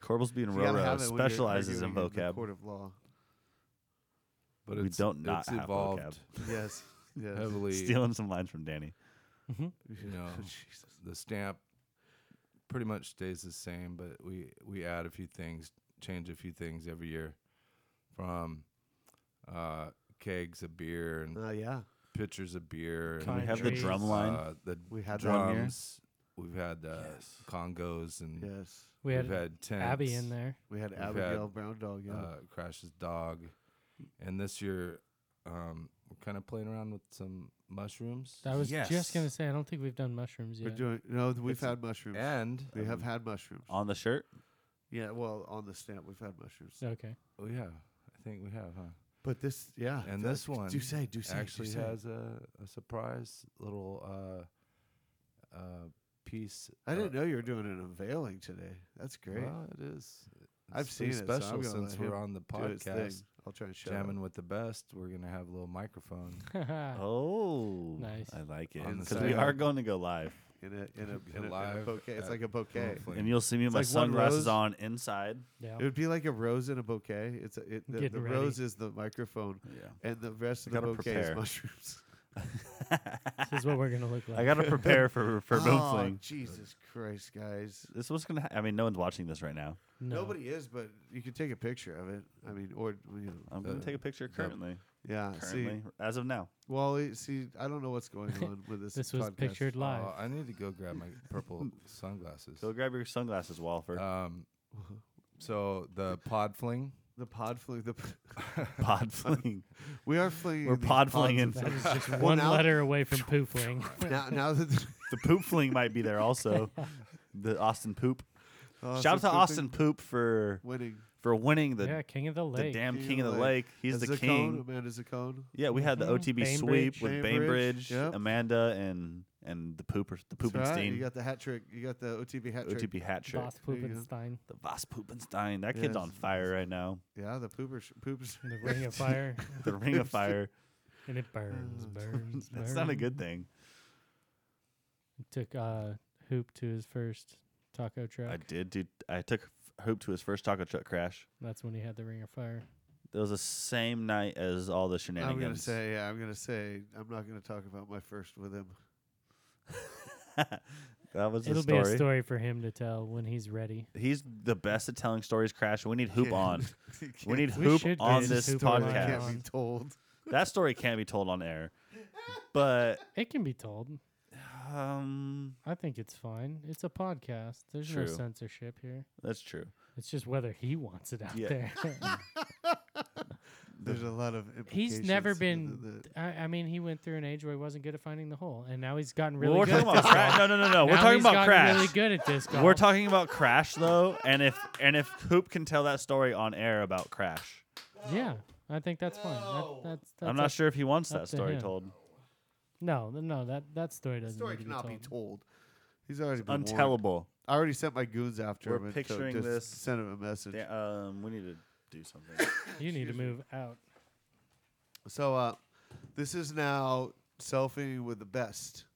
Speaker 3: Corblesby and
Speaker 2: You gotta
Speaker 3: Roro
Speaker 2: have it when you're
Speaker 3: specializes in
Speaker 2: arguing the
Speaker 3: vocab.
Speaker 2: court of law.
Speaker 5: But
Speaker 3: We
Speaker 5: it's,
Speaker 3: don't not
Speaker 5: it's
Speaker 3: have vocab. <laughs>
Speaker 5: evolved <laughs>
Speaker 2: Yes. Yes.
Speaker 5: heavily.
Speaker 3: Stealing some lines from Danny.
Speaker 4: Mm-hmm.
Speaker 5: you know,
Speaker 2: <laughs> Jesus.
Speaker 5: the stamp pretty much stays the same, but we we add a few things, change a few things every year, from uh, kegs of beer and
Speaker 2: Uh, yeah.
Speaker 5: pitchers of beer.
Speaker 3: Can we
Speaker 5: and
Speaker 3: have the
Speaker 4: Countries.
Speaker 3: drum line?
Speaker 5: Uh, the
Speaker 2: We had that one year.
Speaker 5: drums. We've had uh, congos and
Speaker 2: Yes.
Speaker 4: We
Speaker 5: we've
Speaker 4: had,
Speaker 5: had tents.
Speaker 4: Abby in there.
Speaker 2: We had
Speaker 5: We've
Speaker 2: Abigail
Speaker 5: had,
Speaker 2: Brown Dog. Yeah.
Speaker 5: Uh, Crash's dog, and this year um, we're kind of playing around with some mushrooms.
Speaker 4: I was
Speaker 5: Yes.
Speaker 4: just gonna say I don't think we've done mushrooms
Speaker 2: We're
Speaker 4: yet.
Speaker 2: doing. No, we've
Speaker 5: It's-
Speaker 2: had mushrooms.
Speaker 5: and
Speaker 2: we have had mushrooms.
Speaker 3: On the shirt,
Speaker 2: yeah. Well, on the stamp, we've had mushrooms.
Speaker 4: okay. <laughs>
Speaker 5: oh yeah, I think we have, huh?
Speaker 2: But this, yeah.
Speaker 5: And
Speaker 2: th-
Speaker 5: this one
Speaker 2: do say, do say, do
Speaker 5: actually
Speaker 2: say.
Speaker 5: has a, a surprise little uh, uh, piece.
Speaker 2: I didn't
Speaker 5: uh,
Speaker 2: know you were doing an unveiling today. That's great.
Speaker 5: Well, it is.
Speaker 2: I've
Speaker 5: It's pretty
Speaker 2: seen it, so I'm
Speaker 5: special
Speaker 2: gonna let
Speaker 5: since we're
Speaker 2: him
Speaker 5: on the
Speaker 2: Do its thing.
Speaker 5: podcast.
Speaker 2: I'll try and show
Speaker 5: Jamming with the best. We're gonna have a little microphone.
Speaker 3: oh,
Speaker 4: Nice.
Speaker 3: I like it
Speaker 5: On the
Speaker 3: because we
Speaker 5: side.
Speaker 3: are going to go live,
Speaker 2: in a in a,
Speaker 3: <laughs>
Speaker 2: in a, in a
Speaker 5: live
Speaker 2: bouquet. It's
Speaker 5: at
Speaker 2: like a bouquet.
Speaker 5: Brooklyn.
Speaker 3: and you'll see me with my
Speaker 2: like one rose.
Speaker 3: sunglasses on inside.
Speaker 4: Yeah.
Speaker 2: It would be like a rose in a bouquet. It's a, it, the,
Speaker 4: Getting
Speaker 2: the
Speaker 4: ready.
Speaker 2: rose is the microphone,
Speaker 3: Yeah,
Speaker 2: and the rest of the
Speaker 3: I gotta
Speaker 2: bouquet is
Speaker 3: prepare.
Speaker 2: mushrooms.
Speaker 4: this is what we're gonna look like.
Speaker 3: I
Speaker 2: <laughs>
Speaker 3: gotta prepare for <laughs> for
Speaker 2: oh,
Speaker 3: Boomfling.
Speaker 2: Jesus Christ, guys!
Speaker 3: This was gonna. Ha- I mean, no one's watching this right now.
Speaker 4: no.
Speaker 2: Nobody is, but you can take a picture of it. I mean, or you know,
Speaker 3: I'm gonna
Speaker 5: Uh,
Speaker 3: take a picture currently.
Speaker 2: yeah.
Speaker 3: currently, as of now.
Speaker 2: See, Wally, see, I don't know what's
Speaker 4: <laughs>
Speaker 2: going on with this.
Speaker 4: This was
Speaker 2: podcast.
Speaker 4: pictured live.
Speaker 5: Oh, I need to go grab my
Speaker 2: <laughs>
Speaker 5: purple sunglasses.
Speaker 3: Go grab your sunglasses, Walford.
Speaker 5: Um, so the pod fling.
Speaker 2: The pod fling. The <laughs> Uh,
Speaker 3: pod fling.
Speaker 2: we are flinging.
Speaker 3: We're
Speaker 2: these
Speaker 3: pod
Speaker 2: pods of
Speaker 3: flinging.
Speaker 4: That
Speaker 2: <laughs>
Speaker 4: was just
Speaker 2: Well,
Speaker 4: one
Speaker 2: now-
Speaker 4: letter away from
Speaker 2: <laughs>
Speaker 4: poofling.
Speaker 2: now, now that the-
Speaker 3: the poop fling might be there
Speaker 2: <laughs>
Speaker 3: also. The Austin poop.
Speaker 2: uh,
Speaker 3: Shout out to
Speaker 2: Pooping
Speaker 3: Austin Poop for
Speaker 2: winning.
Speaker 3: for winning the
Speaker 4: yeah, king of the
Speaker 3: the
Speaker 4: lake.
Speaker 3: damn
Speaker 2: King
Speaker 3: king
Speaker 2: of
Speaker 3: of
Speaker 2: the
Speaker 3: the lake. He's the
Speaker 2: Zacone,
Speaker 3: king.
Speaker 2: Amanda Zacone.
Speaker 3: Yeah, we had the
Speaker 4: Mhm.
Speaker 3: OTB
Speaker 4: Bainbridge.
Speaker 3: sweep with
Speaker 2: Bainbridge,
Speaker 3: Bainbridge,
Speaker 2: yep.
Speaker 3: Amanda, and and the pooper the
Speaker 2: That's right, You
Speaker 3: Poopenstein,
Speaker 2: got the hat trick. You got the OTB hat trick.
Speaker 3: OTB hat trick.
Speaker 4: Boss
Speaker 2: There you go.
Speaker 4: Poopenstein,
Speaker 3: The Voss Poopenstein. That kid's
Speaker 2: Yes.
Speaker 3: on fire
Speaker 2: <laughs>
Speaker 3: right now.
Speaker 2: Yeah, the pooper sh- poops. <laughs>
Speaker 4: the ring of fire,
Speaker 3: The ring of
Speaker 4: <laughs>
Speaker 3: fire.
Speaker 4: and it burns, burns, burns.
Speaker 3: That's not a good thing.
Speaker 4: Took uh, Hoop to his first taco truck.
Speaker 3: I did, dude. I took Hoop to his first taco truck crash.
Speaker 4: That's when he had the ring of fire.
Speaker 3: It was the same night as all the
Speaker 2: I'm
Speaker 3: shenanigans.
Speaker 2: gonna say. Yeah, I'm gonna say. I'm not gonna talk about my first with him.
Speaker 3: that was
Speaker 4: It'll
Speaker 3: the story.
Speaker 4: be a story for him to tell when he's ready.
Speaker 3: He's the best at telling stories, Crash. We need <laughs> Hoop
Speaker 2: Yeah.
Speaker 4: <laughs>
Speaker 3: on.
Speaker 2: <laughs> You
Speaker 3: We
Speaker 2: can't-
Speaker 3: need
Speaker 4: We
Speaker 3: Hoop
Speaker 4: should
Speaker 3: on
Speaker 4: get
Speaker 3: this
Speaker 4: Hoop on.
Speaker 3: podcast.
Speaker 2: Can't be told.
Speaker 3: that story can't be told on air. But
Speaker 4: It can be told.
Speaker 3: um
Speaker 4: I think it's fine. It's a podcast. There's no
Speaker 3: True.
Speaker 4: censorship here.
Speaker 3: that's true.
Speaker 4: It's just whether he wants it out
Speaker 3: Yeah. <laughs>
Speaker 4: there.
Speaker 2: There's a lot of.
Speaker 4: he's never
Speaker 2: implications
Speaker 4: been.
Speaker 2: with the-
Speaker 4: I, I mean, he went through an age where he wasn't good at finding the hole, and now he's gotten really
Speaker 3: Well, we're
Speaker 4: good.
Speaker 3: talking about
Speaker 4: at disc
Speaker 3: Crash.
Speaker 4: golf.
Speaker 3: No, no, no, no. We're
Speaker 4: Now
Speaker 3: talking
Speaker 4: he's
Speaker 3: about
Speaker 4: gotten
Speaker 3: Crash.
Speaker 4: Really good at disc golf.
Speaker 3: <laughs> We're talking about Crash though, and if and if Hoop can tell that story on air about Crash,
Speaker 4: Yeah, I think that's fine. That, that's, that's
Speaker 3: I'm not
Speaker 4: up-
Speaker 3: sure if he wants
Speaker 4: up
Speaker 3: that
Speaker 4: to
Speaker 3: story
Speaker 4: him.
Speaker 3: told.
Speaker 4: No, th- no, that that story
Speaker 2: The
Speaker 4: doesn't.
Speaker 2: story
Speaker 4: need to
Speaker 2: cannot
Speaker 4: be
Speaker 2: be
Speaker 4: told.
Speaker 2: told. He's already been warned.
Speaker 3: Untellable.
Speaker 2: I already sent my goons after
Speaker 3: We're
Speaker 2: him. and
Speaker 3: picturing
Speaker 2: just
Speaker 3: this-
Speaker 2: Sent him a message.
Speaker 3: Da- um, we need to do something.
Speaker 4: You need to move out.
Speaker 2: So uh, this is now selfie with the best.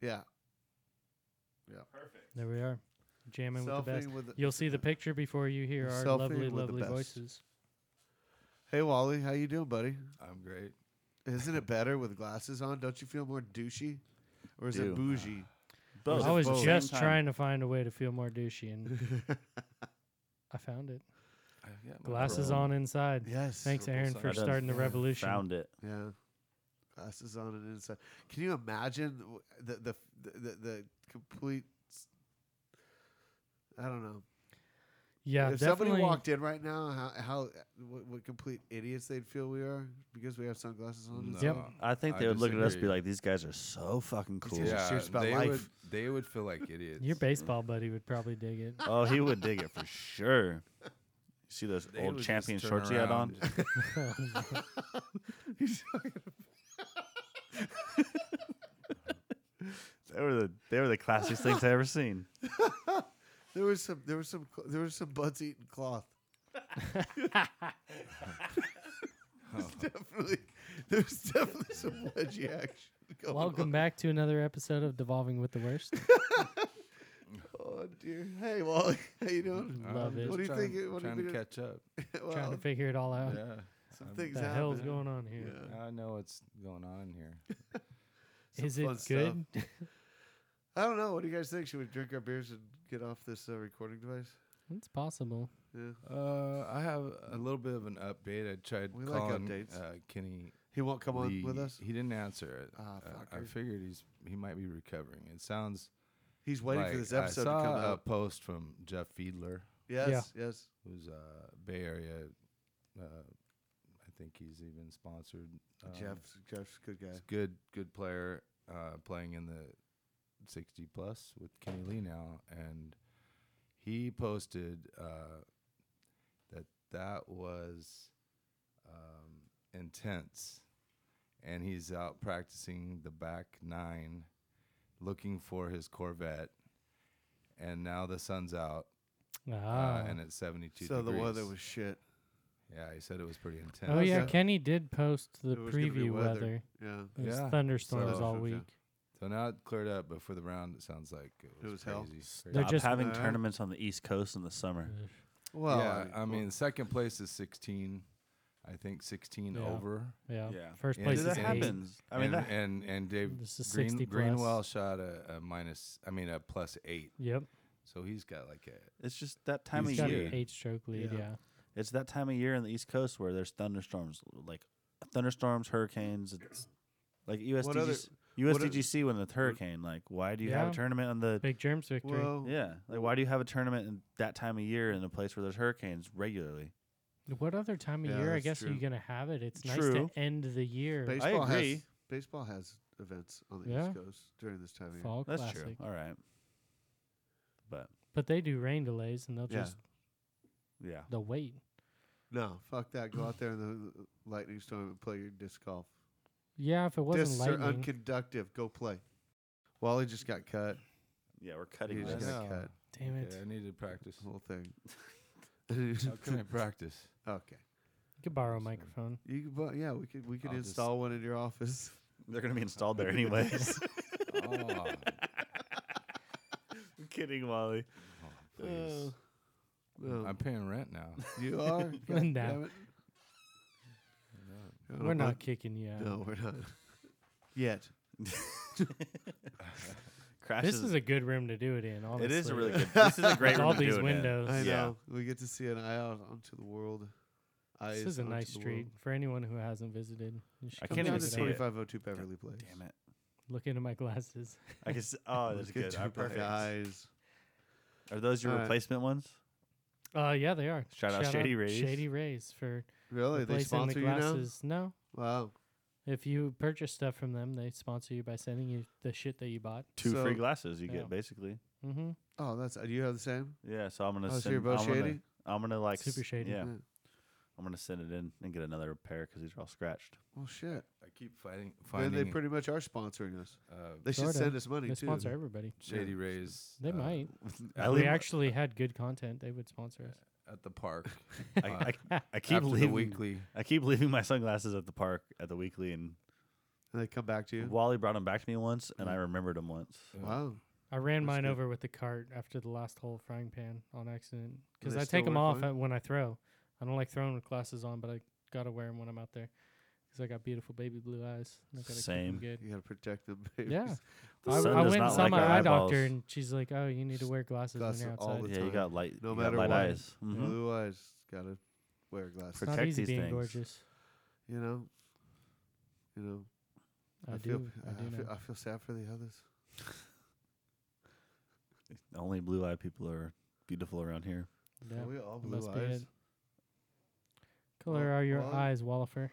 Speaker 2: Yeah.
Speaker 4: There we are, jamming with the best.
Speaker 2: Selfie with the
Speaker 4: You'll
Speaker 3: <laughs>
Speaker 4: see the picture before you hear our
Speaker 2: Selfie
Speaker 4: lovely,
Speaker 2: with the
Speaker 4: lovely
Speaker 2: best.
Speaker 4: voices.
Speaker 2: Hey Wally, how you doing, buddy?
Speaker 5: I'm great.
Speaker 2: Isn't it better with glasses on? Don't you feel more douchey? Or is
Speaker 3: Do.
Speaker 2: it bougie?
Speaker 3: <coughs> Both.
Speaker 4: I was
Speaker 3: Both.
Speaker 4: just
Speaker 3: Same time.
Speaker 4: trying to find a way to feel more douchey,
Speaker 2: <laughs>
Speaker 4: and I found it.
Speaker 5: I've got my
Speaker 4: Glasses
Speaker 5: bro.
Speaker 4: on inside.
Speaker 2: Yes.
Speaker 4: Thanks, Aaron,
Speaker 5: side.
Speaker 4: for
Speaker 3: I done
Speaker 4: starting the revolution.
Speaker 3: Found it.
Speaker 2: Yeah. Glasses on and inside. Can you imagine w- the the the, the, the complete s- I don't know.
Speaker 4: Yeah,
Speaker 2: if
Speaker 4: definitely.
Speaker 2: somebody walked in right now, how how what, what complete idiots they'd feel we are because we have sunglasses on.
Speaker 5: No,
Speaker 2: and
Speaker 4: Yep.
Speaker 2: stuff?
Speaker 3: I think
Speaker 5: I
Speaker 3: they would look at us and be
Speaker 5: disagree.
Speaker 3: like, these guys are so fucking cool.
Speaker 2: It's just
Speaker 5: Yeah,
Speaker 2: serious about
Speaker 5: they
Speaker 2: life.
Speaker 5: would they would feel like idiots.
Speaker 2: <laughs>
Speaker 4: your baseball buddy would probably dig it. <laughs>
Speaker 3: Oh, he would dig it for sure. You see those
Speaker 5: <laughs> They
Speaker 3: old
Speaker 5: would just
Speaker 3: champion
Speaker 5: turn
Speaker 3: shorts he had on?
Speaker 5: around. <laughs>
Speaker 3: They were the they were the classiest things I ever seen.
Speaker 2: There was some there was some cl- there was some butts eating cloth. <laughs>
Speaker 5: Oh.
Speaker 2: There's definitely there's definitely some wedgie action <laughs> going
Speaker 4: Welcome back to another episode of Devolving with
Speaker 2: <laughs>
Speaker 4: the Worst.
Speaker 2: on. Oh dear. Hey Wally, <laughs> how you doing?
Speaker 5: I'm
Speaker 4: Love it.
Speaker 5: just
Speaker 2: What do you
Speaker 5: trying-
Speaker 2: think it- what do you
Speaker 5: trying to
Speaker 2: think it-
Speaker 5: catch
Speaker 2: <laughs>
Speaker 5: up.
Speaker 2: well,
Speaker 4: Trying to figure it all out.
Speaker 5: Yeah.
Speaker 2: some
Speaker 5: I'm-
Speaker 2: things
Speaker 4: the hell's
Speaker 2: happen.
Speaker 4: going on here?
Speaker 2: Yeah.
Speaker 5: I know what's going on here.
Speaker 2: Some
Speaker 4: Is
Speaker 2: fun
Speaker 4: it
Speaker 2: stuff.
Speaker 4: good? <laughs>
Speaker 2: I don't know. What do you guys think? Should we drink our beers and get off this uh, recording device?
Speaker 4: it's possible.
Speaker 2: Yeah.
Speaker 5: Uh, I have a little bit of an update. I tried
Speaker 2: We like
Speaker 5: calling
Speaker 2: updates.
Speaker 5: uh, Kenny.
Speaker 2: He won't come on with
Speaker 5: Lee.
Speaker 2: us.
Speaker 5: He didn't answer it. Uh,
Speaker 2: Ah,
Speaker 5: I, I
Speaker 2: fucker.
Speaker 5: figured he's he might be recovering. It sounds
Speaker 2: He's waiting
Speaker 5: like
Speaker 2: for this episode
Speaker 5: I
Speaker 2: to
Speaker 5: saw
Speaker 2: come
Speaker 5: a
Speaker 2: out.
Speaker 5: post from Jeff Fiedler,
Speaker 2: Yes, yes.
Speaker 5: who's uh, Bay Area. Uh, I think he's even sponsored. Um,
Speaker 2: Jeff's Jeff's a good guy.
Speaker 5: he's good good player, uh, playing in the sixty plus with Kenny Lee now, and he posted uh, that that was um, intense, and he's out practicing the back nine, looking for his Corvette, and now the sun's out
Speaker 4: Ah.
Speaker 5: uh, and it's seventy two.
Speaker 2: So
Speaker 5: degrees.
Speaker 2: the weather was shit.
Speaker 5: yeah, he said it was pretty intense.
Speaker 4: oh yeah,
Speaker 2: Okay.
Speaker 4: Kenny did post the
Speaker 2: It was gonna be
Speaker 4: preview
Speaker 2: weather.
Speaker 4: weather.
Speaker 2: Yeah.
Speaker 4: It was
Speaker 5: Yeah,
Speaker 4: thunderstorms
Speaker 5: so-
Speaker 4: all
Speaker 2: Okay.
Speaker 4: week.
Speaker 5: So now it cleared up, but for the round, it sounds like it was,
Speaker 2: was hell.
Speaker 5: crazy.
Speaker 4: They're
Speaker 3: Stop
Speaker 4: just-
Speaker 3: having
Speaker 2: Uh,
Speaker 3: tournaments on the East Coast in the summer.
Speaker 2: Well,
Speaker 5: yeah, I
Speaker 2: well,
Speaker 5: mean, second place is 16. I think 16
Speaker 4: Yeah.
Speaker 5: over.
Speaker 4: Yeah.
Speaker 3: Yeah.
Speaker 4: First
Speaker 5: Yeah,
Speaker 4: place
Speaker 5: dude,
Speaker 4: is
Speaker 3: that
Speaker 4: eight.
Speaker 3: happens. I mean,
Speaker 5: and,
Speaker 3: that,
Speaker 5: and and Dave
Speaker 4: This is 60
Speaker 5: Green,
Speaker 4: plus.
Speaker 5: Greenwell shot a, a minus. I mean, a plus eight.
Speaker 4: Yep.
Speaker 5: So he's got like a.
Speaker 3: it's just that time of
Speaker 4: He's
Speaker 5: East
Speaker 4: got
Speaker 3: year.
Speaker 4: an eight stroke lead,
Speaker 2: Yeah.
Speaker 4: yeah.
Speaker 3: It's that time of year in the East Coast where there's thunderstorms, like thunderstorms, hurricanes. It's like USDGC,
Speaker 2: other- what o-
Speaker 3: USDGC when the hurricane. Like, why do you have
Speaker 4: Yeah.
Speaker 3: a tournament on the?
Speaker 4: Big germs victory.
Speaker 2: well,
Speaker 3: Yeah, like why do you have a tournament in that time of year in a place where there's hurricanes regularly?
Speaker 4: What other time of
Speaker 2: Yeah,
Speaker 4: year? I
Speaker 2: that's
Speaker 4: guess
Speaker 2: true.
Speaker 4: you're gonna have it. It's nice
Speaker 3: True.
Speaker 4: to end the year.
Speaker 2: baseball has
Speaker 3: agree.
Speaker 2: baseball has events on the
Speaker 4: Yeah.
Speaker 2: East Coast during this time of year.
Speaker 4: Fall
Speaker 3: That's true.
Speaker 4: classic.
Speaker 3: All right, but
Speaker 4: But they do rain delays, and they'll
Speaker 2: Yeah.
Speaker 4: just
Speaker 3: yeah,
Speaker 4: they'll wait.
Speaker 2: No, fuck that. Go out there in the l- lightning storm and play your disc golf.
Speaker 4: Yeah, if it wasn't
Speaker 2: Discs are
Speaker 4: lightning,
Speaker 2: unconductive. Go play. Wally just got cut.
Speaker 3: yeah, we're
Speaker 2: He
Speaker 3: cutting
Speaker 2: just
Speaker 3: this.
Speaker 2: got
Speaker 5: Yeah.
Speaker 2: cut.
Speaker 4: damn it.
Speaker 5: Okay, I needed practice.
Speaker 2: <laughs> The whole thing.
Speaker 4: <laughs>
Speaker 5: How can I practice?
Speaker 2: <laughs> okay.
Speaker 4: You could borrow a
Speaker 5: Sorry.
Speaker 4: microphone.
Speaker 2: You could, bu- yeah, we could we could
Speaker 5: I'll just-
Speaker 2: install one in your
Speaker 4: <laughs>
Speaker 2: office.
Speaker 3: <laughs> They're gonna be installed there <laughs> anyways.
Speaker 5: Oh,
Speaker 3: I'm kidding, Wally.
Speaker 2: Oh,
Speaker 5: please.
Speaker 2: No.
Speaker 4: <laughs>
Speaker 5: I'm paying
Speaker 2: <laughs>
Speaker 5: rent now.
Speaker 2: Um, you are. God
Speaker 4: No.
Speaker 2: damn it. You're on a
Speaker 4: We're not
Speaker 2: month-
Speaker 4: kicking you out.
Speaker 2: No, we're not. <laughs> Yet.
Speaker 3: <laughs> Crashes.
Speaker 4: Oh. This is a good room to do it in. Honestly,
Speaker 3: it is a really good. <laughs> This is a great
Speaker 4: With all
Speaker 3: room to
Speaker 4: these
Speaker 3: do it in.
Speaker 4: windows.
Speaker 2: I
Speaker 3: Yeah.
Speaker 2: know. We get to see an eye out onto the world. Eyes
Speaker 4: This is a
Speaker 2: onto
Speaker 4: nice
Speaker 2: the
Speaker 4: street
Speaker 2: world.
Speaker 4: for anyone who hasn't visited. You should
Speaker 3: I
Speaker 4: come
Speaker 3: can't
Speaker 2: Down
Speaker 3: even
Speaker 4: check
Speaker 2: to
Speaker 4: it
Speaker 3: see
Speaker 4: out.
Speaker 3: it.
Speaker 2: 2502 Beverly Place.
Speaker 3: Damn it!
Speaker 4: Look into my glasses.
Speaker 3: I can. See, oh, that's
Speaker 2: Let's
Speaker 3: good.
Speaker 2: get
Speaker 3: All right,
Speaker 2: to my
Speaker 3: perfect.
Speaker 2: eyes.
Speaker 3: Are those your
Speaker 2: All right.
Speaker 3: replacement ones?
Speaker 4: Uh, yeah, they are.
Speaker 3: Shout out Shady Rays.
Speaker 4: Shady Rays for
Speaker 2: Really? They
Speaker 4: replacing the
Speaker 2: sponsor you now?
Speaker 4: glasses. No,
Speaker 2: Wow.
Speaker 4: if you purchase stuff from them, they sponsor you by sending you the shit that you bought.
Speaker 3: Two
Speaker 2: So-
Speaker 3: free glasses you
Speaker 4: Yeah.
Speaker 3: get basically.
Speaker 4: Mm-hmm.
Speaker 2: Oh, that's. Do you have the same?
Speaker 3: Yeah, so I'm gonna.
Speaker 2: Oh, so
Speaker 3: send,
Speaker 2: you're both
Speaker 3: I'm gonna-
Speaker 2: shady?
Speaker 3: I'm gonna like
Speaker 4: Super
Speaker 3: s-
Speaker 4: shady.
Speaker 3: Yeah, I'm gonna send it in and get another pair because these are all
Speaker 4: <laughs>
Speaker 3: scratched.
Speaker 2: Well, shit.
Speaker 5: I keep fighting
Speaker 2: Then
Speaker 5: finding
Speaker 2: they pretty much are sponsoring us.
Speaker 5: uh,
Speaker 2: They should
Speaker 4: Sorta.
Speaker 2: send us money
Speaker 4: They
Speaker 2: too.
Speaker 4: sponsor everybody.
Speaker 5: Shady Rays.
Speaker 4: They
Speaker 5: uh,
Speaker 4: might.
Speaker 3: I
Speaker 4: If we
Speaker 3: leave-
Speaker 4: actually had good content, they would sponsor us.
Speaker 5: at
Speaker 2: <laughs>
Speaker 5: the park.
Speaker 3: I, I, I keep
Speaker 5: after the
Speaker 3: leaving.
Speaker 5: weekly.
Speaker 3: I keep leaving my sunglasses at the park at the weekly, and
Speaker 2: And they come back to you.
Speaker 3: Wally brought them back to me once, and
Speaker 4: Mm.
Speaker 3: I remembered them once.
Speaker 2: Wow.
Speaker 4: <laughs> I ran
Speaker 2: That's
Speaker 4: mine
Speaker 2: good.
Speaker 4: over with the cart after the last whole frying pan on accident because
Speaker 2: they
Speaker 4: I
Speaker 2: still
Speaker 4: take them
Speaker 2: work
Speaker 4: off
Speaker 2: fine?
Speaker 4: at- when I throw. I don't like throwing with glasses on, but I gotta wear them when I'm out there because I got beautiful baby blue eyes. and I gotta keep 'em
Speaker 3: Same.
Speaker 4: good.
Speaker 2: You got to protect them. Babies. <laughs>
Speaker 4: Yeah.
Speaker 3: The
Speaker 4: I,
Speaker 3: sun
Speaker 4: I
Speaker 3: does
Speaker 4: went and
Speaker 3: not
Speaker 4: saw
Speaker 3: like
Speaker 4: my
Speaker 3: our
Speaker 4: eye
Speaker 3: eyeballs.
Speaker 4: doctor, and she's like, "Oh, you need to wear glasses when
Speaker 2: Glasses
Speaker 4: you're
Speaker 2: all
Speaker 4: outside."
Speaker 2: the
Speaker 3: Yeah, you
Speaker 2: time.
Speaker 3: got light.
Speaker 2: No
Speaker 3: you
Speaker 2: matter
Speaker 3: got light
Speaker 2: what.
Speaker 3: eyes. Mhm.
Speaker 2: Blue eyes. Got to wear glasses.
Speaker 4: it's not
Speaker 3: protect
Speaker 4: easy
Speaker 3: these
Speaker 4: being
Speaker 3: things.
Speaker 4: gorgeous.
Speaker 2: You know. You know.
Speaker 4: I, do.
Speaker 2: feel.
Speaker 4: I do know.
Speaker 2: feel, I feel sad for the others.
Speaker 3: Only blue eyed people are beautiful around here.
Speaker 4: yeah.
Speaker 2: Are we all
Speaker 4: it
Speaker 2: blue
Speaker 4: must be
Speaker 2: eyes?
Speaker 4: it. Color
Speaker 3: Oh,
Speaker 2: Well,
Speaker 4: are your
Speaker 2: well-
Speaker 4: eyes, Wallifer?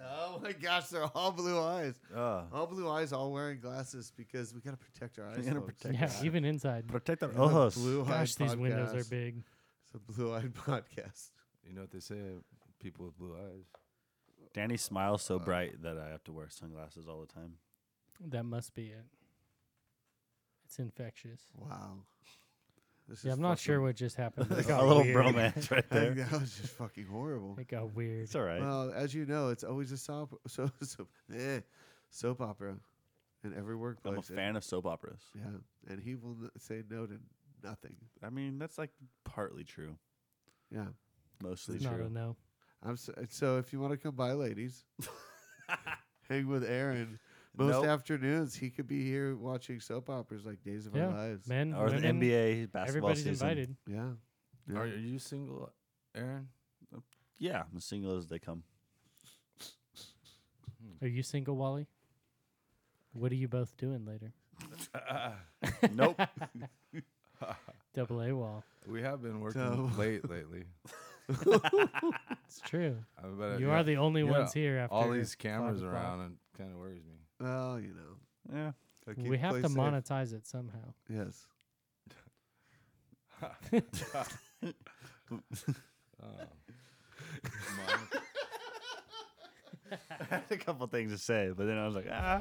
Speaker 2: Oh my gosh, they're all blue eyes.
Speaker 3: Uh,
Speaker 2: All blue eyes, all wearing glasses because we gotta protect our eyes.
Speaker 3: We gotta
Speaker 2: folks.
Speaker 3: protect
Speaker 4: Yeah,
Speaker 2: <laughs>
Speaker 4: even
Speaker 3: <laughs>
Speaker 4: inside.
Speaker 3: protect our
Speaker 2: It's a
Speaker 3: ojos.
Speaker 2: blue-eyed
Speaker 4: Gosh, these windows are
Speaker 2: podcast.
Speaker 4: big.
Speaker 2: It's a blue-eyed <laughs> podcast.
Speaker 5: You know what they say? People with blue eyes.
Speaker 3: Danny smiles so bright that I have to wear sunglasses all the time.
Speaker 4: That must be it. It's infectious.
Speaker 2: Wow. This
Speaker 4: Yeah,
Speaker 2: is
Speaker 4: I'm not sure
Speaker 2: fucking-
Speaker 4: what just
Speaker 3: <laughs>
Speaker 4: happened. but It
Speaker 3: a
Speaker 4: got
Speaker 3: little
Speaker 4: weird.
Speaker 3: bromance right
Speaker 2: <laughs> I think
Speaker 3: there.
Speaker 2: that was just fucking horrible.
Speaker 4: It got weird.
Speaker 3: It's all right.
Speaker 2: Well, as you know, it's always a soap <laughs> so, so, eh, soap opera in every workplace.
Speaker 3: I'm a
Speaker 2: and-
Speaker 3: fan of soap operas.
Speaker 2: yeah, and he will n- say no to nothing.
Speaker 3: I mean, that's like partly true,
Speaker 2: Yeah,
Speaker 3: mostly
Speaker 4: It's not a
Speaker 3: true.
Speaker 4: no.
Speaker 2: I'm so, so if you want to come by,
Speaker 5: <laughs>
Speaker 2: ladies, hang with Aaron. Most
Speaker 3: Nope.
Speaker 2: afternoons, he could be here watching soap operas like Days of
Speaker 4: Yeah,
Speaker 2: Our Lives.
Speaker 4: Men,
Speaker 3: Or the
Speaker 4: women,
Speaker 3: NBA basketball
Speaker 4: everybody's
Speaker 3: season.
Speaker 4: invited.
Speaker 2: Yeah.
Speaker 5: Are, are you single, Aaron?
Speaker 3: Yeah, I'm as single as they come.
Speaker 4: Are you single, Wally? What are you both doing later? <laughs>
Speaker 3: nope.
Speaker 4: Double A wall.
Speaker 5: We have been working
Speaker 2: So-
Speaker 5: late lately.
Speaker 4: It's true.
Speaker 5: I
Speaker 3: Uh,
Speaker 5: bet
Speaker 4: You are the only ones here after
Speaker 5: all these
Speaker 4: five
Speaker 5: cameras
Speaker 4: o'clock.
Speaker 5: around and kind of worries me.
Speaker 2: Well, you know,
Speaker 3: Yeah. <laughs>
Speaker 2: gotta keep
Speaker 4: We
Speaker 2: the
Speaker 4: have to
Speaker 2: place safe.
Speaker 4: monetize it somehow.
Speaker 2: Yes.
Speaker 3: I had a couple things to say, but then I was like, ah.